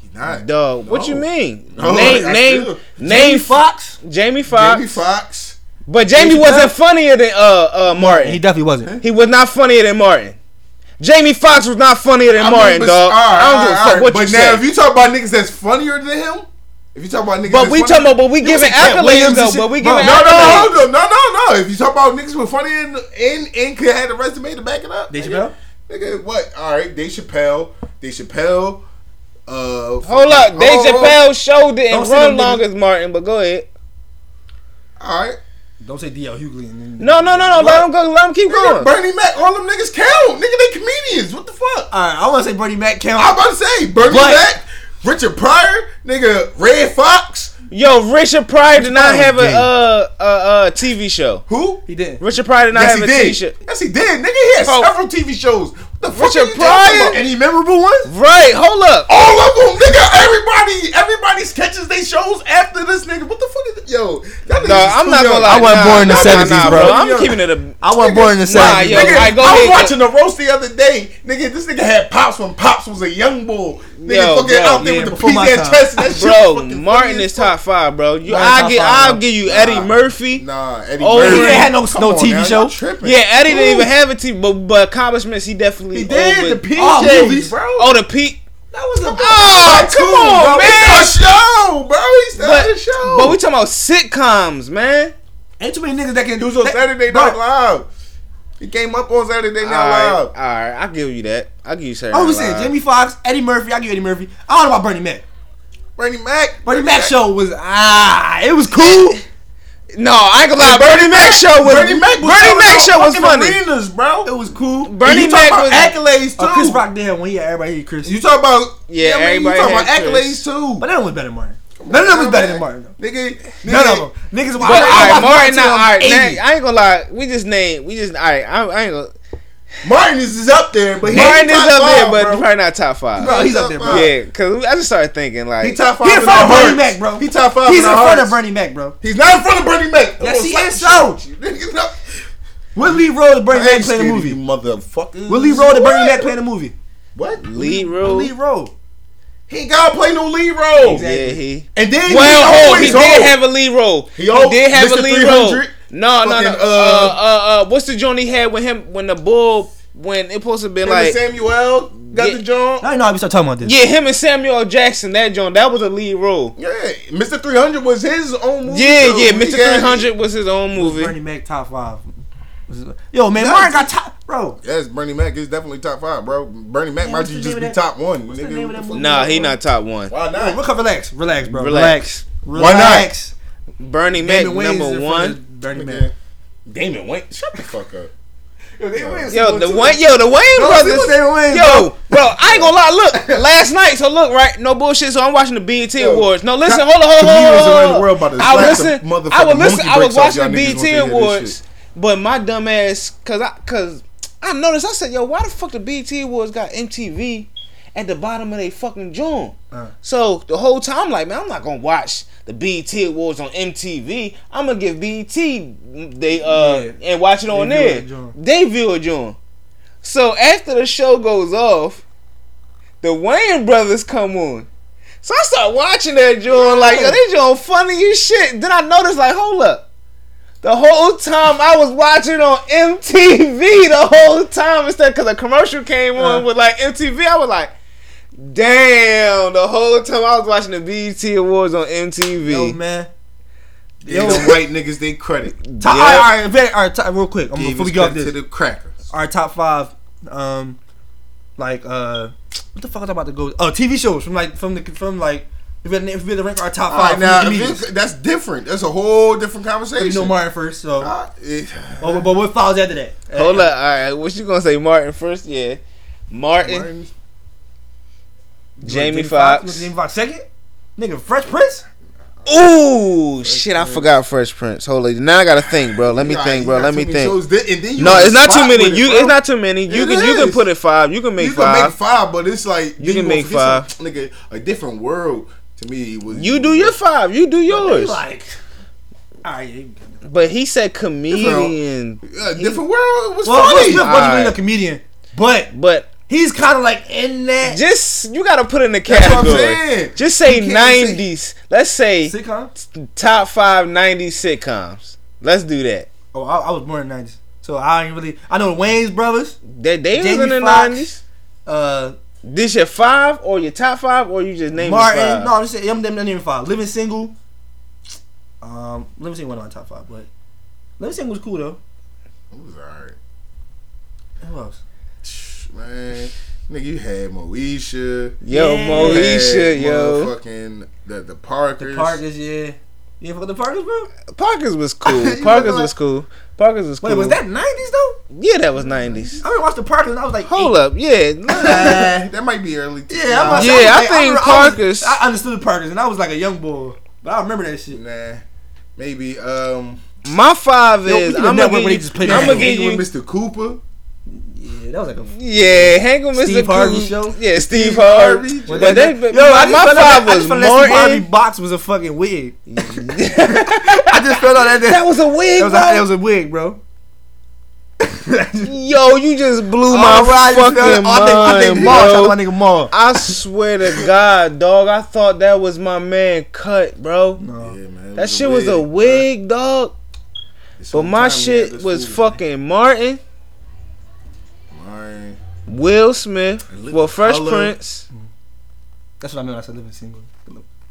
Speaker 10: He's not.
Speaker 2: dog, what
Speaker 10: No.
Speaker 2: you mean?
Speaker 10: No,
Speaker 2: name
Speaker 10: I
Speaker 2: name
Speaker 10: feel-
Speaker 2: name
Speaker 1: Fox.
Speaker 2: Jamie Foxx.
Speaker 10: Jamie Foxx.
Speaker 2: But Jamie
Speaker 1: Jamie
Speaker 2: wasn't
Speaker 1: Foxx?
Speaker 2: funnier than uh uh Martin.
Speaker 1: He
Speaker 2: He,
Speaker 1: definitely wasn't.
Speaker 2: was not funnier than Martin. Jamie Foxx was not funnier than
Speaker 10: I mean,
Speaker 2: Martin,
Speaker 10: but-
Speaker 2: dog.
Speaker 10: alright,
Speaker 2: I don't give a
Speaker 10: alright,
Speaker 2: fuck what
Speaker 10: but
Speaker 2: you
Speaker 10: now,
Speaker 2: say.
Speaker 10: if you talk about niggas that's funnier than him, if you talk about niggas,
Speaker 2: but
Speaker 10: that's
Speaker 2: we
Speaker 10: funnier,
Speaker 2: talking about, but we giving
Speaker 1: Kent
Speaker 2: accolades
Speaker 1: Williams and
Speaker 2: though.
Speaker 1: shit.
Speaker 2: But we
Speaker 1: Bro,
Speaker 2: giving
Speaker 10: No, no,
Speaker 2: accolades.
Speaker 10: no, no, no, no. If you talk about niggas with funny and and and could have had a resume to back it up.
Speaker 1: Dave
Speaker 10: nigga.
Speaker 1: Chappelle?
Speaker 10: Nigga, what? All right, Dave Chappelle, Dave Chappelle. Uh,
Speaker 2: Hold up, Dave Chappelle's show
Speaker 1: Don't
Speaker 2: didn't
Speaker 1: say
Speaker 2: run
Speaker 1: no
Speaker 2: long
Speaker 1: nigga.
Speaker 2: as Martin. But go ahead.
Speaker 10: All right,
Speaker 1: Don't say DL Hughley. and then-
Speaker 2: No, no, no, no. Let him go. Let him keep going.
Speaker 10: nigga, Bernie Mac. All them niggas count. Nigga, they comedians. What the fuck?
Speaker 1: All right, I want to say Bernie Mac count.
Speaker 3: Ah!
Speaker 10: I'm about to say Bernie
Speaker 1: But-
Speaker 10: Mac, Richard Pryor, nigga, Red Fox.
Speaker 2: Yo, Richard Pryor did not have a
Speaker 1: Pryor
Speaker 2: uh, uh uh TV show.
Speaker 10: Who?
Speaker 1: he didn't.
Speaker 2: Richard Pryor did not
Speaker 10: Yes,
Speaker 2: have
Speaker 10: he
Speaker 2: a TV
Speaker 10: did.
Speaker 2: show.
Speaker 10: Yes, he did. Nigga, he had
Speaker 2: Oh.
Speaker 10: several TV shows. What The fuck
Speaker 2: Richard
Speaker 10: are you talking
Speaker 2: Pryor?
Speaker 10: about?
Speaker 1: Any memorable ones?
Speaker 2: Right. Hold up.
Speaker 10: All of them, nigga. Everybody, everybody sketches they shows after this nigga. What the fuck is yo? That
Speaker 2: No, I'm not gonna lie.
Speaker 1: I wasn't
Speaker 2: Nah,
Speaker 1: born in the
Speaker 2: nah, nah,
Speaker 1: 70s,
Speaker 2: nah,
Speaker 1: bro.
Speaker 2: I'm keeping it a.
Speaker 1: I wasn't born in the
Speaker 2: Nah,
Speaker 1: '70s.
Speaker 2: yo,
Speaker 1: nigga.
Speaker 10: Nigga,
Speaker 2: like, go
Speaker 10: I was
Speaker 2: ahead,
Speaker 10: watching the roast the other day. Nigga, this nigga had pops when pops was a young boy. Nigga,
Speaker 2: Yo,
Speaker 10: fucking
Speaker 2: bro,
Speaker 10: out there
Speaker 1: yeah,
Speaker 10: with the
Speaker 1: before my
Speaker 10: pizza and
Speaker 1: time.
Speaker 10: chest and that shit. was
Speaker 2: Bro,
Speaker 10: fucking funny
Speaker 2: Martin
Speaker 10: as
Speaker 2: is
Speaker 10: fuck.
Speaker 2: top five, bro. You,
Speaker 1: Martin's
Speaker 2: I
Speaker 1: top
Speaker 2: get,
Speaker 1: five,
Speaker 2: I'll
Speaker 1: bro.
Speaker 2: give you Eddie Murphy.
Speaker 10: Nah, Eddie
Speaker 2: Oh,
Speaker 10: Murphy.
Speaker 2: he didn't have
Speaker 1: no-
Speaker 10: Come
Speaker 1: no
Speaker 10: on
Speaker 1: TV
Speaker 10: now,
Speaker 1: show.
Speaker 10: y'all tripping.
Speaker 2: Yeah, Eddie didn't even have a team, but but accomplishments he definitely.
Speaker 10: He did
Speaker 2: over-
Speaker 10: the PJs,
Speaker 1: All movies.
Speaker 10: bro.
Speaker 2: Oh, the Pete.
Speaker 1: That was a
Speaker 2: Oh, come on,
Speaker 10: bro,
Speaker 2: man.
Speaker 10: It's a show, bro. He's
Speaker 2: But,
Speaker 10: a show.
Speaker 2: but we talking about sitcoms, man.
Speaker 1: Ain't too many niggas that can
Speaker 10: He was on
Speaker 1: that-
Speaker 10: Saturday
Speaker 1: bro,
Speaker 10: Night Live. He came up on Saturday Night
Speaker 2: All right, all
Speaker 10: Live.
Speaker 2: right, I give you that. I give you Saturday.
Speaker 1: I
Speaker 2: Night
Speaker 1: was saying
Speaker 2: Live.
Speaker 1: Jamie Foxx, Eddie Murphy. I give Eddie Murphy. I don't know about Bernie Mac.
Speaker 10: Bernie Mac.
Speaker 1: Bernie Mac show was ah, it was cool.
Speaker 2: No, I ain't gonna lie. Bernie Mac show was
Speaker 10: Bernie Mac was
Speaker 2: Bernie
Speaker 10: showing
Speaker 2: Mac
Speaker 10: out
Speaker 2: show was
Speaker 10: fucking
Speaker 2: funny.
Speaker 10: Arenas, bro.
Speaker 1: It was cool.
Speaker 2: Bernie
Speaker 10: you talking
Speaker 2: Mac
Speaker 10: about
Speaker 2: was
Speaker 10: accolades too.
Speaker 1: Oh, Chris Rock there when he had everybody hate Chris.
Speaker 10: You talk about
Speaker 2: Yeah,
Speaker 10: I mean,
Speaker 2: everybody
Speaker 10: You talk about
Speaker 2: had Chris.
Speaker 10: accolades too.
Speaker 1: but that one was better than Martin. None of them was better than Martin. Though.
Speaker 10: Nigga, nigga,
Speaker 1: None of them. Niggas watch.
Speaker 2: But, all
Speaker 1: I
Speaker 2: right,
Speaker 1: watched
Speaker 2: Martin,
Speaker 1: Martin
Speaker 2: now, all right,
Speaker 1: till I'm 80.
Speaker 2: now, I ain't gonna lie. We just named, we just, all right, I, I ain't gonna.
Speaker 10: Martin is, is up there, but he
Speaker 2: Martin is
Speaker 10: ain't
Speaker 2: up
Speaker 10: top
Speaker 2: there,
Speaker 10: five,
Speaker 2: but
Speaker 10: bro.
Speaker 2: probably not top five.
Speaker 10: Bro, he's up there, bro.
Speaker 2: Yeah, because I just started thinking, like,
Speaker 10: He top five.
Speaker 1: He in
Speaker 10: in
Speaker 1: front of
Speaker 10: our
Speaker 1: Bernie Mac,
Speaker 10: hearts.
Speaker 1: bro.
Speaker 10: He top five.
Speaker 1: He's in
Speaker 10: our
Speaker 1: front of
Speaker 10: hearts.
Speaker 1: Bernie Mac, bro. Oh,
Speaker 10: He's not in front of Bernie Mac.
Speaker 1: Yes,
Speaker 10: I'm
Speaker 1: he
Speaker 10: gonna
Speaker 1: is,
Speaker 10: slap
Speaker 1: so.
Speaker 10: the shit out you, nigga. No.
Speaker 1: What lead role did Bernie
Speaker 10: I
Speaker 1: Mac
Speaker 10: ain't
Speaker 1: play in
Speaker 10: scared
Speaker 1: the
Speaker 10: of
Speaker 1: movie?
Speaker 10: you motherfuckers.
Speaker 1: What lead role did Bernie Mac play in the movie?
Speaker 10: What?
Speaker 2: lead
Speaker 1: What
Speaker 2: role.
Speaker 1: lead role?
Speaker 10: He ain't gotta play no lead role.
Speaker 2: Oh, Yeah, he.
Speaker 10: And then
Speaker 2: Well, oh, he
Speaker 10: always
Speaker 2: did
Speaker 10: on.
Speaker 2: have a lead role. He,
Speaker 10: al-
Speaker 2: did have a
Speaker 10: Mr.
Speaker 2: lead role.
Speaker 10: 300,
Speaker 2: No, no, no.
Speaker 10: fucking,
Speaker 2: Uh, uh, uh, what's the joint he had with him when the bull when it supposed to be
Speaker 10: Remember
Speaker 2: like?
Speaker 10: Samuel got
Speaker 2: Yeah.
Speaker 10: the joint.
Speaker 1: I didn't know how we start talking about this.
Speaker 2: Yeah, him and Samuel Jackson. That joint that was a lead role.
Speaker 10: Yeah, Mr. 300 was his own movie.
Speaker 2: Yeah,
Speaker 10: though.
Speaker 2: yeah.
Speaker 10: He
Speaker 2: Mr.
Speaker 10: got-
Speaker 2: Three Hundred was his own
Speaker 1: Bernie
Speaker 2: movie.
Speaker 1: Mac top five. Yo, man,
Speaker 10: Yes.
Speaker 1: Martin got top, bro.
Speaker 10: Yes, Bernie Mac is definitely top five, bro. Bernie Mac
Speaker 1: Man,
Speaker 10: might
Speaker 1: what's
Speaker 10: just
Speaker 1: the
Speaker 10: be
Speaker 1: name of that-
Speaker 10: top one.
Speaker 1: what's the
Speaker 10: nigga.
Speaker 1: name of
Speaker 10: What
Speaker 1: that
Speaker 10: the fuck?
Speaker 1: movie?
Speaker 2: Nah, he not top one.
Speaker 10: Why
Speaker 1: Yo,
Speaker 10: not?
Speaker 1: look up, relax, relax, bro.
Speaker 2: Relax.
Speaker 1: Relax.
Speaker 10: Why not?
Speaker 1: Relax.
Speaker 2: Bernie Mac
Speaker 1: Damon Wayans is
Speaker 2: number
Speaker 1: in front
Speaker 2: one.
Speaker 1: of Bernie Mac.
Speaker 10: Damon Wayne, shut the fuck up.
Speaker 2: Yo, the Wayne, yo, the Wayne
Speaker 1: No,
Speaker 2: brothers.
Speaker 1: people say Wayne,
Speaker 2: yo, bro. I ain't gonna lie. Look, last night. So look, right? No bullshit. So I'm watching the BET Awards. No, listen.
Speaker 10: co-
Speaker 2: Hold on, hold on,
Speaker 10: comedians
Speaker 2: hold on.
Speaker 10: around the world about to
Speaker 2: I
Speaker 10: slap
Speaker 2: was
Speaker 10: the
Speaker 2: listening. I
Speaker 10: motherfucking
Speaker 2: was listening.
Speaker 10: monkey
Speaker 2: I was
Speaker 10: breaks off,
Speaker 2: watching
Speaker 10: y'all niggas once they
Speaker 2: BET
Speaker 10: hear this
Speaker 2: Awards,
Speaker 10: shit.
Speaker 2: but my dumb ass, cause I, cause I noticed. I said, yo, why the fuck the BET Awards got MTV at the bottom of they fucking joint?
Speaker 10: Uh.
Speaker 2: So the whole time, I'm like, man, I'm not gonna watch the BET Awards on MTV. I'm gonna give BET they uh and watch it on
Speaker 3: They view
Speaker 2: there.
Speaker 3: it, John.
Speaker 2: They view it, John. So after the show goes off, the Wayne brothers come on. So I start watching that John like, yo, they John funny as shit. Then I noticed like, hold up. The whole time I was watching on MTV the whole time instead because a commercial came
Speaker 1: Uh-huh.
Speaker 2: on with like MTV. I was like, damn, the whole time I was watching the BET Awards on MTV.
Speaker 1: Yo, man.
Speaker 10: Yo, the white niggas, they credit.
Speaker 1: Top, all right, all right, very- all right, top- real quick. I'm,
Speaker 10: Gave
Speaker 1: before
Speaker 10: his
Speaker 1: we get off
Speaker 10: credit
Speaker 1: this,
Speaker 10: to the crackers.
Speaker 1: our top five, um, like uh, what the fuck was I about to go? With? Oh, TV shows from like from the from like if we had to, if we had to rank our top
Speaker 10: All right,
Speaker 1: five.
Speaker 10: now
Speaker 1: from the
Speaker 10: if
Speaker 1: comedians.
Speaker 10: it's- that's different. That's a whole different conversation.
Speaker 1: you know Martin first, so
Speaker 10: Uh, it-
Speaker 1: but, but what follows after that?
Speaker 2: Hold up, all right. What you gonna say, Martin? First, yeah, Martin,
Speaker 10: Martin,
Speaker 2: Jamie
Speaker 1: Foxx.
Speaker 2: Foxx.
Speaker 1: Jamie Foxx second. Nigga, Fresh Prince.
Speaker 2: Ooh, shit! I forgot Fresh Prince. Hold on, now I gotta think, bro. Let me
Speaker 10: nah,
Speaker 2: think,
Speaker 10: you
Speaker 2: bro.
Speaker 10: got
Speaker 2: Let
Speaker 10: too
Speaker 2: me
Speaker 10: many
Speaker 2: think.
Speaker 10: shows. Then- and then you
Speaker 2: No,
Speaker 10: on the
Speaker 2: it's not too
Speaker 10: spot
Speaker 2: many.
Speaker 10: with it,
Speaker 2: You,
Speaker 10: bro.
Speaker 2: it's not too many. You
Speaker 10: It
Speaker 2: can, you can
Speaker 10: is.
Speaker 2: put it five. You can make
Speaker 10: you can
Speaker 2: five.
Speaker 10: make five, but it's like
Speaker 2: You can
Speaker 10: gonna
Speaker 2: make
Speaker 10: forget some- Nigga, a different world to me was.
Speaker 2: You do your five. You do yours.
Speaker 1: Like, all right.
Speaker 2: But he said comedian.
Speaker 10: a different world. It was
Speaker 2: Oh,
Speaker 1: Well, Will
Speaker 10: funny.
Speaker 1: Smith wasn't
Speaker 2: All
Speaker 1: really a
Speaker 2: right.
Speaker 1: comedian, but
Speaker 2: But
Speaker 1: he's kind of like in that.
Speaker 2: just you gotta put in the
Speaker 10: what I'm
Speaker 2: category.
Speaker 10: saying.
Speaker 2: Just say
Speaker 10: You can't say-
Speaker 2: nineties. Let's say
Speaker 1: Sitcom?
Speaker 2: top five 90s sitcoms. Let's do that.
Speaker 1: Oh, I, I was born in the nineties, so I ain't really. I know the Wayne's brothers.
Speaker 2: They, they was
Speaker 1: Jamie
Speaker 2: in the
Speaker 1: Foxx.
Speaker 2: nineties.
Speaker 1: Uh,
Speaker 2: This your five or your top five or you just name
Speaker 1: Martin.
Speaker 2: Martin.
Speaker 1: No, I'm just saying. I'm not even five. Living single. Um, Living single wasn't my top five, but Living single was cool though.
Speaker 10: It was alright,
Speaker 1: Who else?
Speaker 10: man. Nigga, you had Moesha.
Speaker 2: Yo,
Speaker 1: Yeah.
Speaker 2: Moesha,
Speaker 10: had
Speaker 2: yo.
Speaker 10: Motherfucking the the Parkers.
Speaker 1: Parkers, yeah. You ever fuck the Parkers, bro?
Speaker 2: Parkers was cool.
Speaker 10: You
Speaker 2: Parkers
Speaker 10: look
Speaker 2: was
Speaker 10: like-
Speaker 2: cool. Parkers was cool.
Speaker 1: Wait, was that nineties though?
Speaker 2: Yeah, that was nineties.
Speaker 1: I mean, watched the Parkers and I was like,
Speaker 2: Hold
Speaker 1: eight.
Speaker 2: up, yeah. nah.
Speaker 1: Uh,
Speaker 10: That might be early.
Speaker 1: yeah, I'm
Speaker 10: nah,
Speaker 1: like,
Speaker 2: Yeah,
Speaker 1: was
Speaker 2: I
Speaker 1: like-
Speaker 2: think
Speaker 1: remember-
Speaker 2: Parkers-
Speaker 1: I, was, I understood Parkers, and I was like a young boy, but I remember that shit.
Speaker 10: nah. Maybe um.
Speaker 2: My five
Speaker 1: Yo, we
Speaker 2: is
Speaker 1: need a
Speaker 2: I'm
Speaker 1: network
Speaker 2: gonna
Speaker 1: where they
Speaker 2: give
Speaker 1: just
Speaker 2: you.
Speaker 1: play
Speaker 2: I'm
Speaker 1: that.
Speaker 2: gonna give
Speaker 10: Hanging
Speaker 2: you.
Speaker 10: with Mr. Cooper.
Speaker 1: Yeah, that was like a.
Speaker 2: Yeah, hang with Mr.
Speaker 1: Steve Harvey
Speaker 2: Cool.
Speaker 1: show?
Speaker 2: Yeah, Steve Harvey.
Speaker 10: Harvey.
Speaker 2: But they, but my,
Speaker 1: just
Speaker 2: my
Speaker 1: found out-
Speaker 2: five
Speaker 1: I
Speaker 2: was
Speaker 1: just found out that Steve Harvey
Speaker 2: Martin.
Speaker 1: box was a fucking wig. I just found out that that,
Speaker 2: That was a wig,
Speaker 1: that was, a,
Speaker 2: bro.
Speaker 1: that was a wig, bro.
Speaker 2: Yo, you just blew
Speaker 1: Oh,
Speaker 2: my
Speaker 1: Alright, you feel
Speaker 2: fucking
Speaker 1: it? Oh, I think, I think
Speaker 2: mind,
Speaker 1: Maul. Shout out
Speaker 2: bro.
Speaker 1: to my nigga Maul.
Speaker 2: I swear to God, dog. I thought that was my man cut, bro.
Speaker 1: Uh,
Speaker 10: Yeah, man. it
Speaker 2: That shit was a
Speaker 10: wig.
Speaker 2: wig, dog.
Speaker 10: It's
Speaker 2: But my
Speaker 10: sometime we had
Speaker 2: shit
Speaker 10: this
Speaker 2: was
Speaker 10: fool.
Speaker 2: fucking Martin,
Speaker 10: Alright.
Speaker 2: Will Smith,
Speaker 10: And Lil
Speaker 2: well, Fresh
Speaker 10: Hello.
Speaker 2: Prince,
Speaker 1: That's what I meant. I said living single.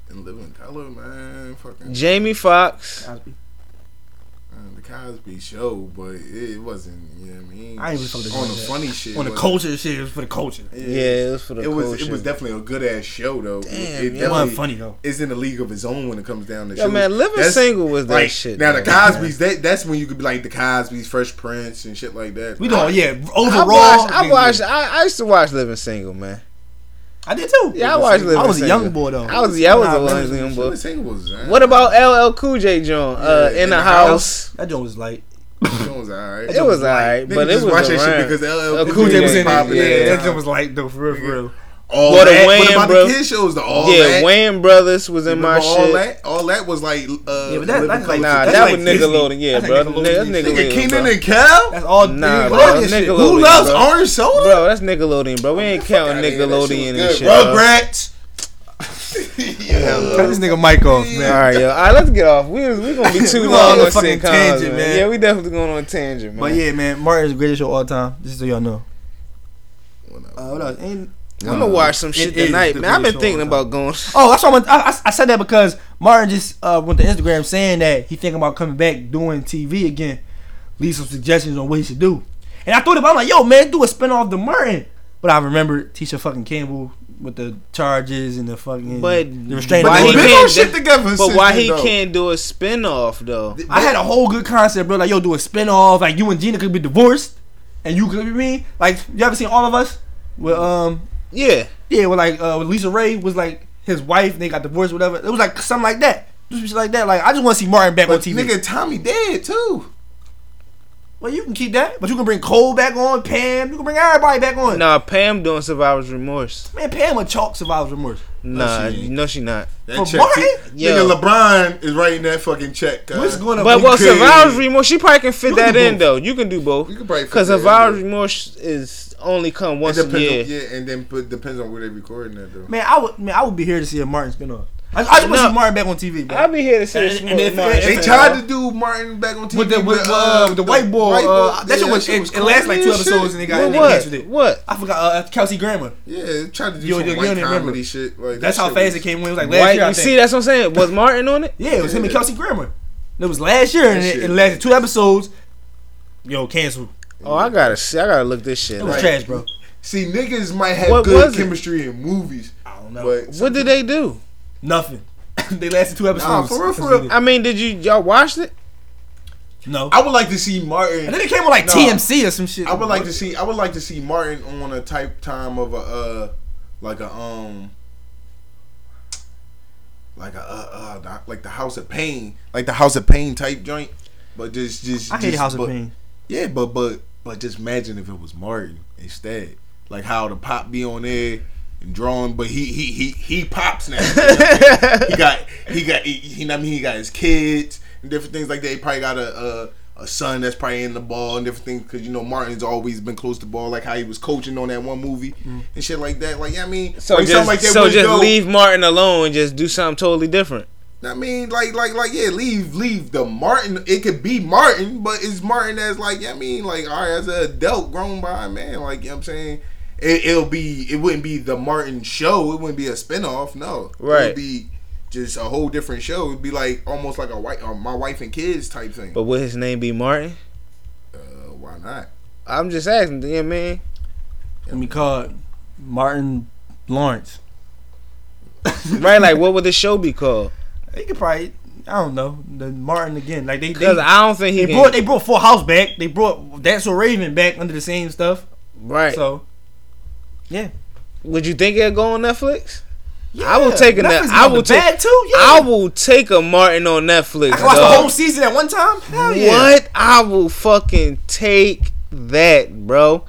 Speaker 10: And living color, man. Fucking
Speaker 2: Jamie Foxx.
Speaker 1: Cosby.
Speaker 10: man, the Cosby Show, but it wasn't. You know what I mean?
Speaker 1: I ain't really fucking
Speaker 10: on the
Speaker 1: with that.
Speaker 10: funny shit.
Speaker 1: On the
Speaker 10: but-
Speaker 1: culture shit, it was for the culture.
Speaker 10: Yeah.
Speaker 2: Yeah, it was for the
Speaker 10: It was. It
Speaker 2: culture.
Speaker 10: was definitely a good ass show though. Damn,
Speaker 1: It wasn't funny though.
Speaker 10: It's in a league of its own when it comes down to
Speaker 2: Yo,
Speaker 10: shows.
Speaker 2: man, Living
Speaker 10: That's-
Speaker 2: Single was that
Speaker 10: like,
Speaker 2: shit.
Speaker 10: Now the
Speaker 2: though.
Speaker 10: Cosby's, that that's when you could be like the Cosby's, Fresh Prince, and shit like that.
Speaker 1: We don't. Yeah,
Speaker 2: I
Speaker 1: overall,
Speaker 2: watched. I
Speaker 1: nigga,
Speaker 2: watched. I, I used to watch Living Single, man.
Speaker 1: I did too.
Speaker 2: Yeah, I watched Living
Speaker 1: I was a
Speaker 2: Single.
Speaker 1: young boy though.
Speaker 2: I was. Yeah, I was
Speaker 1: Nah,
Speaker 2: a
Speaker 1: man,
Speaker 2: Living Single.
Speaker 10: Living
Speaker 2: boy.
Speaker 10: Single was. uh,
Speaker 2: What about LL Cool J, John? Uh,
Speaker 10: Yeah,
Speaker 2: in the house.
Speaker 1: That joint was light.
Speaker 10: It was alright.
Speaker 2: It was alright,
Speaker 10: Niggas
Speaker 2: but it
Speaker 10: just
Speaker 2: was
Speaker 10: watch that
Speaker 2: around.
Speaker 10: shit because LL
Speaker 2: Uh,
Speaker 10: Cool J was
Speaker 1: it.
Speaker 2: Yeah,
Speaker 10: in it.
Speaker 2: yeah,
Speaker 1: Yeah, that
Speaker 10: time.
Speaker 1: joint was light though, for real, for real.
Speaker 10: All
Speaker 2: Well, the
Speaker 10: that.
Speaker 2: Wayne
Speaker 10: what about
Speaker 2: Bro-
Speaker 10: the kid shows? The all
Speaker 2: yeah,
Speaker 10: that.
Speaker 2: Wayne Brothers was in my
Speaker 10: Remember all
Speaker 2: shit.
Speaker 10: that, all that was like. Uh,
Speaker 1: Yeah, but that-
Speaker 10: Living
Speaker 1: that's
Speaker 10: Color.
Speaker 2: Nah,
Speaker 1: That's
Speaker 2: that
Speaker 1: like
Speaker 2: was
Speaker 1: Disney.
Speaker 2: Nickelodeon. Yeah,
Speaker 1: That's
Speaker 2: bro.
Speaker 1: like
Speaker 2: Nigga,
Speaker 1: Nickelodeon.
Speaker 2: That's
Speaker 1: Nigga,
Speaker 2: Nickelodeon.
Speaker 10: Nigga, Keenan
Speaker 2: bro.
Speaker 10: and Cal.
Speaker 1: That's all.
Speaker 2: Nah,
Speaker 1: Nah,
Speaker 2: bro.
Speaker 1: bro.
Speaker 2: Nigga-
Speaker 1: Shit.
Speaker 2: Nickelodeon,
Speaker 10: Who loves
Speaker 2: bro.
Speaker 10: orange soda?
Speaker 2: Bro, that's Nickelodeon, bro. We ain't counting
Speaker 10: outta here. That shit
Speaker 2: Nickelodeon and
Speaker 10: was
Speaker 2: shit.
Speaker 10: good.
Speaker 2: bro.
Speaker 10: Rugrats.
Speaker 1: Cut this nigga mic off, man.
Speaker 2: All right, yo. All right, let's get off. We was- we gonna be too
Speaker 1: We
Speaker 2: long
Speaker 1: on a
Speaker 2: on
Speaker 1: fucking
Speaker 2: sitcoms,
Speaker 1: tangent,
Speaker 2: man.
Speaker 1: man.
Speaker 2: Yeah, we definitely going on a tangent, man.
Speaker 1: But yeah, man, Martin is the greatest show of all time. Just so y'all know. Uh, what else? Ain't-
Speaker 2: I'm gonna watch some shit
Speaker 1: is
Speaker 2: tonight,
Speaker 1: the
Speaker 2: man. I've
Speaker 1: greatest
Speaker 2: been
Speaker 1: show
Speaker 2: thinking
Speaker 1: of all
Speaker 2: about going.
Speaker 1: Oh, that's what I, went, I, I, I said that because Martin just uh, went to Instagram saying that he thinking about coming back doing TV again. Leave some suggestions on what he should do. And I thought about it, I'm like, yo, man, do a spinoff to Martin. But I remembered Tisha fucking Campbell with the charges and the fucking
Speaker 2: But
Speaker 1: the restraining
Speaker 2: why he
Speaker 1: order.
Speaker 2: can't
Speaker 10: shit
Speaker 2: do-
Speaker 10: together
Speaker 2: But
Speaker 10: since
Speaker 2: why
Speaker 10: then,
Speaker 2: he
Speaker 10: though.
Speaker 2: can't do a spin off though?
Speaker 1: I had a whole good concept, bro. Like, yo, do a spinoff. Like, you and Gina could be divorced. and you could mean like you ever seen all of us? Well, um,
Speaker 2: yeah,
Speaker 1: yeah, well, like uh, with Lisa Ray was like his wife, and they got divorced, whatever. It was like something like that, just shit like that. Like I just want to see Martin back
Speaker 10: But
Speaker 1: on TV.
Speaker 10: nigga, Tommy dead too.
Speaker 1: Well, you can keep that, but you can bring Cole back on, Pam. You can bring everybody back on.
Speaker 2: Nah, Pam doing survivor's remorse.
Speaker 1: Man, Pam a chalk survivor's remorse.
Speaker 2: Nah,
Speaker 10: she-
Speaker 2: no, she not.
Speaker 1: For
Speaker 10: That check,
Speaker 1: Martin?
Speaker 10: too.
Speaker 2: Yo.
Speaker 10: nigga, LeBron is writing that fucking check. uh, cuz.
Speaker 1: What's going on?
Speaker 2: But well,
Speaker 10: could-
Speaker 2: survivor's remorse, she probably can fit
Speaker 1: You can
Speaker 2: that
Speaker 1: do
Speaker 2: in
Speaker 1: both.
Speaker 2: though. You can do both.
Speaker 10: You can probably fit
Speaker 2: Because
Speaker 10: that in,
Speaker 2: survivor's
Speaker 10: yeah.
Speaker 2: remorse is only come
Speaker 10: It
Speaker 2: once a
Speaker 10: depends
Speaker 2: year.
Speaker 10: on, yeah, and then but depends on where they recording that though.
Speaker 1: man, I would man, I would be here to see a Martin spin off. I, I just want to
Speaker 2: No.
Speaker 1: see Martin back on TV, bro.
Speaker 2: I'll be here to see
Speaker 1: And-
Speaker 2: this
Speaker 1: and
Speaker 2: more
Speaker 1: if-
Speaker 2: tomorrow.
Speaker 1: if-
Speaker 10: They tried to do Martin back on TV
Speaker 1: with the, with, uh, the, white boy, uh, that shit was, it, it lasted like two
Speaker 10: crazy as shit.
Speaker 1: episodes and they got
Speaker 2: What?
Speaker 1: and they canceled it.
Speaker 2: What? what?
Speaker 1: I forgot uh, Kelsey Grammer.
Speaker 10: Yeah, they tried to do
Speaker 1: Yo,
Speaker 10: some
Speaker 1: yo, you
Speaker 10: white
Speaker 1: don't even
Speaker 10: comedy
Speaker 1: remember.
Speaker 10: shit. Like that
Speaker 1: That's how
Speaker 10: shit
Speaker 1: fast
Speaker 10: was-
Speaker 1: it came when it was like last
Speaker 2: White,
Speaker 1: year. I
Speaker 2: you
Speaker 1: think.
Speaker 2: see, that's what I'm saying. Was Martin on it?
Speaker 1: Yeah, it was him and
Speaker 10: Yeah.
Speaker 1: Kelsey Grammer. It was last year and
Speaker 10: That
Speaker 1: it, it
Speaker 10: shit-
Speaker 1: lasted two episodes. Yo, canceled.
Speaker 2: Oh, I gotta see. I gotta look this shit.
Speaker 1: It was
Speaker 2: up.
Speaker 1: trash, bro.
Speaker 10: See, niggas might have
Speaker 2: What
Speaker 10: good
Speaker 2: was it?
Speaker 10: chemistry in movies,
Speaker 1: I don't know.
Speaker 10: but
Speaker 2: What did they do?
Speaker 1: Nothing. they lasted two episodes.
Speaker 10: Nah, for real, for real.
Speaker 2: I mean, did you y'all watched it?
Speaker 1: No.
Speaker 10: I would like to see Martin.
Speaker 1: and then it came on like
Speaker 10: No.
Speaker 1: TMC or some shit.
Speaker 10: I would like to see. I would like to see Martin on a type time of a uh, like a um, like a uh, uh not- like the House of Pain, like the House of Pain type joint, but just just
Speaker 1: I hate
Speaker 10: just-
Speaker 1: House of
Speaker 10: but-
Speaker 1: Pain.
Speaker 10: Yeah, but but but just imagine if it was Martin instead, like how the pop be on there. And drawing, but he he he he pops now. he got he got he, he, I mean he got his kids and different things like that. He probably got a a, a son that's probably in the ball and different things because you know Martin's always been close to ball, like how he was coaching on that one movie and shit like that. Like yeah, I mean,
Speaker 2: Mm. So
Speaker 10: like,
Speaker 2: just,
Speaker 10: something like that
Speaker 2: so
Speaker 10: would
Speaker 2: just
Speaker 10: go-
Speaker 2: leave Martin alone and just do something totally different.
Speaker 10: I mean, like like like yeah, leave leave the Martin. It could be Martin, but it's Martin as like yeah, I mean like all right as an adult grown by a man. Like you know what I'm saying. It, it'll be. It wouldn't be the Martin show. It wouldn't be a spinoff. No, It
Speaker 2: Right.
Speaker 10: would be just a whole different show. It'd be like almost like a white, uh, my wife and kids type thing.
Speaker 2: But would his name be Martin?
Speaker 10: Uh, why not?
Speaker 2: I'm just asking. Yeah, man.
Speaker 1: Let me call it Martin Lawrence.
Speaker 2: Right? Like, what would the show be called?
Speaker 1: They could probably, I don't know, the Martin again. Like they,
Speaker 2: Because
Speaker 1: they,
Speaker 2: I don't think he
Speaker 1: they
Speaker 2: can.
Speaker 1: brought they brought Full House back. They brought That's So Raven back under the same stuff.
Speaker 2: right.
Speaker 1: So, yeah,
Speaker 2: Would you think it'll go on Netflix? I will
Speaker 1: Yeah,
Speaker 2: take a
Speaker 1: Netflix
Speaker 2: Netflix I
Speaker 1: got
Speaker 2: will
Speaker 1: the bag
Speaker 2: take.
Speaker 1: too. Yeah,
Speaker 2: I will take a Martin on Netflix.
Speaker 1: I can watch the
Speaker 2: dog.
Speaker 1: whole season at one time. Hell yeah.
Speaker 2: What? I will fucking take that, bro.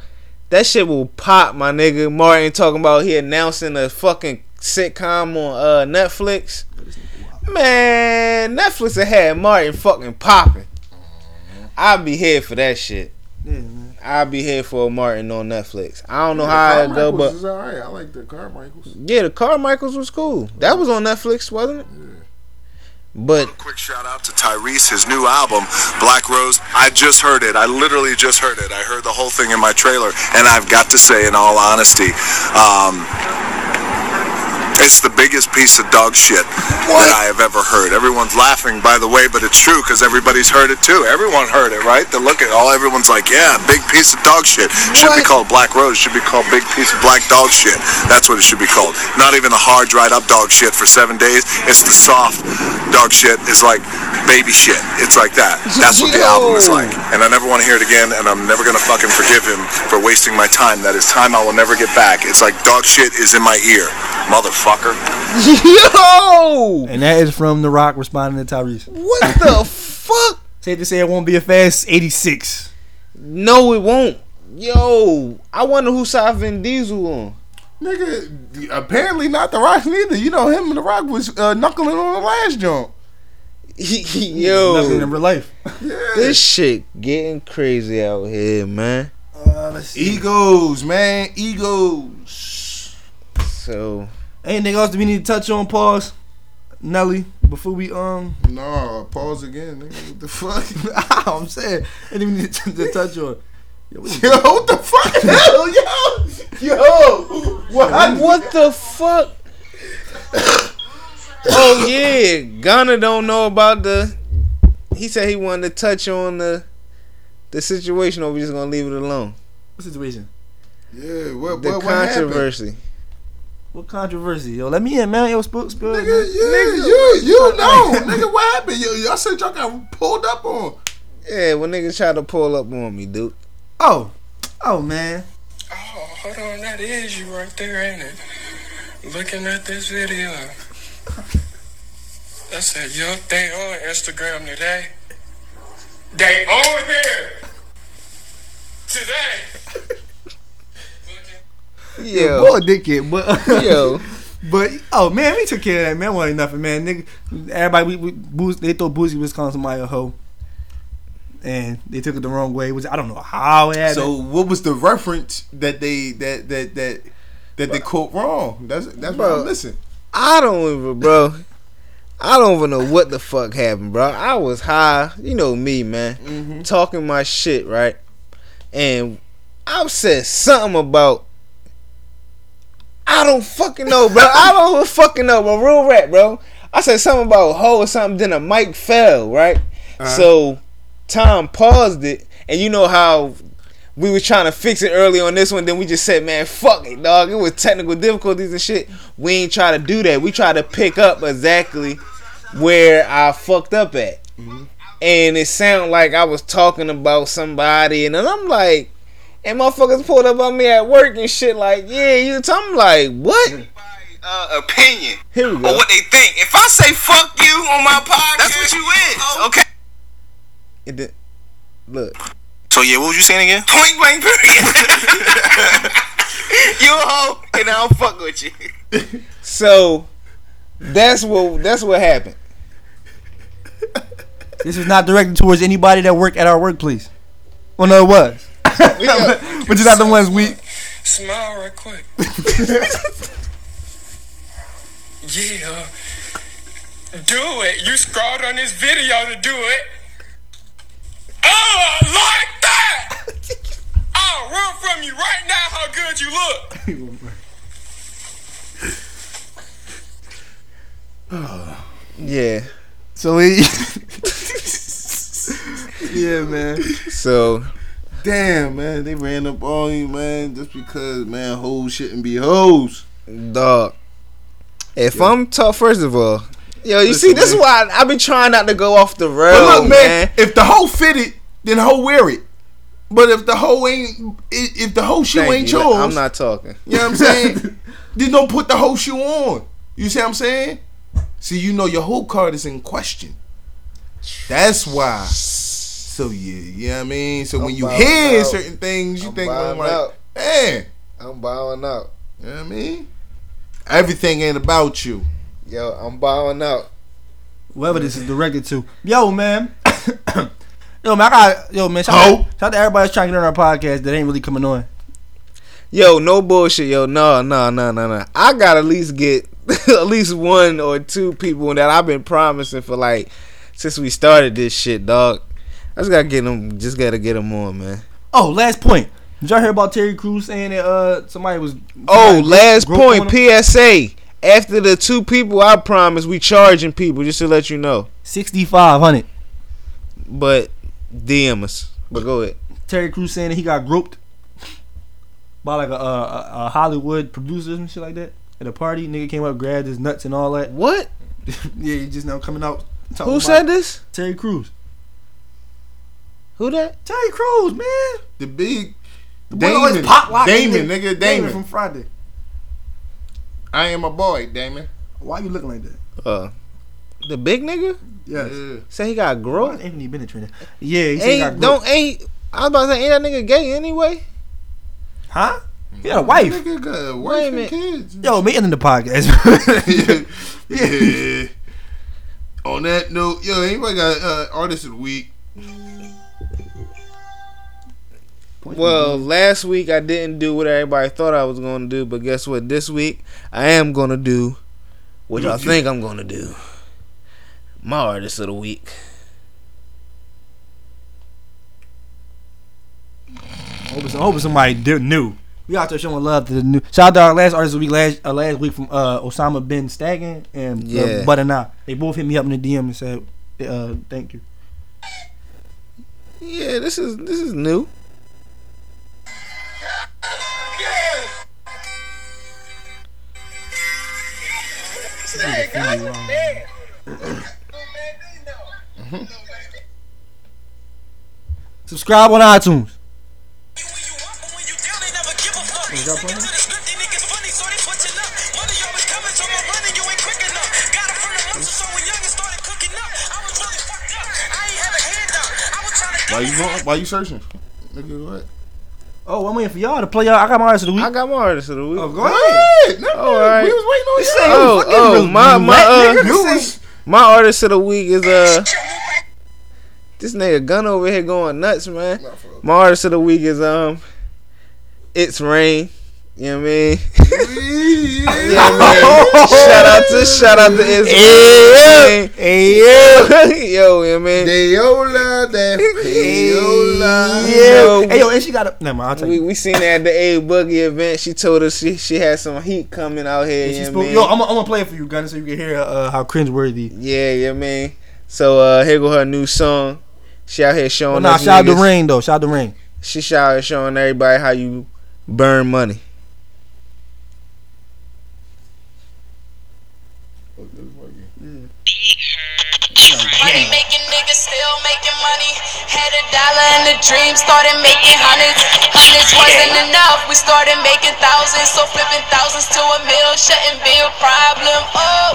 Speaker 2: That shit will pop, my nigga. Martin talking about he announcing a fucking sitcom on uh, Netflix. Man, Netflix had had Martin fucking popping. I'll be here for that shit.
Speaker 1: Mm-hmm. Yeah, man.
Speaker 2: I'll be here for a Martin on Netflix. I don't know how it go,
Speaker 10: Carmichael's
Speaker 2: but
Speaker 10: is all right. I like the Carmichaels.
Speaker 2: yeah, the Carmichaels was cool. That was on Netflix, wasn't it? But
Speaker 12: Quick shout out to Tyrese, his new album, Black Rose. I just heard it. I literally just heard it. I heard the whole thing in my trailer, and I've got to say, in all honesty, um, it's the biggest piece of dog shit that I have ever heard. Everyone's laughing, by the way, but it's true because everybody's heard it too. Everyone heard it, right? The look at all everyone's like, yeah, big piece of dog shit. Should be called Black Rose. Should be called Big Piece of Black Dog Shit. That's what it should be called. Not even the hard dried up dog shit for seven days. It's the soft dog shit. Is like baby shit. It's like that. That's what the album is like. And I never want to hear it again. And I'm never gonna fucking forgive him for wasting my time. That is time I will never get back. It's like dog shit is in my ear, motherfucker.
Speaker 2: yo,
Speaker 1: And that is from The Rock responding to Tyrese.
Speaker 2: what the fuck?
Speaker 1: Safe to say it won't be a fast 86.
Speaker 2: No, it won't. Yo, I wonder who side Vin Diesel on.
Speaker 10: Nigga, apparently not the Rock neither. You know him and the Rock was uh, knuckling on the last joint.
Speaker 1: Nothing in
Speaker 2: Yo,
Speaker 1: real life.
Speaker 2: this shit getting crazy out here, man.
Speaker 1: Uh, let's see.
Speaker 10: Egos, man, egos.
Speaker 2: So
Speaker 1: Anything else that we need to touch on? Pause. Nelly, before we um,
Speaker 10: Nah, pause again. Nigga. What the fuck?
Speaker 1: I'm saying, anything we need to, to touch on?
Speaker 10: yo, what the fuck? Hell, yo, yo. What?
Speaker 2: what the fuck? oh yeah, Ghana don't know about the. He said he wanted to touch on the the situation, or we just gonna leave it alone.
Speaker 1: What situation?
Speaker 10: Yeah, what?
Speaker 2: The
Speaker 10: what, what happened?
Speaker 2: controversy.
Speaker 1: What controversy? Yo, let me in, man. Yo, spill, spill. it,
Speaker 10: Nigga,
Speaker 1: man.
Speaker 10: yeah, you, you know, nigga, what happened? Yo, y'all said y'all got pulled up on.
Speaker 2: Yeah, when niggas try to pull up on me, dude.
Speaker 1: Oh, Oh man.
Speaker 13: Oh, hold on, that is you right there, ain't it? Looking at this video. I said, yo, they on Instagram today. They on here today.
Speaker 1: Yeah, boy, dickhead, but yo. But oh man, we took care of that man. Wasn't nothing, man. Nigga, everybody we, we Booz, they thought Boozy was calling somebody a hoe, and they took it the wrong way. Which I don't know how. It happened.
Speaker 10: So what was the reference that they that that that that they quote wrong? That's that's why
Speaker 2: Bro.
Speaker 10: I'm listening.
Speaker 2: I don't even, bro. I don't even know what the fuck happened, bro. I was high, you know me, man, talking my shit, right? And I said something about I don't fucking know, bro. I don't fucking know, bro. Real rap, bro. I said something about hoe or something. Then the mic fell, right? So Tom paused it, and you know how we were trying to fix it early on this one. Then we just said, man, fuck it, dog. It was technical difficulties and shit. We ain't try to do that. We try to pick up exactly where I fucked up at.
Speaker 14: Mm-hmm.
Speaker 2: And it sounded like I was talking about somebody. And then I'm like, and motherfuckers pulled up on me at work and shit like, yeah, you. T-. I'm like, what?
Speaker 14: uh, opinion
Speaker 2: Here we
Speaker 14: or
Speaker 2: go.
Speaker 14: what they think. If I say fuck you on my podcast, oh. that's what you is. Okay.
Speaker 2: It did- Look.
Speaker 14: So yeah, what was you saying again? Point blank period. you a hoe, and I don't fuck with you.
Speaker 2: So that's what that's what happened.
Speaker 1: This is not directed towards anybody that worked at our workplace. Well, no, it was. but you're not the ones we.
Speaker 13: Smile right quick. yeah. Do it. You scrawled on this video to do it. Oh, I like that! I'll run from you right now how good you look.
Speaker 2: Yeah.
Speaker 1: So we. yeah, man.
Speaker 2: So
Speaker 10: Damn, man, they ran up on you, man, just because man, hoes shouldn't be hoes.
Speaker 2: Dog. If I'm tough, first of all, yo, you
Speaker 10: Listen,
Speaker 2: see, this is
Speaker 10: man.
Speaker 2: why I, I be trying not to go off the rail,
Speaker 10: But look, man,
Speaker 2: Oh, man.
Speaker 10: if the hoe fit it, then hoe wear it. But if the hoe ain't, i- if the hoe shoe
Speaker 2: Thank
Speaker 10: ain't
Speaker 2: you.
Speaker 10: yours,
Speaker 2: I'm not talking.
Speaker 10: You know what I'm saying? then don't put the whole shoe on. You see what I'm saying? See, you know your whole card is in question. That's why. So yeah, you know what I mean? So when you
Speaker 2: bowing
Speaker 10: hear
Speaker 2: out.
Speaker 10: certain things, you
Speaker 2: I'm
Speaker 10: think well,
Speaker 2: bowing
Speaker 10: like,
Speaker 2: out.
Speaker 10: man,
Speaker 2: I'm bowing out.
Speaker 10: you know what I mean? Everything ain't about you.
Speaker 2: Yo, I'm bowing out.
Speaker 1: Whoever this is directed to. Yo, man. yo, man, I got. Yo, man, shout, out, shout out to everybody that's trying to get on our podcast that ain't really coming on.
Speaker 2: Yo, no bullshit, yo, no, no, no, no, no. I gotta at least get at least one or two people that I've been promising for like since we started this shit, dog. I just gotta get them, just gotta get them on, man.
Speaker 1: Oh, last point. Did y'all hear about Terry Crews saying that uh somebody was?
Speaker 2: Oh, last
Speaker 1: gro-
Speaker 2: point,
Speaker 1: groping
Speaker 2: PSA. After the two people I promised, we charging people just to let you know.
Speaker 1: Sixty five hundred.
Speaker 2: But DM us. But go ahead.
Speaker 1: Terry Crews saying that he got groped by like a, a, a- a Hollywood producer and shit like that at a party. Nigga came up, grabbed his nuts and all that.
Speaker 2: What?
Speaker 1: yeah, he just now coming out.
Speaker 10: Oh
Speaker 2: Who said this?
Speaker 1: Terry Crews.
Speaker 2: Who that?
Speaker 1: Terry Crews, man.
Speaker 10: The big
Speaker 1: The boy always
Speaker 10: Damon,
Speaker 1: pop lock,
Speaker 10: Damon,
Speaker 1: nigga.
Speaker 10: nigga,
Speaker 1: Damon
Speaker 10: Damon.
Speaker 1: from Friday.
Speaker 10: I am a boy, Damon.
Speaker 1: Why you looking like that?
Speaker 2: Uh, the big nigga
Speaker 1: Yes.
Speaker 2: say he got
Speaker 1: Why
Speaker 2: growth.
Speaker 1: is Anthony Bennett training? Yeah, he said he got groped.
Speaker 2: Ain't don't ain't. I was about to say ain't that nigga gay anyway.
Speaker 1: Huh? He got a wife.
Speaker 10: Nigga got
Speaker 2: Wait a
Speaker 10: a wife and
Speaker 2: minute.
Speaker 10: kids.
Speaker 1: Yo, me in the podcast.
Speaker 10: yeah. On that note, yo, anybody got uh, artist of the week?
Speaker 2: Well, last week I didn't do what everybody thought I was gonna do, but guess what? This week I am gonna do what y'all think I'm gonna do. My artist of the week.
Speaker 1: hoping, some- hoping somebody do, new. We out there showing love to the new. Shout out to our last artist of the week last uh, last week from uh, Osama bin Staggin and
Speaker 2: Yeah.
Speaker 1: uh, Butter Nah. They both hit me up in the DM and said, uh, "Thank you."
Speaker 2: Yeah, this is this is new.
Speaker 1: Subscribe on iTunes.
Speaker 3: Is y'all playing? Why you going? Why you searching? Nigga, what?
Speaker 1: Oh, I'm waiting for y'all to play y'all. I got my artist of the week. I
Speaker 2: got my artist of the week.
Speaker 1: Oh, go ahead.
Speaker 3: No,
Speaker 2: all right.
Speaker 3: We was waiting on
Speaker 1: This
Speaker 3: y'all.
Speaker 1: ain't
Speaker 2: Oh,
Speaker 1: fucking
Speaker 2: oh,
Speaker 1: real-
Speaker 2: my
Speaker 1: you
Speaker 2: my
Speaker 1: whack
Speaker 2: uh,
Speaker 1: nigga, this
Speaker 2: my artist of the week is uh this nigga gun over here going nuts, man. My artist of the week is um it's rain. You know what I mean? You know what I mean? Shout out to shout out to it's rain. Hey, yo, you know what I mean?
Speaker 3: Deola, that Deola.
Speaker 2: Yo,
Speaker 1: Hey, yo, and she got a. Never mind. I'll tell
Speaker 2: we,
Speaker 1: you.
Speaker 2: we seen her at the A Boogie event. She told us she, she had some heat coming out here.
Speaker 1: She
Speaker 2: you know
Speaker 1: spoke-
Speaker 2: what I mean?
Speaker 1: yo, I'm, I'm gonna play it for you, Gunner, so you can hear uh, how cringeworthy.
Speaker 2: Yeah, yeah, man. So uh here go her new song. She out here
Speaker 1: Well,
Speaker 2: showing
Speaker 1: nah,
Speaker 2: us
Speaker 1: shout out to
Speaker 2: niggas-
Speaker 1: Rain though. Shout out to Rain.
Speaker 2: She shout out showing everybody how you burn money.
Speaker 12: Money making niggas still making money. Had a dollar and the dream started making hundreds. Hundreds wasn't enough. We started making thousands. So flipping thousands to a mill shouldn't be a problem. Oh,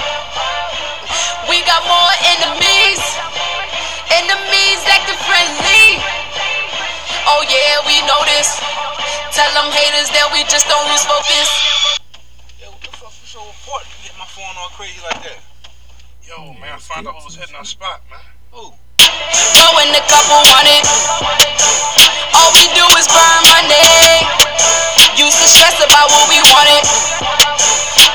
Speaker 12: we got more enemies. Enemies acting friendly. Oh, yeah, we know this. Tell them haters that we just don't lose focus.
Speaker 14: Yo, man, I found out who was hitting our spot, man. Ooh.
Speaker 12: Throwing a couple hundred. All we do is burn money. Used to stress about what we wanted.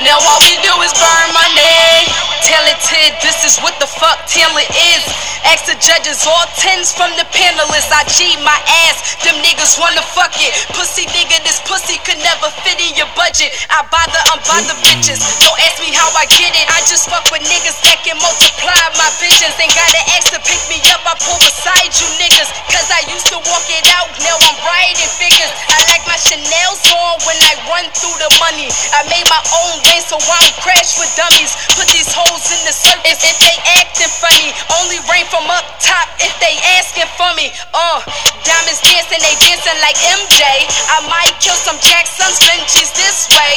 Speaker 12: Now all we do is burn money. Talented, this is what the fuck talent is. Ask the judges, all tens from the panelists. I G my ass, them niggas wanna fuck it. Pussy nigga, this pussy could never fit in your budget. I bother, I'm bother bitches. Don't ask me how I get it. I just fuck with niggas that can multiply my visions. Ain't gotta ask to pick me up, I pull beside you niggas. Cause I used to walk it out, now I'm riding figures. I like my Chanel's on when I run through the money. I made my own way, so I don't crash with dummies. Put these hoes in the circus if they acting funny. Only rain from up top if they asking for me. Uh, diamonds dancing, they dancing like MJ. I might kill some Jacksons, Benjis this way.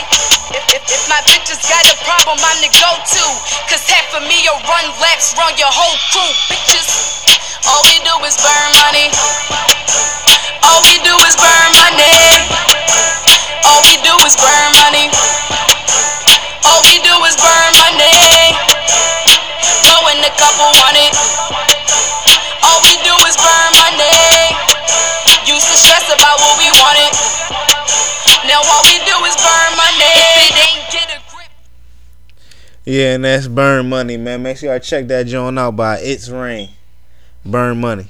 Speaker 12: If, if, if my bitches got a problem, I'm the go to. Cause half of me will run laps, run your whole crew, bitches. All we do is burn money. All we do is burn money. All we do is burn money. All we do is burn money. Throwing a couple on it. All we do is burn money. Used to stress about what we wanted. Now all we do is burn money. If it ain't get a
Speaker 2: Yeah, and that's Burn Money, man. Make sure y'all check that joint out by It's Rain. Burn Money.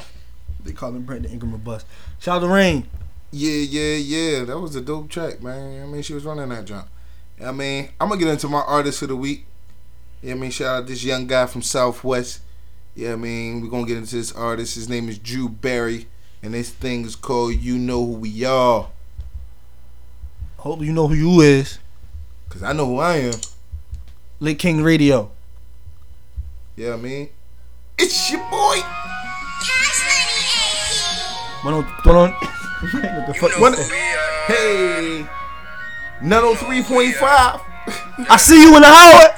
Speaker 1: They call him Brandon Ingram a bust. Shout out to Rain.
Speaker 3: Yeah, yeah, yeah. That was a dope track, man. I mean, she was running that jump. I mean, I'm gonna get into my artist of the week. Yeah, I mean, shout out this young guy from Southwest. Yeah, I mean, we're gonna get into this artist. His name is Drew Barry, and this thing is called "You Know Who We Are."
Speaker 1: Hope you know who you is.
Speaker 3: Cause I know who I am.
Speaker 1: Lit King Radio.
Speaker 3: Yeah, I mean, it's your boy.
Speaker 1: 101. what the fuck?
Speaker 3: One- hey, 903.5.
Speaker 1: I see you in the hallway.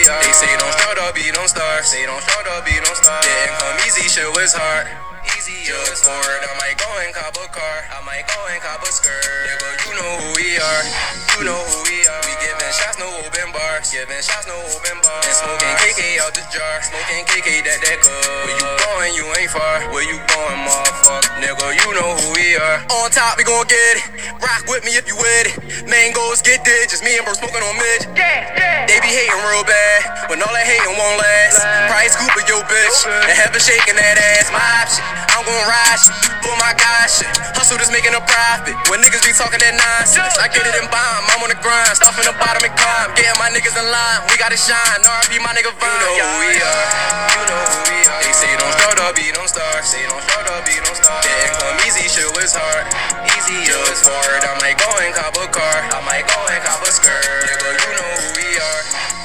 Speaker 14: They say don't start up, be don't start. Say don't start up, be don't start. Didn't come easy, shit was hard. Easy, just forward. I might go and cop a car. I might go and cop a skirt. Nigga, you know who we are. You know who we are. We giving shots, no open bar. Giving shots, no open bar. And smoking KK out the jar. Smoking KK that that cup. Where you going? You ain't far. Where you going, motherfucker? Nigga, you know who we are. On top, we gon' get it. Rock with me if you with it. Mangoes get digits. Me and bro smoking on midge. They be hating real bad, when all that hating won't last. Price Cooper, yo bitch, and heaven shaking that ass. My option, I'm gon' ride shit. Boy, my gosh, shit. Hustle just making a profit. When niggas be talking that nonsense, I get it in bomb. I'm on the grind, stuff in the bottom and climb. Getting my niggas in line, we gotta shine. R&B, my nigga Vine. You know who we are, you know who we are. They say don't start up, be don't start. Say don't start up, be don't start. Didn't come easy, shit was hard. Easy, just forward. I might go and cop a car. I might go and cop a skirt. Nigga, you know who we are.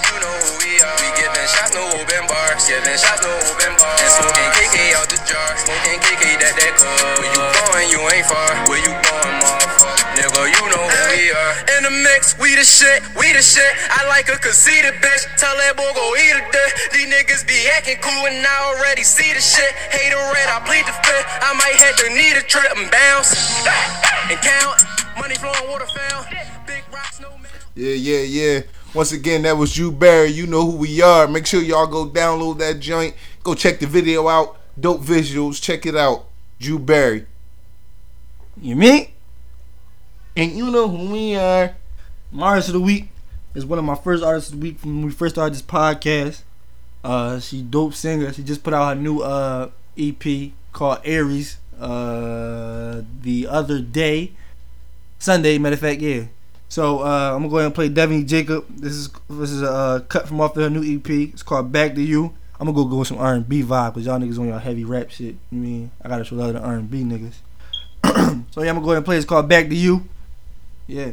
Speaker 14: You know who we are. We giving shots, no open bars. Giving shots, no open bars. And smoking KK out the jar. Smoking KK that that cup. Where you going? You ain't far. Where you going, motherfucker? Nigga, you know who we are. In the mix, we the shit, we the shit. I like a conceited bitch. Tell that boy go eat a dick. These niggas be acting cool and I already see the shit. Hate the red, I bleed the fit. I might have to need a trip and bounce and count. Money flowing, water found.
Speaker 10: Yeah, yeah, yeah. Once again, that was you, Barry. You know who we are. Make sure y'all go download that joint. Go check the video out. Dope visuals. Check it out. Drew Barry.
Speaker 1: You mean?
Speaker 3: And you know who we are. My artist of the week is one of my first artists of the week from when we first started this podcast. Uh, she dope singer. She just put out her new uh EP called Aries. Uh, the other day, Sunday, matter of fact, yeah. So uh, I'm gonna go ahead and play Debbie Jacob. This is this is a uh, cut from off their new EP. It's called Back to You. I'm gonna go go with some R&B vibe because y'all niggas on y'all heavy rap shit. You mean I gotta show love to the R&B niggas. so yeah, I'm gonna go ahead and play. It's called Back to You. Yeah.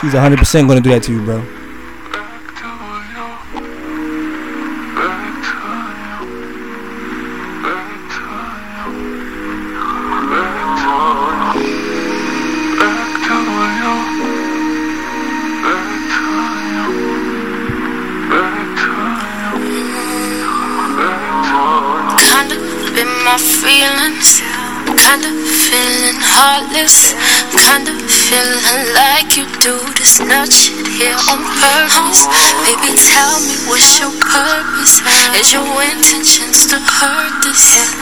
Speaker 3: She's 100% gonna do that to you, bro.
Speaker 12: Kinda been my feelings. Kinda feeling heartless. Kinda feeling like you do this nut shit here on purpose. Baby, tell me what's your purpose? Is your intentions to hurt this?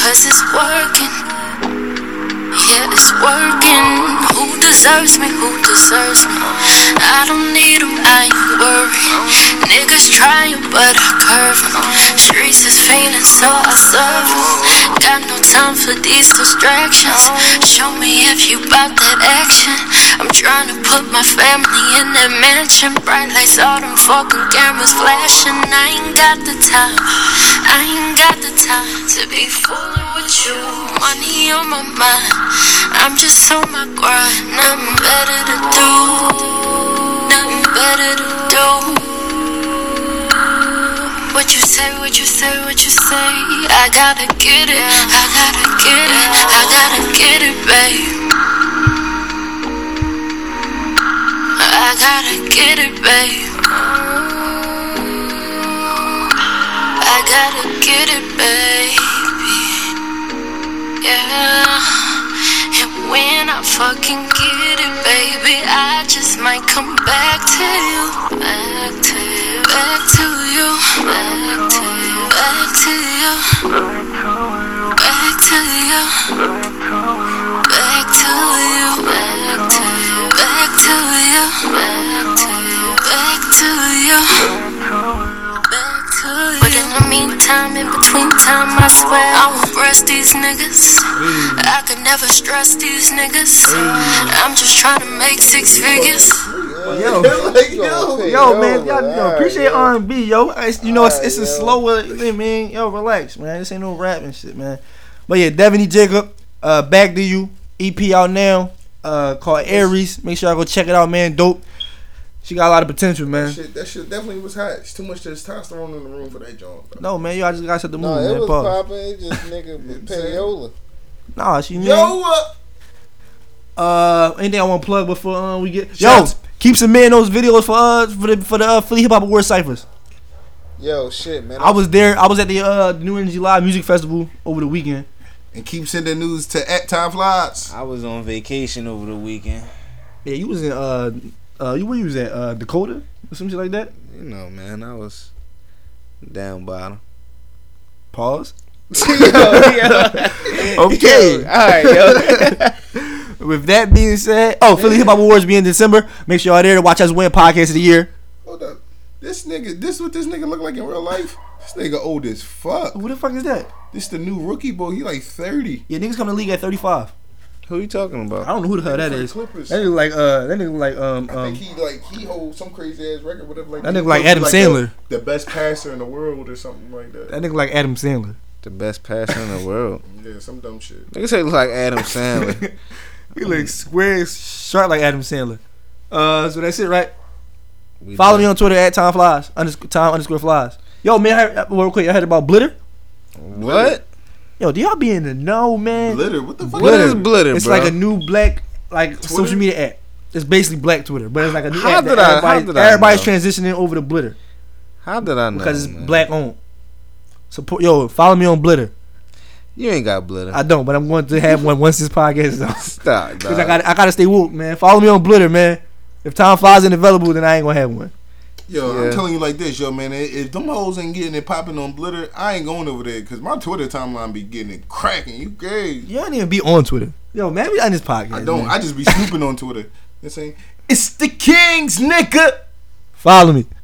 Speaker 12: Cause it's working. Yeah, it's working. Who deserves me? Who deserves me? I don't need 'em, I ain't worried. Niggas trying, but I curve 'em. Streets is failing, so I serve 'em. Got no time for these distractions. Show me if you bout that action. I'm trying to put my family in that mansion. Bright lights, all them fucking cameras flashing. I ain't got the time. I ain't got the time to be fooling with you. Money on my mind. I'm just on my grind. Nothing better to do. Nothing better to do. What you say, what you say, what you say. I gotta get it. I gotta get it. I gotta get it, babe. I gotta get it, babe. I gotta get it, baby. Yeah. And when I fucking get it, baby, I just might come back to you. Back to you. Back to you. Back to you. Back to you. Back to you. Back to you. Back to you. Back to you. Back to you. Back to you. But in the meantime, in between time, I swear I won't rush these niggas. I could never stress these niggas. I'm just trying to make six figures.
Speaker 1: Yo, yo, man, y'all yo, appreciate R and B, yo. It's, you know, it's, it's a slower thing, man. Yo, relax, man. This ain't no rap and shit, man. But yeah, Devaney Jacob, uh, back to you. EP out now, uh, called Aries. Make sure y'all go check it out, man. Dope. She got a lot of potential, man.
Speaker 10: Shit, that shit definitely was hot. It's too much testosterone in the room for that joint.
Speaker 1: No, man, y'all just gotta set the
Speaker 10: No,
Speaker 1: mood,
Speaker 10: it
Speaker 1: man.
Speaker 10: was
Speaker 1: Pause.
Speaker 10: pop-
Speaker 15: Poppin', it just nigga
Speaker 10: saying?
Speaker 15: payola.
Speaker 1: Nah, she
Speaker 15: Yo,
Speaker 1: knew.
Speaker 10: what?
Speaker 1: Uh, anything I want to plug before um, we get yo. Keep submitting those videos for uh for the for the uh, Philly Hip Hop Award ciphers.
Speaker 15: Yo, shit, man.
Speaker 1: I was there. I was at the uh New Energy Live Music Festival over the weekend.
Speaker 10: And keep sending news to at Time Flies.
Speaker 2: I was on vacation over the weekend.
Speaker 1: Yeah, you was in uh uh you where you was at uh Dakota or some shit like that.
Speaker 2: You know, man, I was down bottom.
Speaker 1: Pause.
Speaker 2: Okay.
Speaker 1: okay. With that being said, oh Philly Hip Hop Awards be in December. Make sure y'all there to watch us win podcast of the year.
Speaker 10: This nigga, this what this nigga look like in real life. This nigga old as fuck.
Speaker 1: Who the fuck is that?
Speaker 10: This the new rookie boy. He like thirty.
Speaker 1: Yeah, niggas come to the league at 35.
Speaker 2: Who you talking about?
Speaker 1: I don't know who the hell that
Speaker 10: He's
Speaker 1: is.
Speaker 10: from the Clippers.
Speaker 1: That nigga like uh that nigga like um um
Speaker 10: He like he holds some crazy ass record, whatever. Like
Speaker 1: That nigga like Adam Sandler.
Speaker 10: the, the best passer in the world or something like that.
Speaker 1: that nigga like Adam Sandler.
Speaker 2: The best passer in the world.
Speaker 10: Yeah, some dumb shit.
Speaker 2: Nigga say look like Adam Sandler.
Speaker 1: He looks square, as sharp like Adam Sandler. Uh, so that's it, right? Follow me on Twitter at Tom Flies underscore Tom underscore Flies. Yo, man, I heard, uh, real quick, I heard about Blitter.
Speaker 2: What?
Speaker 1: Yo, do y'all be in the know, man?
Speaker 3: Blitter, what the fuck?
Speaker 2: What is Blitter,
Speaker 1: It's
Speaker 2: bro?
Speaker 1: like a new black like social media app. It's basically Black Twitter, but it's like a new
Speaker 2: How
Speaker 1: app.
Speaker 2: did
Speaker 1: that
Speaker 2: I- how
Speaker 1: everybody-
Speaker 2: did I
Speaker 1: everybody's
Speaker 2: know?
Speaker 1: transitioning over to Blitter
Speaker 2: How did I know?
Speaker 1: because it's black owned. Support, yo, follow me on Blitter.
Speaker 2: You ain't got Blitter.
Speaker 1: I don't, but I'm going to have one once this podcast is over.
Speaker 2: Stop,
Speaker 1: Cause I
Speaker 2: dog.
Speaker 1: got I gotta stay woke, man. Follow me on Blitter, man. If time flies and available, then I ain't gonna have one.
Speaker 3: Yo,
Speaker 1: Yeah.
Speaker 3: I'm telling you like this, yo, man. i- If them hoes ain't getting it popping on Blitter, I ain't going over there because my Twitter timeline be getting it cracking. You gay?
Speaker 1: You don't even be on Twitter. Yo, man, we on this podcast.
Speaker 3: I don't.
Speaker 1: man.
Speaker 3: I just be snooping on Twitter. This ain't. It's the Kings, nigga.
Speaker 1: follow me.